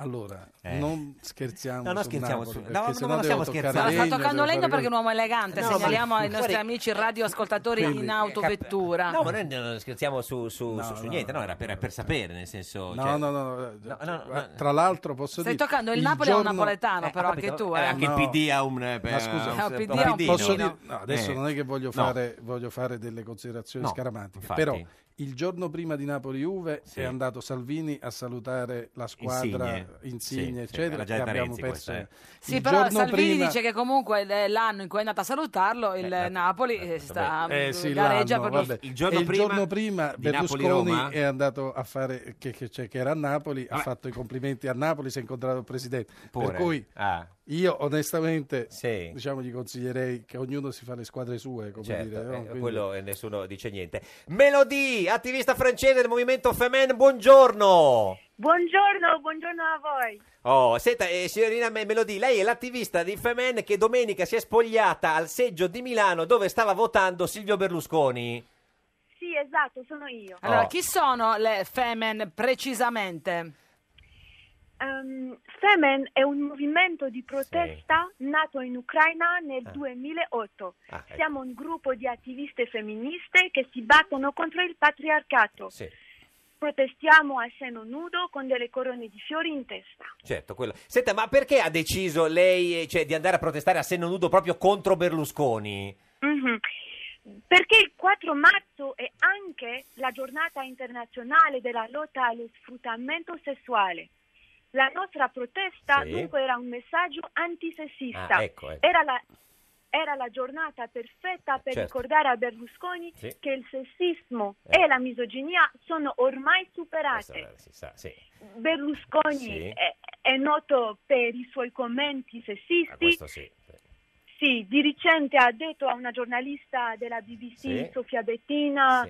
[SPEAKER 13] Allora,
[SPEAKER 2] Eh.
[SPEAKER 13] non scherziamo.
[SPEAKER 2] No, no,
[SPEAKER 13] sul
[SPEAKER 2] scherziamo
[SPEAKER 13] Napoli,
[SPEAKER 2] su-
[SPEAKER 13] perché
[SPEAKER 2] no, no,
[SPEAKER 13] sennò
[SPEAKER 2] no, non
[SPEAKER 13] devo
[SPEAKER 2] stiamo
[SPEAKER 13] toccare
[SPEAKER 2] scherzando.
[SPEAKER 1] Sta
[SPEAKER 13] legno,
[SPEAKER 1] toccando
[SPEAKER 13] devo
[SPEAKER 1] Legno
[SPEAKER 13] fare
[SPEAKER 1] perché è un uomo elegante,
[SPEAKER 2] No, ma-
[SPEAKER 1] segnaliamo ai nostri
[SPEAKER 2] fuori-
[SPEAKER 1] amici radioascoltatori
[SPEAKER 2] Quindi-
[SPEAKER 1] in autovettura.
[SPEAKER 2] No, ma noi non scherziamo su, su-
[SPEAKER 13] No,
[SPEAKER 2] su- su
[SPEAKER 13] no,
[SPEAKER 2] niente, no, era per, per sapere, nel senso...
[SPEAKER 13] No,
[SPEAKER 2] cioè-
[SPEAKER 13] no, no,
[SPEAKER 2] No, no, no.
[SPEAKER 13] Tra l'altro posso
[SPEAKER 1] Stai
[SPEAKER 13] dire...
[SPEAKER 1] toccando il Napoli a un napoletano,
[SPEAKER 2] Eh,
[SPEAKER 1] però
[SPEAKER 2] ho capito,
[SPEAKER 1] anche tu,
[SPEAKER 2] eh,
[SPEAKER 1] eh.
[SPEAKER 2] anche
[SPEAKER 13] No.
[SPEAKER 2] il PD ha un... eh,
[SPEAKER 13] Ma scusa,
[SPEAKER 1] Eh, un PD ha un
[SPEAKER 2] PD,
[SPEAKER 13] posso
[SPEAKER 2] no?
[SPEAKER 13] dire- no, adesso
[SPEAKER 2] Eh.
[SPEAKER 13] non è che voglio
[SPEAKER 2] No.
[SPEAKER 13] fare, voglio fare delle considerazioni
[SPEAKER 2] No,
[SPEAKER 13] scaramantiche,
[SPEAKER 2] infatti.
[SPEAKER 13] però il giorno prima di Napoli-Juve
[SPEAKER 2] Sì.
[SPEAKER 13] è andato Salvini a salutare la squadra
[SPEAKER 2] Insigne.
[SPEAKER 13] Insigne,
[SPEAKER 2] Sì, sì,
[SPEAKER 13] eccetera,
[SPEAKER 2] era già
[SPEAKER 13] che
[SPEAKER 2] da
[SPEAKER 13] abbiamo
[SPEAKER 2] Renzi
[SPEAKER 13] perso.
[SPEAKER 2] questa, eh.
[SPEAKER 1] Sì,
[SPEAKER 13] Il
[SPEAKER 1] però
[SPEAKER 13] giorno
[SPEAKER 1] Salvini
[SPEAKER 13] prima-
[SPEAKER 1] dice che comunque eh, l'anno in cui è andata a salutarlo il Napoli eh, sta
[SPEAKER 13] Eh, sì,
[SPEAKER 1] gareggia
[SPEAKER 13] l'hanno,
[SPEAKER 1] per lo-
[SPEAKER 13] vabbè.
[SPEAKER 2] Il giorno
[SPEAKER 13] E il
[SPEAKER 2] prima
[SPEAKER 13] giorno prima
[SPEAKER 2] di Napoli-Roma?
[SPEAKER 13] Berlusconi è andato a fare che, che c'è- che era a Napoli, ha fatto i complimenti a Napoli, si è incontrato il presidente.
[SPEAKER 2] Pure.
[SPEAKER 13] Per cui
[SPEAKER 2] Ah.
[SPEAKER 13] io onestamente
[SPEAKER 2] Sì.
[SPEAKER 13] diciamo gli consiglierei che ognuno si fa le squadre sue, come
[SPEAKER 2] Certo,
[SPEAKER 13] dire, no?
[SPEAKER 2] eh,
[SPEAKER 13] Quindi-
[SPEAKER 2] quello eh, nessuno dice niente. Melody, attivista francese del movimento Femen, buongiorno.
[SPEAKER 16] Buongiorno, buongiorno a voi.
[SPEAKER 2] Oh, senta, eh, signorina Me- Melody, lei è l'attivista di Femen che domenica si è spogliata al seggio di Milano dove stava votando Silvio Berlusconi.
[SPEAKER 16] Sì, esatto, sono io.
[SPEAKER 1] Allora,
[SPEAKER 2] Oh.
[SPEAKER 1] chi sono le Femen precisamente?
[SPEAKER 16] Ehm, Femen è un movimento di protesta nato in Ucraina nel 2008.
[SPEAKER 2] Ah, ecco.
[SPEAKER 16] Siamo un gruppo di attiviste femministe che si battono contro il patriarcato.
[SPEAKER 2] Sì,
[SPEAKER 16] Protestiamo a seno nudo con delle corone di fiori in testa.
[SPEAKER 2] certo, quello. Senta, ma perché ha deciso lei eh, cioè, di andare a protestare a senno nudo proprio contro Berlusconi?
[SPEAKER 16] Mhm. Perché il 4 marzo è anche la giornata internazionale della lotta allo sfruttamento sessuale. La nostra protesta
[SPEAKER 17] Sì.
[SPEAKER 16] dunque era un messaggio antisessista.
[SPEAKER 17] Ah, ecco, ecco.
[SPEAKER 16] Era, la, era la giornata perfetta per
[SPEAKER 17] Certo.
[SPEAKER 16] ricordare a Berlusconi
[SPEAKER 2] Sì. Eh.
[SPEAKER 16] che il sessismo e la misoginia sono ormai superate.
[SPEAKER 2] Si sa, sì.
[SPEAKER 16] Berlusconi
[SPEAKER 2] Sì.
[SPEAKER 16] è, è noto per i suoi commenti
[SPEAKER 2] Ah,
[SPEAKER 16] sessisti,
[SPEAKER 2] questo sì.
[SPEAKER 16] sì, di recente ha detto a una giornalista della BBC,
[SPEAKER 2] Sì.
[SPEAKER 16] Sofia Bettina,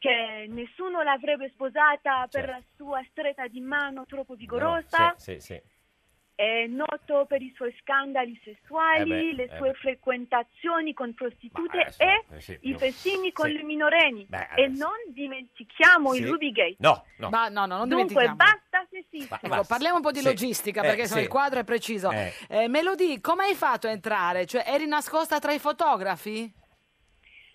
[SPEAKER 16] che nessuno l'avrebbe sposata per
[SPEAKER 2] Certo.
[SPEAKER 16] la sua stretta di mano troppo vigorosa.
[SPEAKER 2] No, sì, sì, sì.
[SPEAKER 16] È noto per i suoi scandali sessuali,
[SPEAKER 2] Eh beh,
[SPEAKER 16] le
[SPEAKER 2] eh
[SPEAKER 16] sue
[SPEAKER 2] beh.
[SPEAKER 16] frequentazioni con prostitute
[SPEAKER 2] Ma adesso,
[SPEAKER 16] e
[SPEAKER 2] eh sì,
[SPEAKER 16] i
[SPEAKER 2] io-
[SPEAKER 16] festini con
[SPEAKER 2] sì.
[SPEAKER 16] le minorenni.
[SPEAKER 2] Beh,
[SPEAKER 16] e
[SPEAKER 2] adesso.
[SPEAKER 16] non dimentichiamo
[SPEAKER 2] Sì.
[SPEAKER 16] il Rubygate.
[SPEAKER 2] No, no.
[SPEAKER 1] Ma no, no, non
[SPEAKER 16] Dunque,
[SPEAKER 1] dimentichiamo.
[SPEAKER 16] basta sessismo.
[SPEAKER 1] Ecco, parliamo un po' di
[SPEAKER 2] Sì.
[SPEAKER 1] logistica
[SPEAKER 2] Eh,
[SPEAKER 1] perché se no
[SPEAKER 2] sì.
[SPEAKER 1] il quadro è preciso.
[SPEAKER 2] Eh.
[SPEAKER 1] Eh, Melody, come hai fatto a entrare? Cioè, eri nascosta tra i fotografi?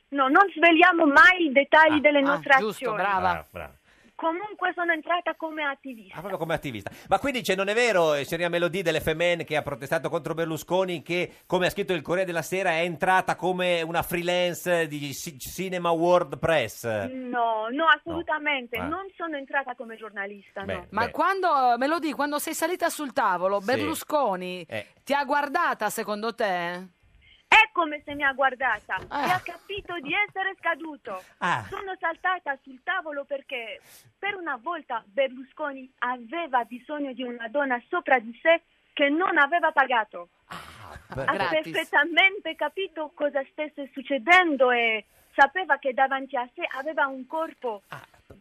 [SPEAKER 16] No, non svegliamo mai i dettagli delle nostre
[SPEAKER 1] ah, giusto,
[SPEAKER 16] azioni.
[SPEAKER 2] Ah, Brava, Ah, brava.
[SPEAKER 16] Comunque sono entrata come attivista.
[SPEAKER 2] Ah, proprio come attivista. Ma quindi cioè, non è vero, eh, signorina Melody delle Femen che ha protestato contro Berlusconi, che come ha scritto il Corriere della Sera è entrata come una freelance di ci- Cinema WordPress?
[SPEAKER 16] No, no, assolutamente.
[SPEAKER 2] No. Ah.
[SPEAKER 16] Non sono entrata come giornalista,
[SPEAKER 2] Beh,
[SPEAKER 16] no.
[SPEAKER 1] Ma
[SPEAKER 2] beh.
[SPEAKER 1] quando, Melody, quando sei salita sul tavolo,
[SPEAKER 2] Sì.
[SPEAKER 1] Berlusconi
[SPEAKER 2] Eh.
[SPEAKER 1] ti ha guardata secondo te?
[SPEAKER 16] Ecco come se mi ha guardata
[SPEAKER 2] Ah.
[SPEAKER 16] e ha capito di essere scaduto.
[SPEAKER 17] Ah.
[SPEAKER 16] Sono saltata sul tavolo perché per una volta Berlusconi aveva bisogno di una donna sopra di sé che non aveva pagato.
[SPEAKER 2] Eh.
[SPEAKER 17] beh.
[SPEAKER 16] ha
[SPEAKER 17] Gratis.
[SPEAKER 16] perfettamente capito cosa stesse succedendo e sapeva che davanti a sé aveva un corpo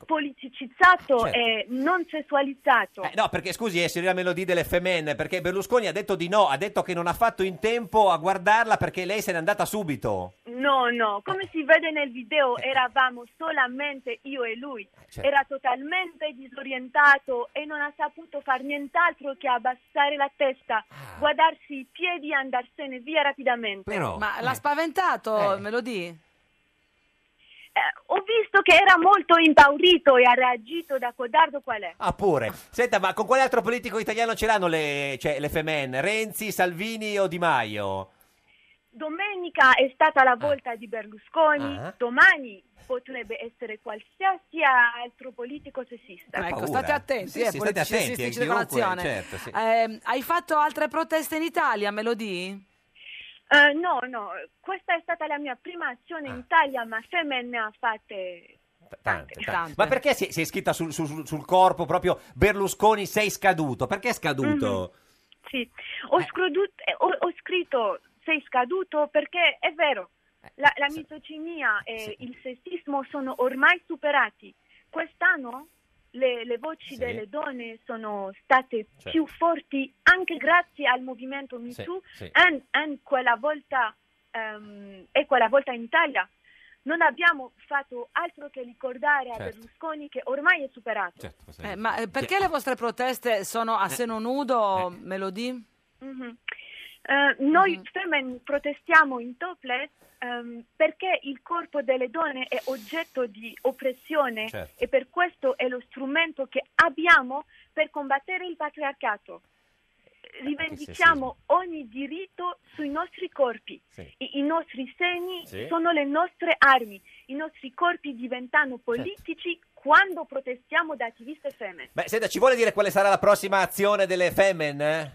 [SPEAKER 16] politicizzato
[SPEAKER 2] Ah, certo.
[SPEAKER 16] e non sessualizzato.
[SPEAKER 2] Eh, no, perché scusi, eh, Silvia Melodì delle FMN, perché Berlusconi ha detto di no, ha detto che non ha fatto in tempo a guardarla perché lei se n'è andata subito.
[SPEAKER 16] No, no, come si vede nel video eravamo solamente io e lui.
[SPEAKER 2] certo.
[SPEAKER 16] Era totalmente disorientato e non ha saputo far nient'altro che abbassare la testa,
[SPEAKER 2] Ah.
[SPEAKER 16] guardarsi i piedi e andarsene via rapidamente.
[SPEAKER 1] Ma
[SPEAKER 2] eh.
[SPEAKER 1] l'ha spaventato, Melodì?
[SPEAKER 16] Eh, Ho visto che era molto impaurito e ha reagito da codardo qual è.
[SPEAKER 2] Ah, pure. Senta, ma con quale altro politico italiano ce l'hanno le, cioè, le FMN? Renzi, Salvini o Di Maio?
[SPEAKER 16] Domenica è stata la volta di Berlusconi,
[SPEAKER 2] Ah.
[SPEAKER 16] domani potrebbe essere qualsiasi altro politico sessista.
[SPEAKER 1] Ecco,
[SPEAKER 2] paura.
[SPEAKER 1] state attenti,
[SPEAKER 2] Sì,
[SPEAKER 1] eh,
[SPEAKER 2] sì, state
[SPEAKER 1] politici,
[SPEAKER 2] attenti,
[SPEAKER 1] sì,
[SPEAKER 2] eh,
[SPEAKER 1] sì, c'è
[SPEAKER 2] chiunque,
[SPEAKER 1] colazione.
[SPEAKER 2] certo, sì.
[SPEAKER 1] Ehm, hai fatto altre proteste in Italia, Melodì?
[SPEAKER 16] Eh, no, no, questa è stata la mia prima azione in Italia, ma Femen ne ha fatte
[SPEAKER 2] T- Tante, tante. Ma perché si è, si è scritta sul, sul- sul corpo proprio Berlusconi sei scaduto? Perché è scaduto?
[SPEAKER 16] Sì, ho, scrodut- eh, ho- ho scritto sei scaduto perché è vero,
[SPEAKER 17] Eh,
[SPEAKER 16] la, la misoginia e il sessismo sono ormai superati. Quest'anno le, le voci
[SPEAKER 17] Sì.
[SPEAKER 16] delle donne sono state
[SPEAKER 17] Certo.
[SPEAKER 16] più forti anche grazie al movimento Me
[SPEAKER 17] Sì,
[SPEAKER 16] Too
[SPEAKER 17] sì.
[SPEAKER 16] and- and quella volta, ehm, e quella volta in Italia. Non abbiamo fatto altro che ricordare a
[SPEAKER 1] Certo.
[SPEAKER 16] Berlusconi che ormai è superato.
[SPEAKER 2] Certo,
[SPEAKER 1] Eh, ma eh, perché le vostre proteste sono
[SPEAKER 2] Eh.
[SPEAKER 1] a seno nudo, Melodì?
[SPEAKER 16] Mhm. Eh, noi
[SPEAKER 17] Mm-hmm.
[SPEAKER 16] Femen protestiamo in topless ehm, perché il corpo delle donne è oggetto di oppressione
[SPEAKER 17] Certo.
[SPEAKER 16] e per questo è lo strumento che abbiamo per combattere il patriarcato.
[SPEAKER 17] Eh,
[SPEAKER 16] Rivendichiamo ogni diritto sui nostri corpi,
[SPEAKER 17] Sì.
[SPEAKER 16] I, i nostri segni
[SPEAKER 17] Sì.
[SPEAKER 16] sono le nostre armi, i nostri corpi diventano
[SPEAKER 17] Certo.
[SPEAKER 16] politici quando protestiamo da attiviste Femen.
[SPEAKER 2] Beh, senta, ci vuole dire quale sarà la prossima azione delle Femen? eh?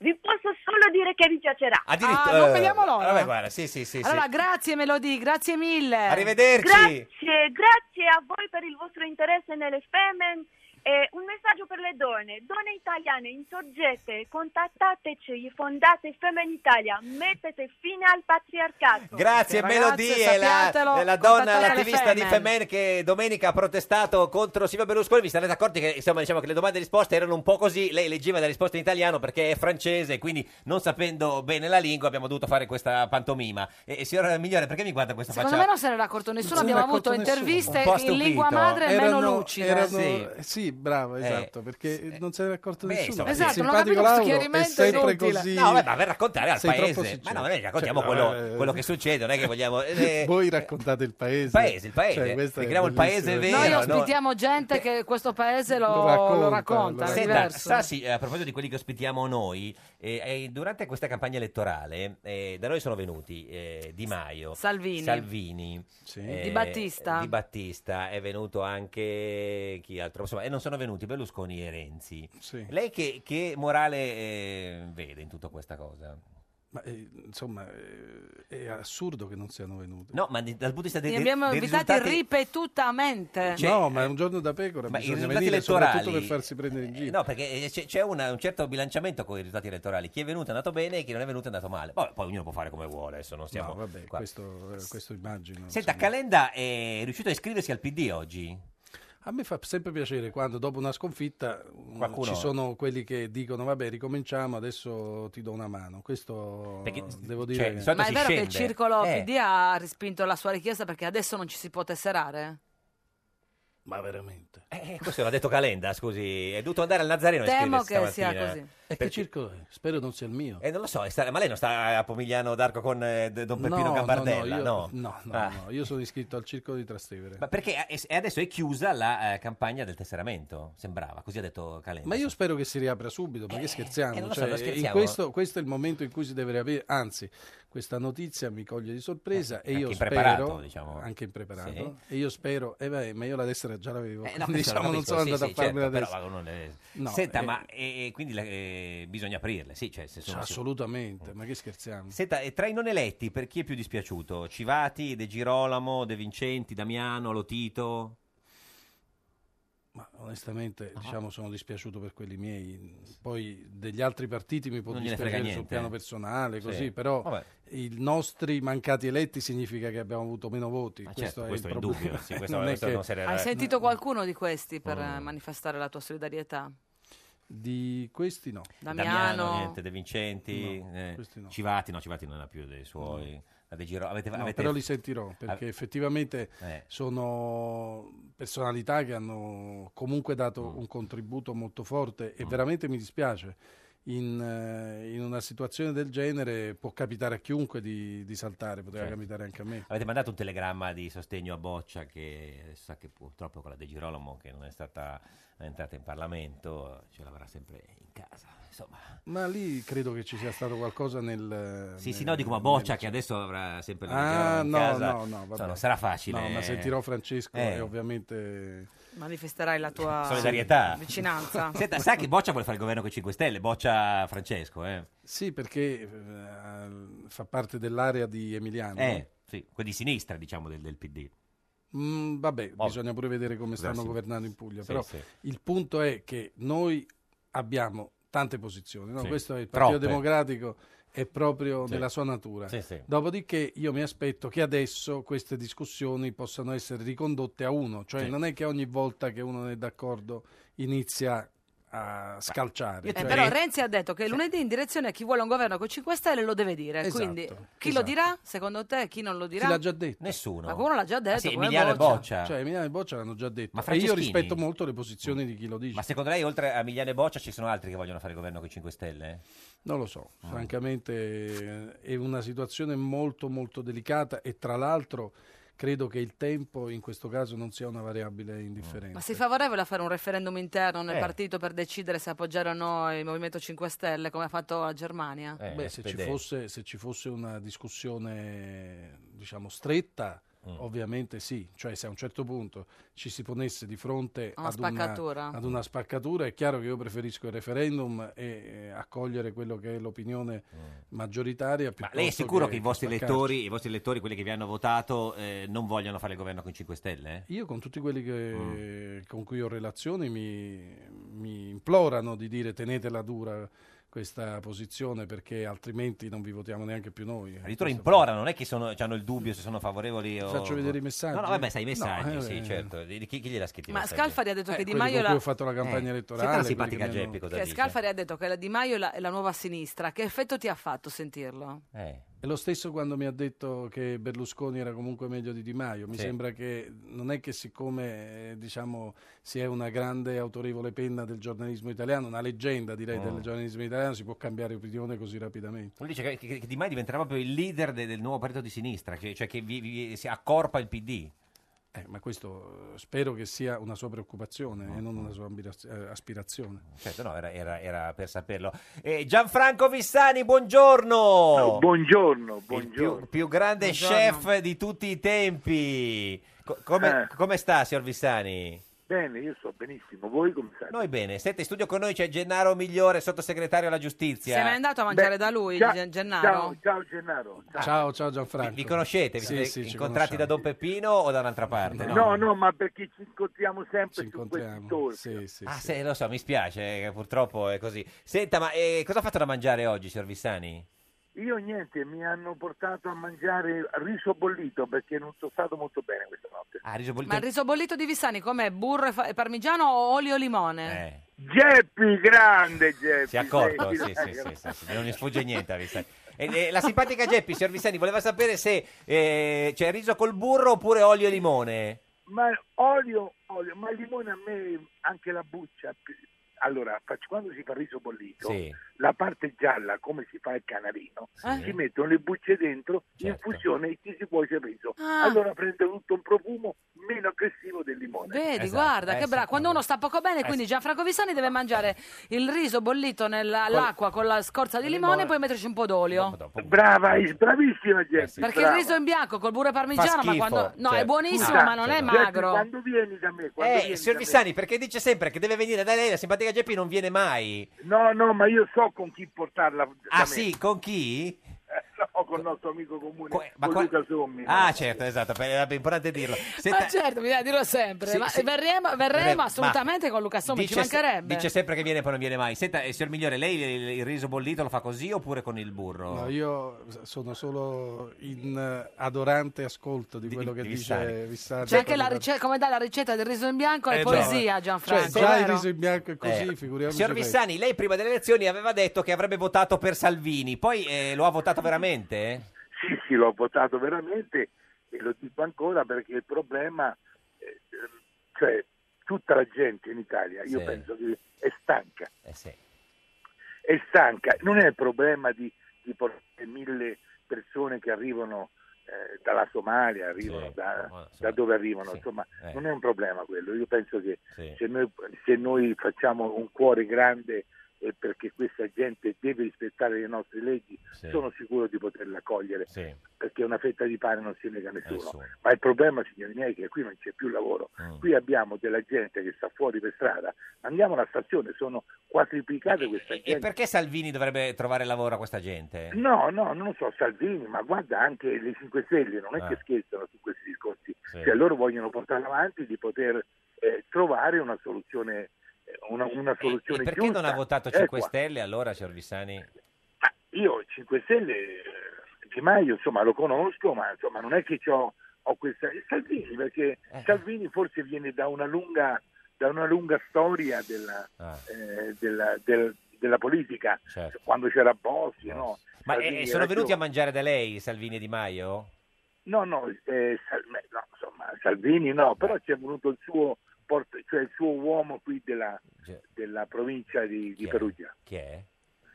[SPEAKER 16] Vi posso solo dire che vi piacerà.
[SPEAKER 1] Ah,
[SPEAKER 2] Addirittura- eh, Vabbè, guarda, sì, sì, sì. sì.
[SPEAKER 1] allora, grazie Melodì, grazie mille.
[SPEAKER 2] Arrivederci.
[SPEAKER 16] Grazie, grazie a voi per il vostro interesse nelle Femen. E un messaggio per le donne, donne italiane, insorgete, contattateci, fondate Femen Italia, mettete fine al patriarcato.
[SPEAKER 2] Grazie Melodie, è la, è la donna, l'attivista di Femen che domenica ha protestato contro Silvio Berlusconi. Vi sarete accorti che, insomma, diciamo che le domande e risposte erano un po' così. Lei leggeva la risposta in italiano perché è francese, quindi non sapendo bene la lingua abbiamo dovuto fare questa pantomima. E, e signora Migliore, perché mi guarda questa
[SPEAKER 1] Secondo
[SPEAKER 2] faccia?
[SPEAKER 1] me non se ne era accorto nessuno,
[SPEAKER 13] Non se ne
[SPEAKER 1] abbiamo
[SPEAKER 13] è
[SPEAKER 1] avuto
[SPEAKER 13] accorto
[SPEAKER 1] interviste
[SPEAKER 2] nessuno. Un po'
[SPEAKER 1] in
[SPEAKER 2] stupito.
[SPEAKER 1] lingua madre
[SPEAKER 13] Erano-
[SPEAKER 1] meno lucide.
[SPEAKER 13] erano-
[SPEAKER 2] Sì.
[SPEAKER 13] eh, sì, brava,
[SPEAKER 2] Eh.
[SPEAKER 13] esatto, perché non se ne è accorto
[SPEAKER 2] Beh,
[SPEAKER 13] nessuno.
[SPEAKER 2] insomma,
[SPEAKER 13] Il
[SPEAKER 1] Esatto,
[SPEAKER 2] sì.
[SPEAKER 13] simpatico Lauro è sempre così.
[SPEAKER 2] No, vabbè, ma per raccontare al
[SPEAKER 13] Sei troppo
[SPEAKER 2] paese. Ma
[SPEAKER 13] sincero.
[SPEAKER 2] no, noi raccontiamo
[SPEAKER 13] Cioè,
[SPEAKER 2] quello,
[SPEAKER 13] eh,
[SPEAKER 2] quello che succede, non è che vogliamo. eh,
[SPEAKER 13] Voi raccontate il paese.
[SPEAKER 2] Paese, il paese.
[SPEAKER 13] Cioè, questa è
[SPEAKER 2] Definiamo il paese
[SPEAKER 13] bellissima.
[SPEAKER 2] vero,
[SPEAKER 1] Noi
[SPEAKER 2] no?
[SPEAKER 1] ospitiamo gente che questo paese lo,
[SPEAKER 13] Lo
[SPEAKER 1] lo
[SPEAKER 13] racconta,
[SPEAKER 1] racconta.
[SPEAKER 13] lo
[SPEAKER 1] è
[SPEAKER 2] eh. Senta,
[SPEAKER 1] diverso.
[SPEAKER 2] Sassi, a proposito di quelli che ospitiamo noi, eh, eh, durante questa campagna elettorale eh, da noi sono venuti eh, Di Maio,
[SPEAKER 1] Salvini.
[SPEAKER 2] Salvini, eh,
[SPEAKER 1] Di Battista.
[SPEAKER 2] Di Battista, è venuto anche chi altro, insomma, e non sono venuti Berlusconi e Renzi. Lei che, che morale eh, vede in tutta questa cosa?
[SPEAKER 13] Ma, eh, insomma, eh, è assurdo che non siano venuti.
[SPEAKER 2] No, ma di- dal punto di vista dei,
[SPEAKER 1] Li
[SPEAKER 2] dei-
[SPEAKER 1] abbiamo
[SPEAKER 2] dei
[SPEAKER 1] invitati
[SPEAKER 2] risultati... Cioè,
[SPEAKER 1] ripetutamente.
[SPEAKER 13] no, ma è un giorno da pecora,
[SPEAKER 2] Ma i
[SPEAKER 13] bisogna
[SPEAKER 2] risultati
[SPEAKER 13] venire soprattutto per
[SPEAKER 2] elettorali-
[SPEAKER 13] farsi prendere in
[SPEAKER 2] Eh,
[SPEAKER 13] giro.
[SPEAKER 2] No, perché eh, c'è, c'è una- un certo bilanciamento con i risultati elettorali. Chi è venuto è andato bene e chi non è venuto è andato male. Poi, poi ognuno può fare come vuole, adesso non siamo
[SPEAKER 13] No, vabbè,
[SPEAKER 2] qua.
[SPEAKER 13] questo, eh, questo immagino.
[SPEAKER 2] Senta, Calenda è riuscito a iscriversi al PD oggi?
[SPEAKER 13] A me fa sempre piacere quando dopo una sconfitta um,
[SPEAKER 2] Qualcuno-
[SPEAKER 13] ci sono quelli che dicono vabbè ricominciamo, adesso ti do una mano. Questo
[SPEAKER 2] Perché,
[SPEAKER 13] devo
[SPEAKER 2] cioè,
[SPEAKER 13] dire...
[SPEAKER 2] di
[SPEAKER 1] Ma è vero che
[SPEAKER 2] eh.
[SPEAKER 1] il circolo PD ha rispinto la sua richiesta perché adesso non ci si può tesserare?
[SPEAKER 13] Ma veramente?
[SPEAKER 2] Eh, questo l'ha detto Calenda, scusi. È dovuto andare al Nazareno a
[SPEAKER 1] Temo
[SPEAKER 2] iscriversi
[SPEAKER 1] che sia
[SPEAKER 2] stamattina.
[SPEAKER 1] così.
[SPEAKER 13] E che circolo è? Spero non sia il mio.
[SPEAKER 2] Eh, non lo so, è sta- ma lei non sta a Pomigliano d'Arco con eh, D- Don Peppino
[SPEAKER 13] no,
[SPEAKER 2] Gambardella?
[SPEAKER 13] no, no,
[SPEAKER 2] no.
[SPEAKER 13] io, no, no,
[SPEAKER 2] Ah.
[SPEAKER 13] no, io sono iscritto al circolo di Trastevere.
[SPEAKER 2] Ma perché è- è- adesso è chiusa la eh, campagna del tesseramento, sembrava, così ha detto Calenda.
[SPEAKER 13] Ma io spero che si riapra subito, ma che
[SPEAKER 2] eh, non
[SPEAKER 13] scherziamo?
[SPEAKER 2] lo so,
[SPEAKER 13] Cioè,
[SPEAKER 2] non
[SPEAKER 13] in
[SPEAKER 2] scherziamo.
[SPEAKER 13] questo, questo è il momento in cui si deve riaprire, anzi, questa notizia mi coglie di sorpresa e
[SPEAKER 2] Eh, anche
[SPEAKER 13] io
[SPEAKER 2] impreparato,
[SPEAKER 13] spero,
[SPEAKER 2] diciamo.
[SPEAKER 13] anche impreparato, e io spero, eh, beh, ma io la destra già l'avevo,
[SPEAKER 2] Eh, no, questo
[SPEAKER 13] diciamo,
[SPEAKER 2] lo
[SPEAKER 13] non
[SPEAKER 2] capisco,
[SPEAKER 13] sono
[SPEAKER 2] sì,
[SPEAKER 13] andato
[SPEAKER 2] sì,
[SPEAKER 13] a farmela
[SPEAKER 2] certo,
[SPEAKER 13] adesso.
[SPEAKER 2] però uno ne-
[SPEAKER 13] No,
[SPEAKER 2] Senta,
[SPEAKER 13] eh,
[SPEAKER 2] ma eh, quindi la- eh, eh, bisogna aprirle. Sì, Mm. cioè, se sono-
[SPEAKER 13] Assolutamente, ma che scherziamo?
[SPEAKER 2] Senta, e tra i non eletti, per chi è più dispiaciuto? Civati, De Girolamo, De Vincenti, Damiano, Lotito?
[SPEAKER 13] Ma onestamente,
[SPEAKER 2] Ah.
[SPEAKER 13] diciamo, sono dispiaciuto per quelli miei. Poi degli altri partiti mi può
[SPEAKER 2] Non gliene frega
[SPEAKER 13] dispiacere sul
[SPEAKER 2] niente,
[SPEAKER 13] piano
[SPEAKER 2] eh.
[SPEAKER 13] personale,
[SPEAKER 2] Sì.
[SPEAKER 13] così, però
[SPEAKER 2] Vabbè.
[SPEAKER 13] i nostri mancati eletti significa che abbiamo avuto meno voti.
[SPEAKER 2] Ma
[SPEAKER 13] questo
[SPEAKER 2] certo,
[SPEAKER 13] è
[SPEAKER 2] questo
[SPEAKER 13] il
[SPEAKER 2] è
[SPEAKER 13] problema.
[SPEAKER 2] indubbio, sì, questo-
[SPEAKER 13] Non è
[SPEAKER 2] questo
[SPEAKER 13] che-
[SPEAKER 2] non se ne-
[SPEAKER 1] Hai
[SPEAKER 2] Eh,
[SPEAKER 1] sentito qualcuno di questi per eh,
[SPEAKER 2] Mm.
[SPEAKER 1] manifestare la tua solidarietà?
[SPEAKER 13] Di questi no.
[SPEAKER 1] Damiano.
[SPEAKER 2] niente, De Vincenti, eh, Civati, no, Civati non ha più dei suoi. La De Giro- avete-
[SPEAKER 13] No,
[SPEAKER 2] avete-
[SPEAKER 13] però li sentirò perché
[SPEAKER 2] ave-
[SPEAKER 13] effettivamente
[SPEAKER 2] Eh.
[SPEAKER 13] sono personalità che hanno comunque dato
[SPEAKER 2] Mm.
[SPEAKER 13] un contributo molto forte e veramente mi dispiace. In, eh, in una situazione del genere può capitare a chiunque di, di saltare, poteva
[SPEAKER 2] Certo.
[SPEAKER 13] capitare anche a me.
[SPEAKER 2] Avete mandato un telegramma di sostegno a Boccia che eh, sa che purtroppo con la De Girolamo che non è stata entrata in Parlamento eh, ce l'avrà sempre in casa. Insomma,
[SPEAKER 13] Ma lì credo che ci sia stato qualcosa nel...
[SPEAKER 2] sì,
[SPEAKER 13] nel-
[SPEAKER 2] sì, no, dico ma Boccia che adesso avrà sempre la De
[SPEAKER 13] Ah,
[SPEAKER 2] Girolamo in
[SPEAKER 13] no,
[SPEAKER 2] casa.
[SPEAKER 13] no, no,
[SPEAKER 2] Insomma,
[SPEAKER 13] vabbè.
[SPEAKER 2] non sarà facile.
[SPEAKER 13] No, ma sentirò Francesco
[SPEAKER 2] Eh.
[SPEAKER 13] e ovviamente...
[SPEAKER 1] Manifesterai la tua
[SPEAKER 2] Solidarietà.
[SPEAKER 1] vicinanza. Eh,
[SPEAKER 2] Senta, sa che Boccia vuole fare il governo con i 5 Stelle, Boccia Francesco, eh?
[SPEAKER 13] Sì, perché eh, fa parte dell'area di Emiliano.
[SPEAKER 2] Eh, sì, quelli di sinistra, diciamo, del, del PD.
[SPEAKER 13] Mm, vabbè, bisogna pure vedere come
[SPEAKER 2] Bisogna
[SPEAKER 13] stanno
[SPEAKER 2] sì.
[SPEAKER 13] governando in Puglia.
[SPEAKER 2] Sì,
[SPEAKER 13] però
[SPEAKER 2] sì.
[SPEAKER 13] il punto è che noi abbiamo tante posizioni. no?
[SPEAKER 2] Sì.
[SPEAKER 13] Questo è il Partito
[SPEAKER 2] Troppe.
[SPEAKER 13] Democratico è proprio
[SPEAKER 2] Sì.
[SPEAKER 13] nella sua natura.
[SPEAKER 2] Sì, sì.
[SPEAKER 13] Dopodiché io mi aspetto che adesso queste discussioni possano essere ricondotte a uno, cioè
[SPEAKER 2] Sì.
[SPEAKER 13] non è che ogni volta che uno non è d'accordo inizia a scalciare.
[SPEAKER 1] Eh,
[SPEAKER 13] cioè-
[SPEAKER 1] però Renzi ha detto che lunedì in direzione a chi vuole un governo con 5 Stelle lo deve dire.
[SPEAKER 13] Esatto,
[SPEAKER 1] Quindi chi
[SPEAKER 13] esatto.
[SPEAKER 1] lo dirà, secondo te, chi non lo dirà?
[SPEAKER 13] Chi l'ha già detto?
[SPEAKER 2] Nessuno. Ah,
[SPEAKER 1] Ma qualcuno l'ha già detto. come
[SPEAKER 13] Cioè, Emiliano e Boccia l'hanno già detto.
[SPEAKER 2] Ma
[SPEAKER 13] e io
[SPEAKER 2] Franceschini?
[SPEAKER 13] rispetto molto le posizioni di chi lo dice.
[SPEAKER 2] Ma secondo lei, oltre a Migliane e Boccia, ci sono altri che vogliono fare il governo con i 5 Stelle? Eh?
[SPEAKER 13] Non lo so,
[SPEAKER 2] Mm.
[SPEAKER 13] francamente eh, è una situazione molto molto delicata e tra l'altro credo che il tempo in questo caso non sia una
[SPEAKER 2] Mm.
[SPEAKER 13] variabile indifferente.
[SPEAKER 1] Ma sei favorevole a fare un referendum interno nel
[SPEAKER 13] Eh.
[SPEAKER 1] partito per decidere se appoggiare o no il Movimento 5 Stelle, come ha fatto la Germania?
[SPEAKER 2] Eh,
[SPEAKER 13] Beh, se, ci fosse, se ci fosse una discussione diciamo stretta,
[SPEAKER 2] Mm.
[SPEAKER 13] ovviamente sì, cioè se a un certo punto ci si ponesse di fronte
[SPEAKER 1] A una
[SPEAKER 13] ad, una,
[SPEAKER 1] spaccatura.
[SPEAKER 13] ad una spaccatura, è chiaro che io preferisco il referendum e eh, accogliere quello che è l'opinione maggioritaria.
[SPEAKER 2] Mm. Ma lei è sicuro che, i vostri
[SPEAKER 13] elettori
[SPEAKER 2] elettori, i vostri elettori, quelli che vi hanno votato, eh, non vogliono fare il governo con i 5 Stelle? eh?
[SPEAKER 13] Io con tutti quelli che-
[SPEAKER 2] Mm.
[SPEAKER 13] con cui ho relazioni mi, mi implorano di dire tenetela dura questa posizione perché altrimenti non vi votiamo neanche più noi.
[SPEAKER 2] Addirittura implorano, non è che sono, hanno il dubbio se sono favorevoli o...
[SPEAKER 13] Faccio vedere i messaggi?
[SPEAKER 2] No, no, vabbè, sai i messaggi,
[SPEAKER 13] No, eh,
[SPEAKER 2] sì,
[SPEAKER 13] eh.
[SPEAKER 2] certo. Di- di Chi, chi gliel'ha scritti i
[SPEAKER 1] Ma
[SPEAKER 2] messaggi?
[SPEAKER 1] Scalfari ha detto che Di Maio
[SPEAKER 13] con
[SPEAKER 1] la-
[SPEAKER 13] cui ho fatto la campagna
[SPEAKER 2] Eh,
[SPEAKER 13] elettorale.
[SPEAKER 2] senta la simpatica
[SPEAKER 13] perché mi hanno-
[SPEAKER 2] Geppi cosa
[SPEAKER 1] Che
[SPEAKER 2] dice.
[SPEAKER 1] Scalfari ha detto che la Di Maio è la- è la nuova sinistra. Che effetto ti ha fatto sentirlo?
[SPEAKER 2] Eh.
[SPEAKER 13] È lo stesso quando mi ha detto che Berlusconi era comunque meglio di Di Maio. Mi
[SPEAKER 2] Sì.
[SPEAKER 13] sembra che non è che siccome eh, diciamo, si è una grande e autorevole penna del giornalismo italiano, una leggenda direi
[SPEAKER 2] Mm.
[SPEAKER 13] del giornalismo italiano, si può cambiare opinione così rapidamente.
[SPEAKER 2] Lui dice che, che- che Di Maio diventerà proprio il leader de- del nuovo partito di sinistra, che- cioè che vi, vi- si accorpa il PD.
[SPEAKER 13] Eh, ma questo eh, spero che sia una sua preoccupazione e non una sua ambira- eh, aspirazione.
[SPEAKER 2] Certo, no, era, era- era per saperlo. Eh, Gianfranco Vissani, buongiorno!
[SPEAKER 11] Buongiorno,
[SPEAKER 2] Il più,
[SPEAKER 11] buongiorno.
[SPEAKER 2] più grande
[SPEAKER 11] Buongiorno.
[SPEAKER 2] chef di tutti i tempi. Co- come, come sta, signor Vissani?
[SPEAKER 11] Bene, io sto benissimo. Voi come state?
[SPEAKER 2] Noi bene. Senta, in studio con noi c'è Gennaro Migliore, sottosegretario alla giustizia.
[SPEAKER 1] Sei mai andato a mangiare da lui,
[SPEAKER 11] ciao-
[SPEAKER 1] Gen- Gennaro?
[SPEAKER 11] ciao, ciao Gennaro.
[SPEAKER 13] Ciao, ciao Gianfranco.
[SPEAKER 2] Vi conoscete? Vi
[SPEAKER 13] Sì,
[SPEAKER 2] siete
[SPEAKER 13] sì, ci
[SPEAKER 2] incontrati da Don Peppino o da un'altra parte? No,
[SPEAKER 11] No, no, ma perché ci incontriamo sempre su questi
[SPEAKER 13] incontriamo.
[SPEAKER 11] torri.
[SPEAKER 13] Sì, sì,
[SPEAKER 2] Ah,
[SPEAKER 13] sì.
[SPEAKER 2] se- lo so, mi spiace, eh, purtroppo è così. Senta, ma eh, cosa ha fatto da mangiare oggi, signor Vissani?
[SPEAKER 11] Io niente, mi hanno portato a mangiare riso bollito perché non sono stato molto bene questa notte.
[SPEAKER 2] Ah, riso
[SPEAKER 1] Ma il riso bollito di Vissani com'è? Burro e, fa- e parmigiano o olio e limone?
[SPEAKER 11] Geppi, grande Geppi.
[SPEAKER 2] Si è accorto?
[SPEAKER 11] senti,
[SPEAKER 2] Sì, sì,
[SPEAKER 11] dai,
[SPEAKER 2] sì, sì, sì, non gli sfugge niente a Vissani. E, e la simpatica Geppi, signor Vissani, voleva sapere se eh, c'è riso col burro oppure olio e limone.
[SPEAKER 11] Ma olio, olio, ma il limone a me anche la buccia. Allora, faccio- quando si fa il riso bollito,
[SPEAKER 2] Sì.
[SPEAKER 11] la parte gialla, come si fa il canarino,
[SPEAKER 2] Sì.
[SPEAKER 11] ci mettono le bucce dentro,
[SPEAKER 2] Certo.
[SPEAKER 11] infusione e ci si cuoce il riso.
[SPEAKER 1] Ah.
[SPEAKER 11] Allora prende tutto un profumo meno aggressivo
[SPEAKER 12] del limone.
[SPEAKER 1] Vedi,
[SPEAKER 12] Esatto.
[SPEAKER 1] guarda,
[SPEAKER 12] Eh,
[SPEAKER 1] che
[SPEAKER 12] sì,
[SPEAKER 1] bravo. Quando uno sta poco bene,
[SPEAKER 12] Eh,
[SPEAKER 1] quindi
[SPEAKER 12] sì.
[SPEAKER 1] Gianfranco Visoni deve mangiare il riso bollito nell'acqua con la scorza di limone e poi metterci un po' d'olio.
[SPEAKER 12] Brava, is- bravissima
[SPEAKER 2] Eh
[SPEAKER 12] gente.
[SPEAKER 1] Perché il riso in bianco col burro
[SPEAKER 2] Fa
[SPEAKER 1] parmigiano, ma
[SPEAKER 2] schifo,
[SPEAKER 1] quando... No,
[SPEAKER 2] cioè.
[SPEAKER 1] è buonissimo,
[SPEAKER 2] Esatto.
[SPEAKER 1] ma non è
[SPEAKER 2] Certo,
[SPEAKER 1] magro.
[SPEAKER 12] quando vieni da me, quando vieni
[SPEAKER 2] Eh, signor
[SPEAKER 12] da me.
[SPEAKER 2] Vissani, perché dice sempre che deve venire da lei, la simpatica Geppi non viene mai.
[SPEAKER 12] No, no, ma io so con chi portarla. da
[SPEAKER 2] Ah
[SPEAKER 12] me.
[SPEAKER 2] sì, con chi?
[SPEAKER 12] No, con il nostro amico comune,
[SPEAKER 2] ma
[SPEAKER 12] con
[SPEAKER 2] qua-
[SPEAKER 12] Luca Sommi.
[SPEAKER 2] Ah certo, esatto, per- era importante dirlo. Senta,
[SPEAKER 1] Ma certo, bisogna dirlo sempre.
[SPEAKER 2] Sì,
[SPEAKER 1] ma
[SPEAKER 2] sì.
[SPEAKER 1] verremo, verremo
[SPEAKER 2] Ma-
[SPEAKER 1] assolutamente con Luca Sommi, ci
[SPEAKER 2] dice se-
[SPEAKER 1] mancherebbe.
[SPEAKER 2] Dice sempre che viene e poi non viene mai. Senta, eh, signor Migliore, lei il, il riso bollito lo fa così oppure con il burro?
[SPEAKER 13] No, io s- sono solo in eh, adorante ascolto di quello che
[SPEAKER 2] di
[SPEAKER 13] dice
[SPEAKER 2] Vissani.
[SPEAKER 13] Vissani.
[SPEAKER 1] C'è anche la ricetta, come dà la ricetta del riso in bianco e
[SPEAKER 13] Eh,
[SPEAKER 1] poesia,
[SPEAKER 13] già.
[SPEAKER 1] Gianfranco.
[SPEAKER 13] Cioè, già il
[SPEAKER 1] vero?
[SPEAKER 13] riso in bianco è così,
[SPEAKER 2] Eh,
[SPEAKER 13] figuriamoci.
[SPEAKER 2] Signor
[SPEAKER 13] noi.
[SPEAKER 2] Vissani, lei prima delle elezioni aveva detto che avrebbe votato per Salvini, poi eh, lo ha votato veramente?
[SPEAKER 12] Sì, sì, l'ho votato veramente e lo dico ancora perché il problema, eh, cioè tutta la gente in Italia, io
[SPEAKER 2] Sì.
[SPEAKER 12] penso che è stanca,
[SPEAKER 2] Eh sì.
[SPEAKER 12] è stanca, non è il problema di, di portare mille persone che arrivano eh, dalla Somalia, arrivano
[SPEAKER 2] Sì,
[SPEAKER 12] da,
[SPEAKER 2] ma, insomma,
[SPEAKER 12] da dove arrivano,
[SPEAKER 2] sì,
[SPEAKER 12] insomma
[SPEAKER 2] eh.
[SPEAKER 12] non è un problema quello, io penso che
[SPEAKER 2] Sì.
[SPEAKER 12] se noi, se noi facciamo un cuore grande e perché questa gente deve rispettare le nostre leggi,
[SPEAKER 2] Sì.
[SPEAKER 12] sono sicuro di poterla cogliere
[SPEAKER 2] Sì.
[SPEAKER 12] perché una fetta di pane non si nega a nessuno.
[SPEAKER 2] Nessuno.
[SPEAKER 12] Ma il problema, signori miei, è che qui non c'è più lavoro.
[SPEAKER 2] Mm.
[SPEAKER 12] Qui abbiamo della gente che sta fuori per strada. Andiamo alla stazione, sono quadruplicate questa gente.
[SPEAKER 2] Eh, E perché Salvini dovrebbe trovare lavoro a questa gente?
[SPEAKER 12] Eh. No, no, non lo so, Salvini, ma guarda anche le 5 Stelle, non è
[SPEAKER 2] Ah.
[SPEAKER 12] che scherzano su questi discorsi.
[SPEAKER 2] Sì.
[SPEAKER 12] Cioè loro vogliono portare avanti di poter eh, trovare una soluzione, eh, una, una soluzione
[SPEAKER 2] E perché
[SPEAKER 12] giusta.
[SPEAKER 2] non ha votato
[SPEAKER 12] Ecco,
[SPEAKER 2] 5 Stelle allora, signor Vissani?
[SPEAKER 12] Io 5 Stelle, eh, Di Maio, insomma, lo conosco, ma insomma, non è che ho, ho questa... e Salvini, perché
[SPEAKER 2] Eh.
[SPEAKER 12] Salvini forse viene da una lunga, da una lunga storia della,
[SPEAKER 2] Ah,
[SPEAKER 12] eh, della, del- della politica,
[SPEAKER 2] certo.
[SPEAKER 12] quando c'era Bossi, no?
[SPEAKER 2] Ma eh,
[SPEAKER 12] Salvini
[SPEAKER 2] sono
[SPEAKER 12] era
[SPEAKER 2] venuti a
[SPEAKER 12] giovane.
[SPEAKER 2] mangiare da lei Salvini e Di Maio?
[SPEAKER 12] No, no, eh, Sal- beh, no, insomma, Salvini no, però c'è venuto il suo, port- cioè il suo uomo qui della,
[SPEAKER 2] Cioè,
[SPEAKER 12] della provincia di, di Perugia,
[SPEAKER 2] Chi è?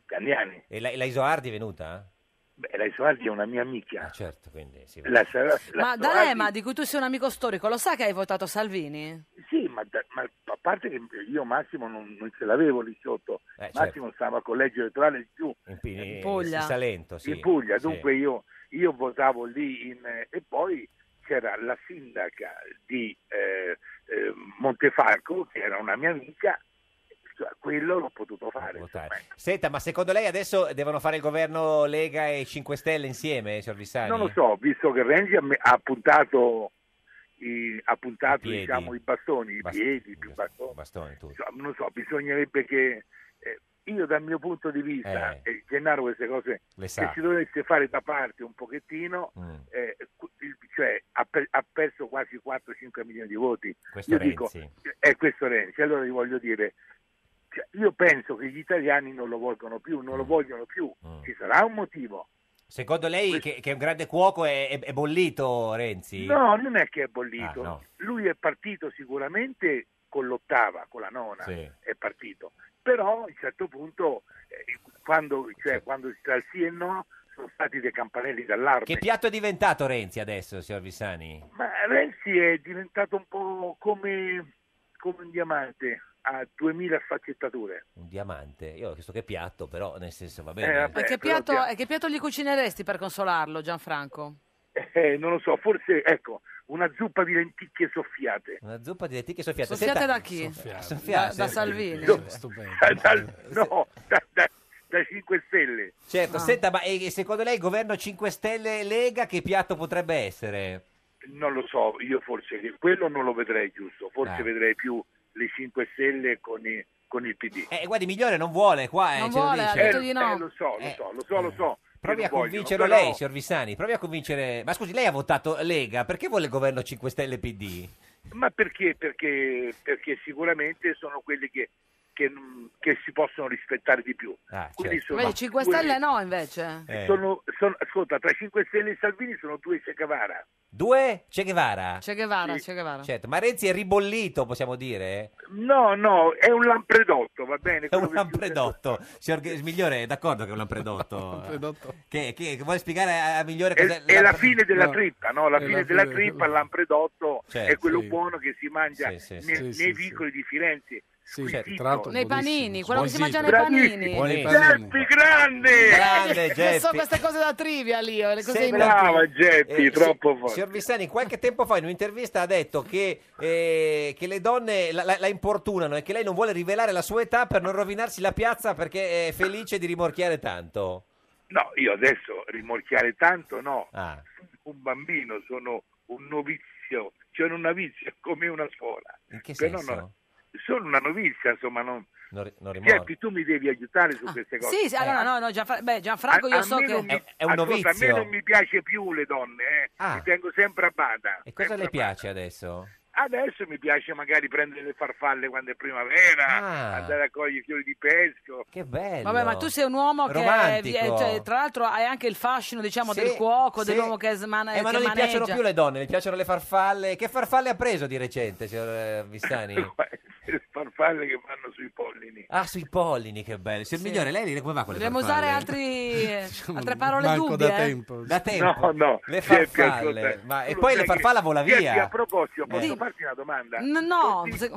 [SPEAKER 12] Candiani.
[SPEAKER 2] E la, la Isoardi è venuta?
[SPEAKER 12] Beh, la Isoardi è una mia amica.
[SPEAKER 2] certo, quindi sì.
[SPEAKER 12] La, la- la
[SPEAKER 1] Ma
[SPEAKER 12] Isoardi-
[SPEAKER 1] D'Alema, di cui tu sei un amico storico, lo sa che hai votato Salvini?
[SPEAKER 12] Sì, ma, da- ma a parte che io Massimo non, non ce l'avevo lì sotto,
[SPEAKER 2] Eh, certo. Eh,
[SPEAKER 12] Massimo stava al collegio elettorale di giù,
[SPEAKER 2] In, P- in
[SPEAKER 12] Puglia.
[SPEAKER 2] Salento, sì.
[SPEAKER 12] in Puglia,
[SPEAKER 2] Sì.
[SPEAKER 12] dunque io, io votavo lì in- eh, e poi c'era la sindaca di eh, eh, Montefalco, che era una mia amica, cioè, quello l'ho
[SPEAKER 2] Ah,
[SPEAKER 12] potuto fare. insomma.
[SPEAKER 2] Senta, ma secondo lei adesso devono fare il governo Lega e 5 Stelle insieme, signor Vissani?
[SPEAKER 12] Non lo so, visto che Renzi ha, me- ha puntato, i, ha puntato,
[SPEAKER 2] piedi.
[SPEAKER 12] diciamo, i bastoni, i
[SPEAKER 2] Bast-
[SPEAKER 12] piedi, più bastoni.
[SPEAKER 2] Bastoni, Oh, tu.
[SPEAKER 12] Insomma, Cioè, non so, bisognerebbe che eh, io dal mio punto di vista,
[SPEAKER 2] Eh.
[SPEAKER 12] e Gennaro queste cose
[SPEAKER 2] Le sa.
[SPEAKER 12] che si dovesse fare da parte un pochettino,
[SPEAKER 2] Mm.
[SPEAKER 12] eh, cu- il- cioè ha, per- ha perso quasi 4-5 milioni di voti.
[SPEAKER 2] Questo
[SPEAKER 12] io
[SPEAKER 2] Renzi.
[SPEAKER 12] dico, è questo Renzi, allora gli voglio dire, cioè, io penso che gli italiani non lo vogliono più, non
[SPEAKER 2] Mm.
[SPEAKER 12] lo vogliono più, ci sarà un motivo.
[SPEAKER 2] Secondo lei, che, che è un grande cuoco, è, è- è bollito Renzi?
[SPEAKER 12] No, non è che è bollito.
[SPEAKER 2] Ah, no.
[SPEAKER 12] Lui è partito sicuramente con l'ottava, con la nona,
[SPEAKER 2] Sì.
[SPEAKER 12] è partito. Però a un certo punto, eh, quando, cioè, quando si tra il sì e il no, sono stati dei campanelli d'allarme.
[SPEAKER 2] Che piatto è diventato Renzi adesso, signor Vissani?
[SPEAKER 12] Ma Renzi è diventato un po' come, come un diamante, ha 2000 sfaccettature.
[SPEAKER 2] Un diamante. Io ho chiesto che piatto, però nel senso va
[SPEAKER 12] Eh,
[SPEAKER 2] bene.
[SPEAKER 12] vabbè.
[SPEAKER 1] E che,
[SPEAKER 12] però
[SPEAKER 1] piatto,
[SPEAKER 12] abbiamo-
[SPEAKER 1] e che piatto gli cucineresti per consolarlo, Gianfranco?
[SPEAKER 12] Eh, non lo so, forse, ecco, una zuppa di lenticchie soffiate.
[SPEAKER 2] Una zuppa di lenticchie soffiate.
[SPEAKER 1] Soffiate
[SPEAKER 2] Senta-
[SPEAKER 1] da chi?
[SPEAKER 2] Soffiate.
[SPEAKER 1] Da- da
[SPEAKER 2] Sì,
[SPEAKER 1] Salvini.
[SPEAKER 12] Da- da- no, da, da, da 5 Stelle.
[SPEAKER 2] Certo,
[SPEAKER 1] Ah.
[SPEAKER 2] senta, ma e- e secondo lei il governo 5 Stelle Lega che piatto potrebbe essere?
[SPEAKER 12] Non lo so, io forse che- quello non lo vedrei giusto, forse
[SPEAKER 2] Ah.
[SPEAKER 12] vedrei più le 5 Stelle con, i- con il PD.
[SPEAKER 2] Eh, guardi, migliore non vuole qua, eh, ce lo dice. Eh,
[SPEAKER 12] Eh, eh, lo so, lo so, lo so, lo so.
[SPEAKER 2] Provi
[SPEAKER 12] che
[SPEAKER 2] a
[SPEAKER 12] non vogliono,
[SPEAKER 2] convincerlo
[SPEAKER 12] però-
[SPEAKER 2] lei, signor Vissani, provi a convincere... Ma scusi, lei ha votato Lega, perché vuole il governo 5 Stelle PD?
[SPEAKER 12] Ma perché? Perché, perché sicuramente sono quelli che, che non- che si possono rispettare di più.
[SPEAKER 2] Ah, certo.
[SPEAKER 12] Quindi sono
[SPEAKER 1] Vedi, 5
[SPEAKER 12] due-
[SPEAKER 1] Stelle no, invece.
[SPEAKER 2] Eh.
[SPEAKER 12] sono- sono- ascolta, tra 5 Stelle e Salvini sono due secavara.
[SPEAKER 2] Due? Che Guevara?
[SPEAKER 1] Che Guevara, Che Guevara.
[SPEAKER 2] Certo, ma Renzi è ribollito, possiamo dire?
[SPEAKER 12] No, no, è un lampredotto, va bene?
[SPEAKER 2] È un lampredotto. Certo, Signor Ghe- Migliore, è d'accordo che è un lampredotto? che, che, che vuole spiegare a, a Migliore
[SPEAKER 12] È,
[SPEAKER 2] cos'è
[SPEAKER 12] è la
[SPEAKER 2] lampre-
[SPEAKER 12] fine della
[SPEAKER 2] No.
[SPEAKER 12] trippa, no? La
[SPEAKER 2] È
[SPEAKER 12] fine
[SPEAKER 2] la
[SPEAKER 12] della
[SPEAKER 2] fine-
[SPEAKER 12] trippa, il lampredotto
[SPEAKER 2] Certo,
[SPEAKER 12] è quello
[SPEAKER 2] sì.
[SPEAKER 12] buono che si mangia
[SPEAKER 2] Sì, sì, sì.
[SPEAKER 12] nei,
[SPEAKER 2] Sì, sì,
[SPEAKER 12] nei vicoli di Firenze. Squisito.
[SPEAKER 2] tra l'altro
[SPEAKER 1] Nei panini, quello che si mangia nei
[SPEAKER 12] Bravissimo.
[SPEAKER 1] panini.
[SPEAKER 2] Buonissimo.
[SPEAKER 12] Geppi, grande!
[SPEAKER 2] Grande,
[SPEAKER 1] Che so
[SPEAKER 2] Geppi.
[SPEAKER 1] queste cose da trivia lì, le cose
[SPEAKER 2] Sei
[SPEAKER 1] inutili.
[SPEAKER 12] brava, Geppi,
[SPEAKER 2] Eh,
[SPEAKER 12] troppo
[SPEAKER 2] si-
[SPEAKER 12] forte.
[SPEAKER 2] Signor Vissani, qualche tempo fa in un'intervista ha detto che, eh, che le donne la, la- la importunano e che lei non vuole rivelare la sua età per non rovinarsi la piazza perché è felice di rimorchiare tanto.
[SPEAKER 12] No, io adesso rimorchiare tanto no.
[SPEAKER 2] Ah.
[SPEAKER 12] un bambino, sono un novizio, cioè una novizia come una suora.
[SPEAKER 2] In che
[SPEAKER 12] Però
[SPEAKER 2] senso?
[SPEAKER 12] no, sono una novizia, insomma, non...
[SPEAKER 2] Non, ri- non rimorchi.
[SPEAKER 12] Geppi, tu mi devi aiutare su queste cose.
[SPEAKER 1] Ah,
[SPEAKER 12] Eh.
[SPEAKER 1] Sì, sì, allora no, no, Gianfra- beh, Gianfranco,
[SPEAKER 12] A-
[SPEAKER 1] io
[SPEAKER 12] a
[SPEAKER 1] so
[SPEAKER 12] me
[SPEAKER 1] che
[SPEAKER 12] non mi- ascolta, a me non mi piace più le donne, eh.
[SPEAKER 2] Ah.
[SPEAKER 12] mi tengo sempre a bada.
[SPEAKER 2] E cosa
[SPEAKER 12] Sempre
[SPEAKER 2] le
[SPEAKER 12] a
[SPEAKER 2] piace adesso?
[SPEAKER 12] Adesso mi piace magari prendere le farfalle quando è primavera,
[SPEAKER 2] Ah.
[SPEAKER 12] andare a cogliere i fiori di pesco.
[SPEAKER 2] Che bello!
[SPEAKER 1] Vabbè, ma tu sei un uomo che è-
[SPEAKER 2] Romantico.
[SPEAKER 1] è- cioè, tra l'altro hai anche il fascino, diciamo,
[SPEAKER 2] Sì,
[SPEAKER 1] del cuoco,
[SPEAKER 2] sì.
[SPEAKER 1] dell'uomo che smana
[SPEAKER 2] Eh, ma
[SPEAKER 1] che
[SPEAKER 2] non gli
[SPEAKER 1] maneggia.
[SPEAKER 2] piacciono più le donne, gli piacciono le farfalle. Che farfalle ha preso di recente, signor eh, Vissani?
[SPEAKER 12] Le farfalle che vanno sui pollini.
[SPEAKER 2] Ah, sui pollini, che bello. Signor Migliore, lei come va con le
[SPEAKER 1] Dobbiamo
[SPEAKER 2] farfalle?
[SPEAKER 1] usare altri, altre parole
[SPEAKER 2] manco
[SPEAKER 1] dubbie.
[SPEAKER 2] da
[SPEAKER 1] eh.
[SPEAKER 2] tempo. Da tempo?
[SPEAKER 12] No, no.
[SPEAKER 2] Le
[SPEAKER 12] Geppi,
[SPEAKER 2] farfalle.
[SPEAKER 12] ascolta,
[SPEAKER 2] Ma-
[SPEAKER 12] tu
[SPEAKER 2] e
[SPEAKER 12] lo
[SPEAKER 2] poi
[SPEAKER 12] sai
[SPEAKER 2] la farfalla
[SPEAKER 12] che-
[SPEAKER 2] vola
[SPEAKER 12] Geppi,
[SPEAKER 2] via.
[SPEAKER 12] a proposito, posso
[SPEAKER 2] Eh.
[SPEAKER 12] farti una domanda?
[SPEAKER 1] N- No,
[SPEAKER 12] Porti-
[SPEAKER 1] se-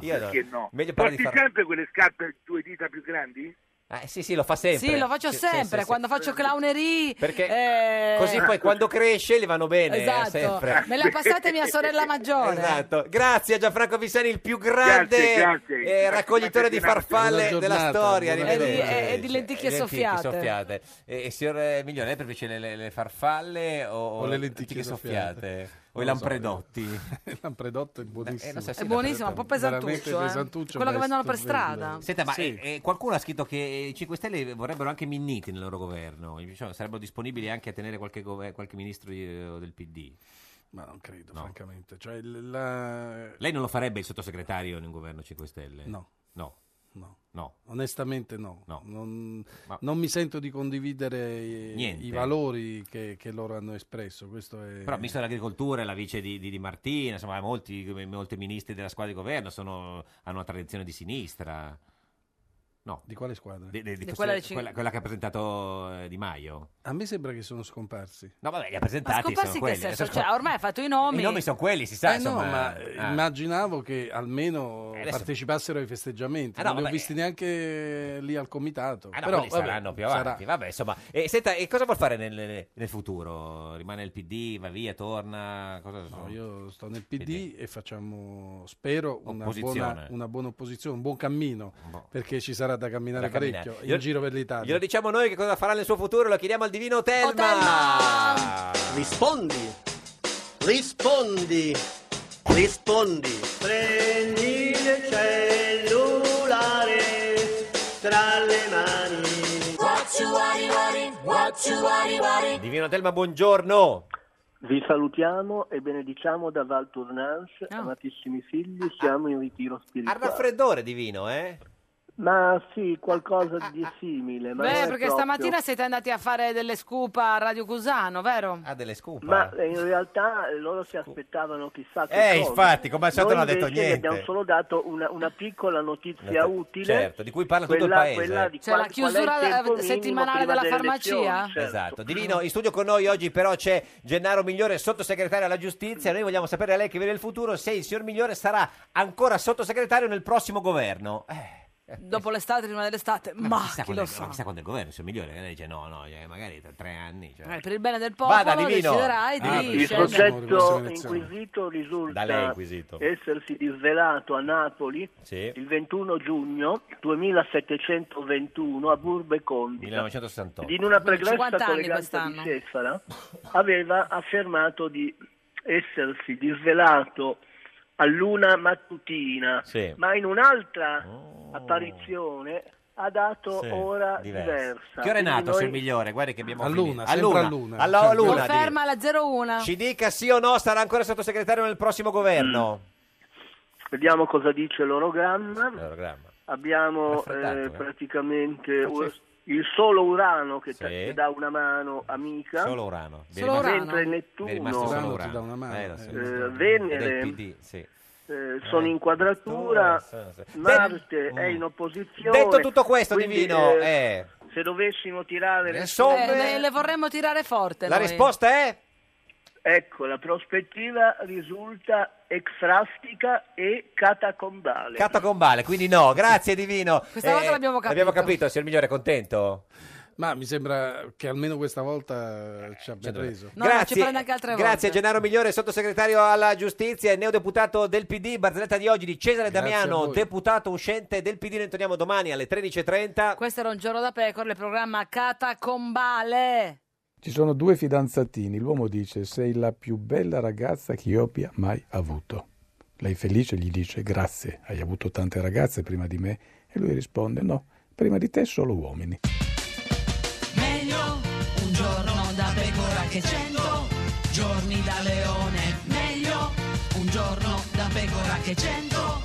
[SPEAKER 2] Io no.
[SPEAKER 12] Perché no?
[SPEAKER 2] Meglio parlare
[SPEAKER 12] Porti
[SPEAKER 2] di farfalle.
[SPEAKER 12] sempre quelle scarpe due dita più grandi?
[SPEAKER 2] Ah, sì, sì, lo fa sempre.
[SPEAKER 1] sì, lo faccio
[SPEAKER 2] Sì, sì,
[SPEAKER 1] sempre,
[SPEAKER 2] sì, sì.
[SPEAKER 1] quando faccio clownerie. eh,
[SPEAKER 2] Perché così poi quando cresce le vanno bene eh,
[SPEAKER 1] Esatto,
[SPEAKER 2] sempre.
[SPEAKER 1] me l'ha passata mia sorella maggiore.
[SPEAKER 2] Esatto. Grazie a Gianfranco Vissani, il più grande
[SPEAKER 1] Grazie, grazie.
[SPEAKER 2] eh, raccoglitore di farfalle
[SPEAKER 1] Buona
[SPEAKER 2] della
[SPEAKER 1] giornata,
[SPEAKER 2] storia.
[SPEAKER 1] buona giornata.
[SPEAKER 2] Arrivederci.
[SPEAKER 1] E di- e- e di lenticchie
[SPEAKER 2] Eh,
[SPEAKER 1] soffiate.
[SPEAKER 2] soffiate. E, e signor eh, Migliore, lei preferisce le, le- le farfalle o,
[SPEAKER 13] O le lenticchie
[SPEAKER 2] eh, soffiate?
[SPEAKER 13] soffiate?
[SPEAKER 2] O i
[SPEAKER 13] Non lo so.
[SPEAKER 2] lampredotti?
[SPEAKER 13] Il lampredotto è buonissimo.
[SPEAKER 2] Eh, lo so, sì,
[SPEAKER 1] È buonissimo, un po' pesantuccio,
[SPEAKER 13] Veramente
[SPEAKER 1] eh.
[SPEAKER 13] pesantuccio,
[SPEAKER 1] Quello che
[SPEAKER 13] ma è
[SPEAKER 1] vendono per
[SPEAKER 13] stupendo.
[SPEAKER 1] strada.
[SPEAKER 2] Senta, ma
[SPEAKER 13] Sì.
[SPEAKER 2] eh, eh, qualcuno ha scritto che i 5 Stelle vorrebbero anche minniti nel loro governo, Cioè, sarebbero disponibili anche a tenere qualche, gove- qualche ministro eh, del PD.
[SPEAKER 13] Ma non credo, francamente. Cioè, il- la-
[SPEAKER 2] Lei non lo farebbe il sottosegretario in un governo 5 Stelle?
[SPEAKER 13] No.
[SPEAKER 2] No.
[SPEAKER 13] No.
[SPEAKER 2] No.
[SPEAKER 13] Onestamente no,
[SPEAKER 2] No.
[SPEAKER 13] Non,
[SPEAKER 2] Ma-
[SPEAKER 13] non mi sento di condividere i,
[SPEAKER 2] Niente.
[SPEAKER 13] i valori che, che loro hanno espresso. Questo è...
[SPEAKER 2] Però il ministro dell'agricoltura è la vice di, di, di Martina, insomma molti, molti ministri della squadra di governo sono- hanno una tradizione di sinistra.
[SPEAKER 13] Eh.
[SPEAKER 2] No.
[SPEAKER 13] Di quale squadra?
[SPEAKER 2] Di- di- di
[SPEAKER 13] Di
[SPEAKER 2] questa-
[SPEAKER 13] quella
[SPEAKER 2] quella,
[SPEAKER 13] dei cin-
[SPEAKER 2] quella, che ha presentato eh, Di Maio.
[SPEAKER 13] A me sembra che sono scomparsi.
[SPEAKER 2] No, vabbè, li ha
[SPEAKER 1] Ma
[SPEAKER 2] presentati, sono
[SPEAKER 1] scomparsi che
[SPEAKER 2] quelli.
[SPEAKER 1] senso?
[SPEAKER 2] Sono
[SPEAKER 1] Cioè,
[SPEAKER 2] scom-
[SPEAKER 1] ormai ha fatto i nomi.
[SPEAKER 2] I nomi sono quelli, si sa.
[SPEAKER 13] Eh no,
[SPEAKER 2] insomma.
[SPEAKER 13] ma eh,
[SPEAKER 2] Ah.
[SPEAKER 13] immaginavo che almeno
[SPEAKER 2] adesso-
[SPEAKER 13] partecipassero ai festeggiamenti.
[SPEAKER 2] Eh no,
[SPEAKER 13] non li ho
[SPEAKER 2] vabbè.
[SPEAKER 13] visti neanche lì al comitato.
[SPEAKER 2] Ah, no,
[SPEAKER 13] Però
[SPEAKER 2] quelli
[SPEAKER 13] vabbè,
[SPEAKER 2] saranno più
[SPEAKER 13] sarà.
[SPEAKER 2] avanti. Vabbè, insomma, Eh, senta, e cosa vuol fare nel, nel futuro? Rimane il PD, va via, torna? Cosa
[SPEAKER 13] No, io sto nel PD e facciamo, spero, una
[SPEAKER 2] Opposizione.
[SPEAKER 13] buona, una buona opposizione, un buon cammino, perché ci sarà da camminare
[SPEAKER 2] Da camminare.
[SPEAKER 13] parecchio in
[SPEAKER 2] Glielo-
[SPEAKER 13] giro per l'Italia.
[SPEAKER 2] Glielo diciamo noi che cosa farà nel suo futuro, lo chiediamo al divino Telma.
[SPEAKER 18] Rispondi, rispondi, rispondi. Prendi il cellulare tra le mani.
[SPEAKER 15] What you worry, worry, what you worry, worry.
[SPEAKER 2] Divino Telma, buongiorno.
[SPEAKER 19] Vi salutiamo e benediciamo da Val Tournance,
[SPEAKER 15] Ah.
[SPEAKER 19] amatissimi figli, siamo in ritiro
[SPEAKER 2] Al
[SPEAKER 19] spirituale.
[SPEAKER 2] raffreddore divino, eh?
[SPEAKER 19] Ma sì, qualcosa di simile. Ma non
[SPEAKER 1] Beh,
[SPEAKER 19] è
[SPEAKER 1] perché
[SPEAKER 19] proprio-
[SPEAKER 1] stamattina siete andati a fare delle scupa a Radio Cusano, vero?
[SPEAKER 2] Ah, delle scupa.
[SPEAKER 19] Ma eh, in realtà eh, loro si aspettavano chissà che
[SPEAKER 2] Eh,
[SPEAKER 19] cosa.
[SPEAKER 2] infatti, come al solito
[SPEAKER 19] Noi
[SPEAKER 2] non ha detto
[SPEAKER 19] invece vi
[SPEAKER 2] niente.
[SPEAKER 19] abbiamo solo dato una, una piccola notizia
[SPEAKER 2] Certo,
[SPEAKER 19] utile.
[SPEAKER 2] certo, di cui parla tutto il
[SPEAKER 19] quella-
[SPEAKER 2] paese. eh.
[SPEAKER 19] quella di
[SPEAKER 1] Cioè,
[SPEAKER 19] qual-
[SPEAKER 1] la
[SPEAKER 19] qual è il
[SPEAKER 1] chiusura,
[SPEAKER 19] tempo
[SPEAKER 1] eh,
[SPEAKER 19] minimo
[SPEAKER 1] settimanale
[SPEAKER 19] prima
[SPEAKER 1] della
[SPEAKER 19] delle
[SPEAKER 1] farmacia?
[SPEAKER 19] elezioni, certo.
[SPEAKER 2] Esatto, Divino, in studio con noi oggi però c'è Gennaro Migliore, sottosegretario alla giustizia. Noi vogliamo sapere a lei che vede il futuro se il signor Migliore sarà ancora sottosegretario nel prossimo governo. Eh,
[SPEAKER 1] Dopo l'estate, prima dell'estate, ma
[SPEAKER 2] chissà
[SPEAKER 1] chi
[SPEAKER 2] quando, è-
[SPEAKER 1] lo sa.
[SPEAKER 2] chissà quando è il governo, il signor Migliore lei dice no, no, eh, magari tra tre anni. cioè.
[SPEAKER 1] Eh, Per il bene del popolo
[SPEAKER 2] Vada, Divino.
[SPEAKER 1] deciderai Certo. di
[SPEAKER 2] Ah,
[SPEAKER 1] scegliere.
[SPEAKER 19] Il soggetto inquisito
[SPEAKER 2] Da lei
[SPEAKER 19] risulta
[SPEAKER 2] inquisito.
[SPEAKER 19] essersi disvelato a Napoli
[SPEAKER 2] Sì.
[SPEAKER 19] il 21 giugno 2721 a Burbe Condita.
[SPEAKER 2] 1968.
[SPEAKER 19] Ed in una pregressa
[SPEAKER 1] 50 anni
[SPEAKER 19] colleganza di
[SPEAKER 1] quest'anno.
[SPEAKER 19] Cefala aveva affermato di essersi disvelato all'una mattutina,
[SPEAKER 2] Sì. Oh.
[SPEAKER 19] ma in un'altra apparizione ha dato
[SPEAKER 2] Sì,
[SPEAKER 19] ora
[SPEAKER 2] diverso.
[SPEAKER 19] diversa.
[SPEAKER 2] Che ora è
[SPEAKER 19] Quindi
[SPEAKER 2] nato,
[SPEAKER 19] noi-
[SPEAKER 2] signor Migliore? Guarda che abbiamo
[SPEAKER 13] All'una,
[SPEAKER 2] finito.
[SPEAKER 13] sempre all'una.
[SPEAKER 2] Alla- all'una, Divino.
[SPEAKER 1] Conferma la
[SPEAKER 19] Ah.
[SPEAKER 1] 01.
[SPEAKER 2] Ci dica sì o no, sarà ancora sottosegretario nel prossimo governo.
[SPEAKER 19] Mm. Vediamo cosa dice l'orogramma.
[SPEAKER 2] L'orogramma.
[SPEAKER 19] Abbiamo
[SPEAKER 2] Raffreddato,
[SPEAKER 19] eh,
[SPEAKER 2] eh.
[SPEAKER 19] praticamente
[SPEAKER 2] Faccio-
[SPEAKER 19] un- il solo Urano che
[SPEAKER 2] Sì.
[SPEAKER 19] ta- ti dà una mano amica,
[SPEAKER 2] Solo Urano. Vi è
[SPEAKER 19] Solo
[SPEAKER 2] rimasto-
[SPEAKER 19] mentre
[SPEAKER 2] Vi è rimasto
[SPEAKER 19] Nettuno,
[SPEAKER 2] solo
[SPEAKER 19] eh,
[SPEAKER 2] Urano. Eh, lo so.
[SPEAKER 19] eh,
[SPEAKER 2] Del
[SPEAKER 19] Venere
[SPEAKER 2] PD, sì.
[SPEAKER 19] eh, sono in quadratura,
[SPEAKER 2] Sole, sole, sole.
[SPEAKER 19] Marte
[SPEAKER 2] Mm.
[SPEAKER 19] è in opposizione.
[SPEAKER 2] Detto tutto questo,
[SPEAKER 19] quindi,
[SPEAKER 2] Divino,
[SPEAKER 19] eh,
[SPEAKER 2] eh,
[SPEAKER 19] se dovessimo tirare le
[SPEAKER 2] Le somme-
[SPEAKER 19] somme,
[SPEAKER 11] Eh, le vorremmo tirare forte.
[SPEAKER 2] la
[SPEAKER 11] noi.
[SPEAKER 2] risposta è?
[SPEAKER 19] Ecco, la prospettiva risulta extrastica e catacombale.
[SPEAKER 2] Catacombale, quindi no, grazie Divino. Eh,
[SPEAKER 19] Questa volta l'abbiamo capito.
[SPEAKER 2] L'abbiamo capito, signor Migliore, è contento?
[SPEAKER 13] Ma mi sembra che almeno questa volta ci abbia preso.
[SPEAKER 2] grazie a Gennaro Migliore, sottosegretario alla giustizia e neodeputato del PD, barzelletta di oggi di Cesare
[SPEAKER 11] Grazie a
[SPEAKER 2] Damiano,
[SPEAKER 11] voi.
[SPEAKER 2] deputato uscente del PD. Noi torniamo domani alle 13.30.
[SPEAKER 11] Questo era un giorno da pecora, il programma Catacombale.
[SPEAKER 14] Ci sono due fidanzatini. L'uomo dice: Sei la più bella ragazza che io abbia mai avuto. Lei felice gli dice: Grazie, hai avuto tante ragazze prima di me. E lui risponde: No, prima di te solo uomini.
[SPEAKER 1] Meglio un giorno da pecora che cento giorni da leone. Meglio un giorno da pecora che cento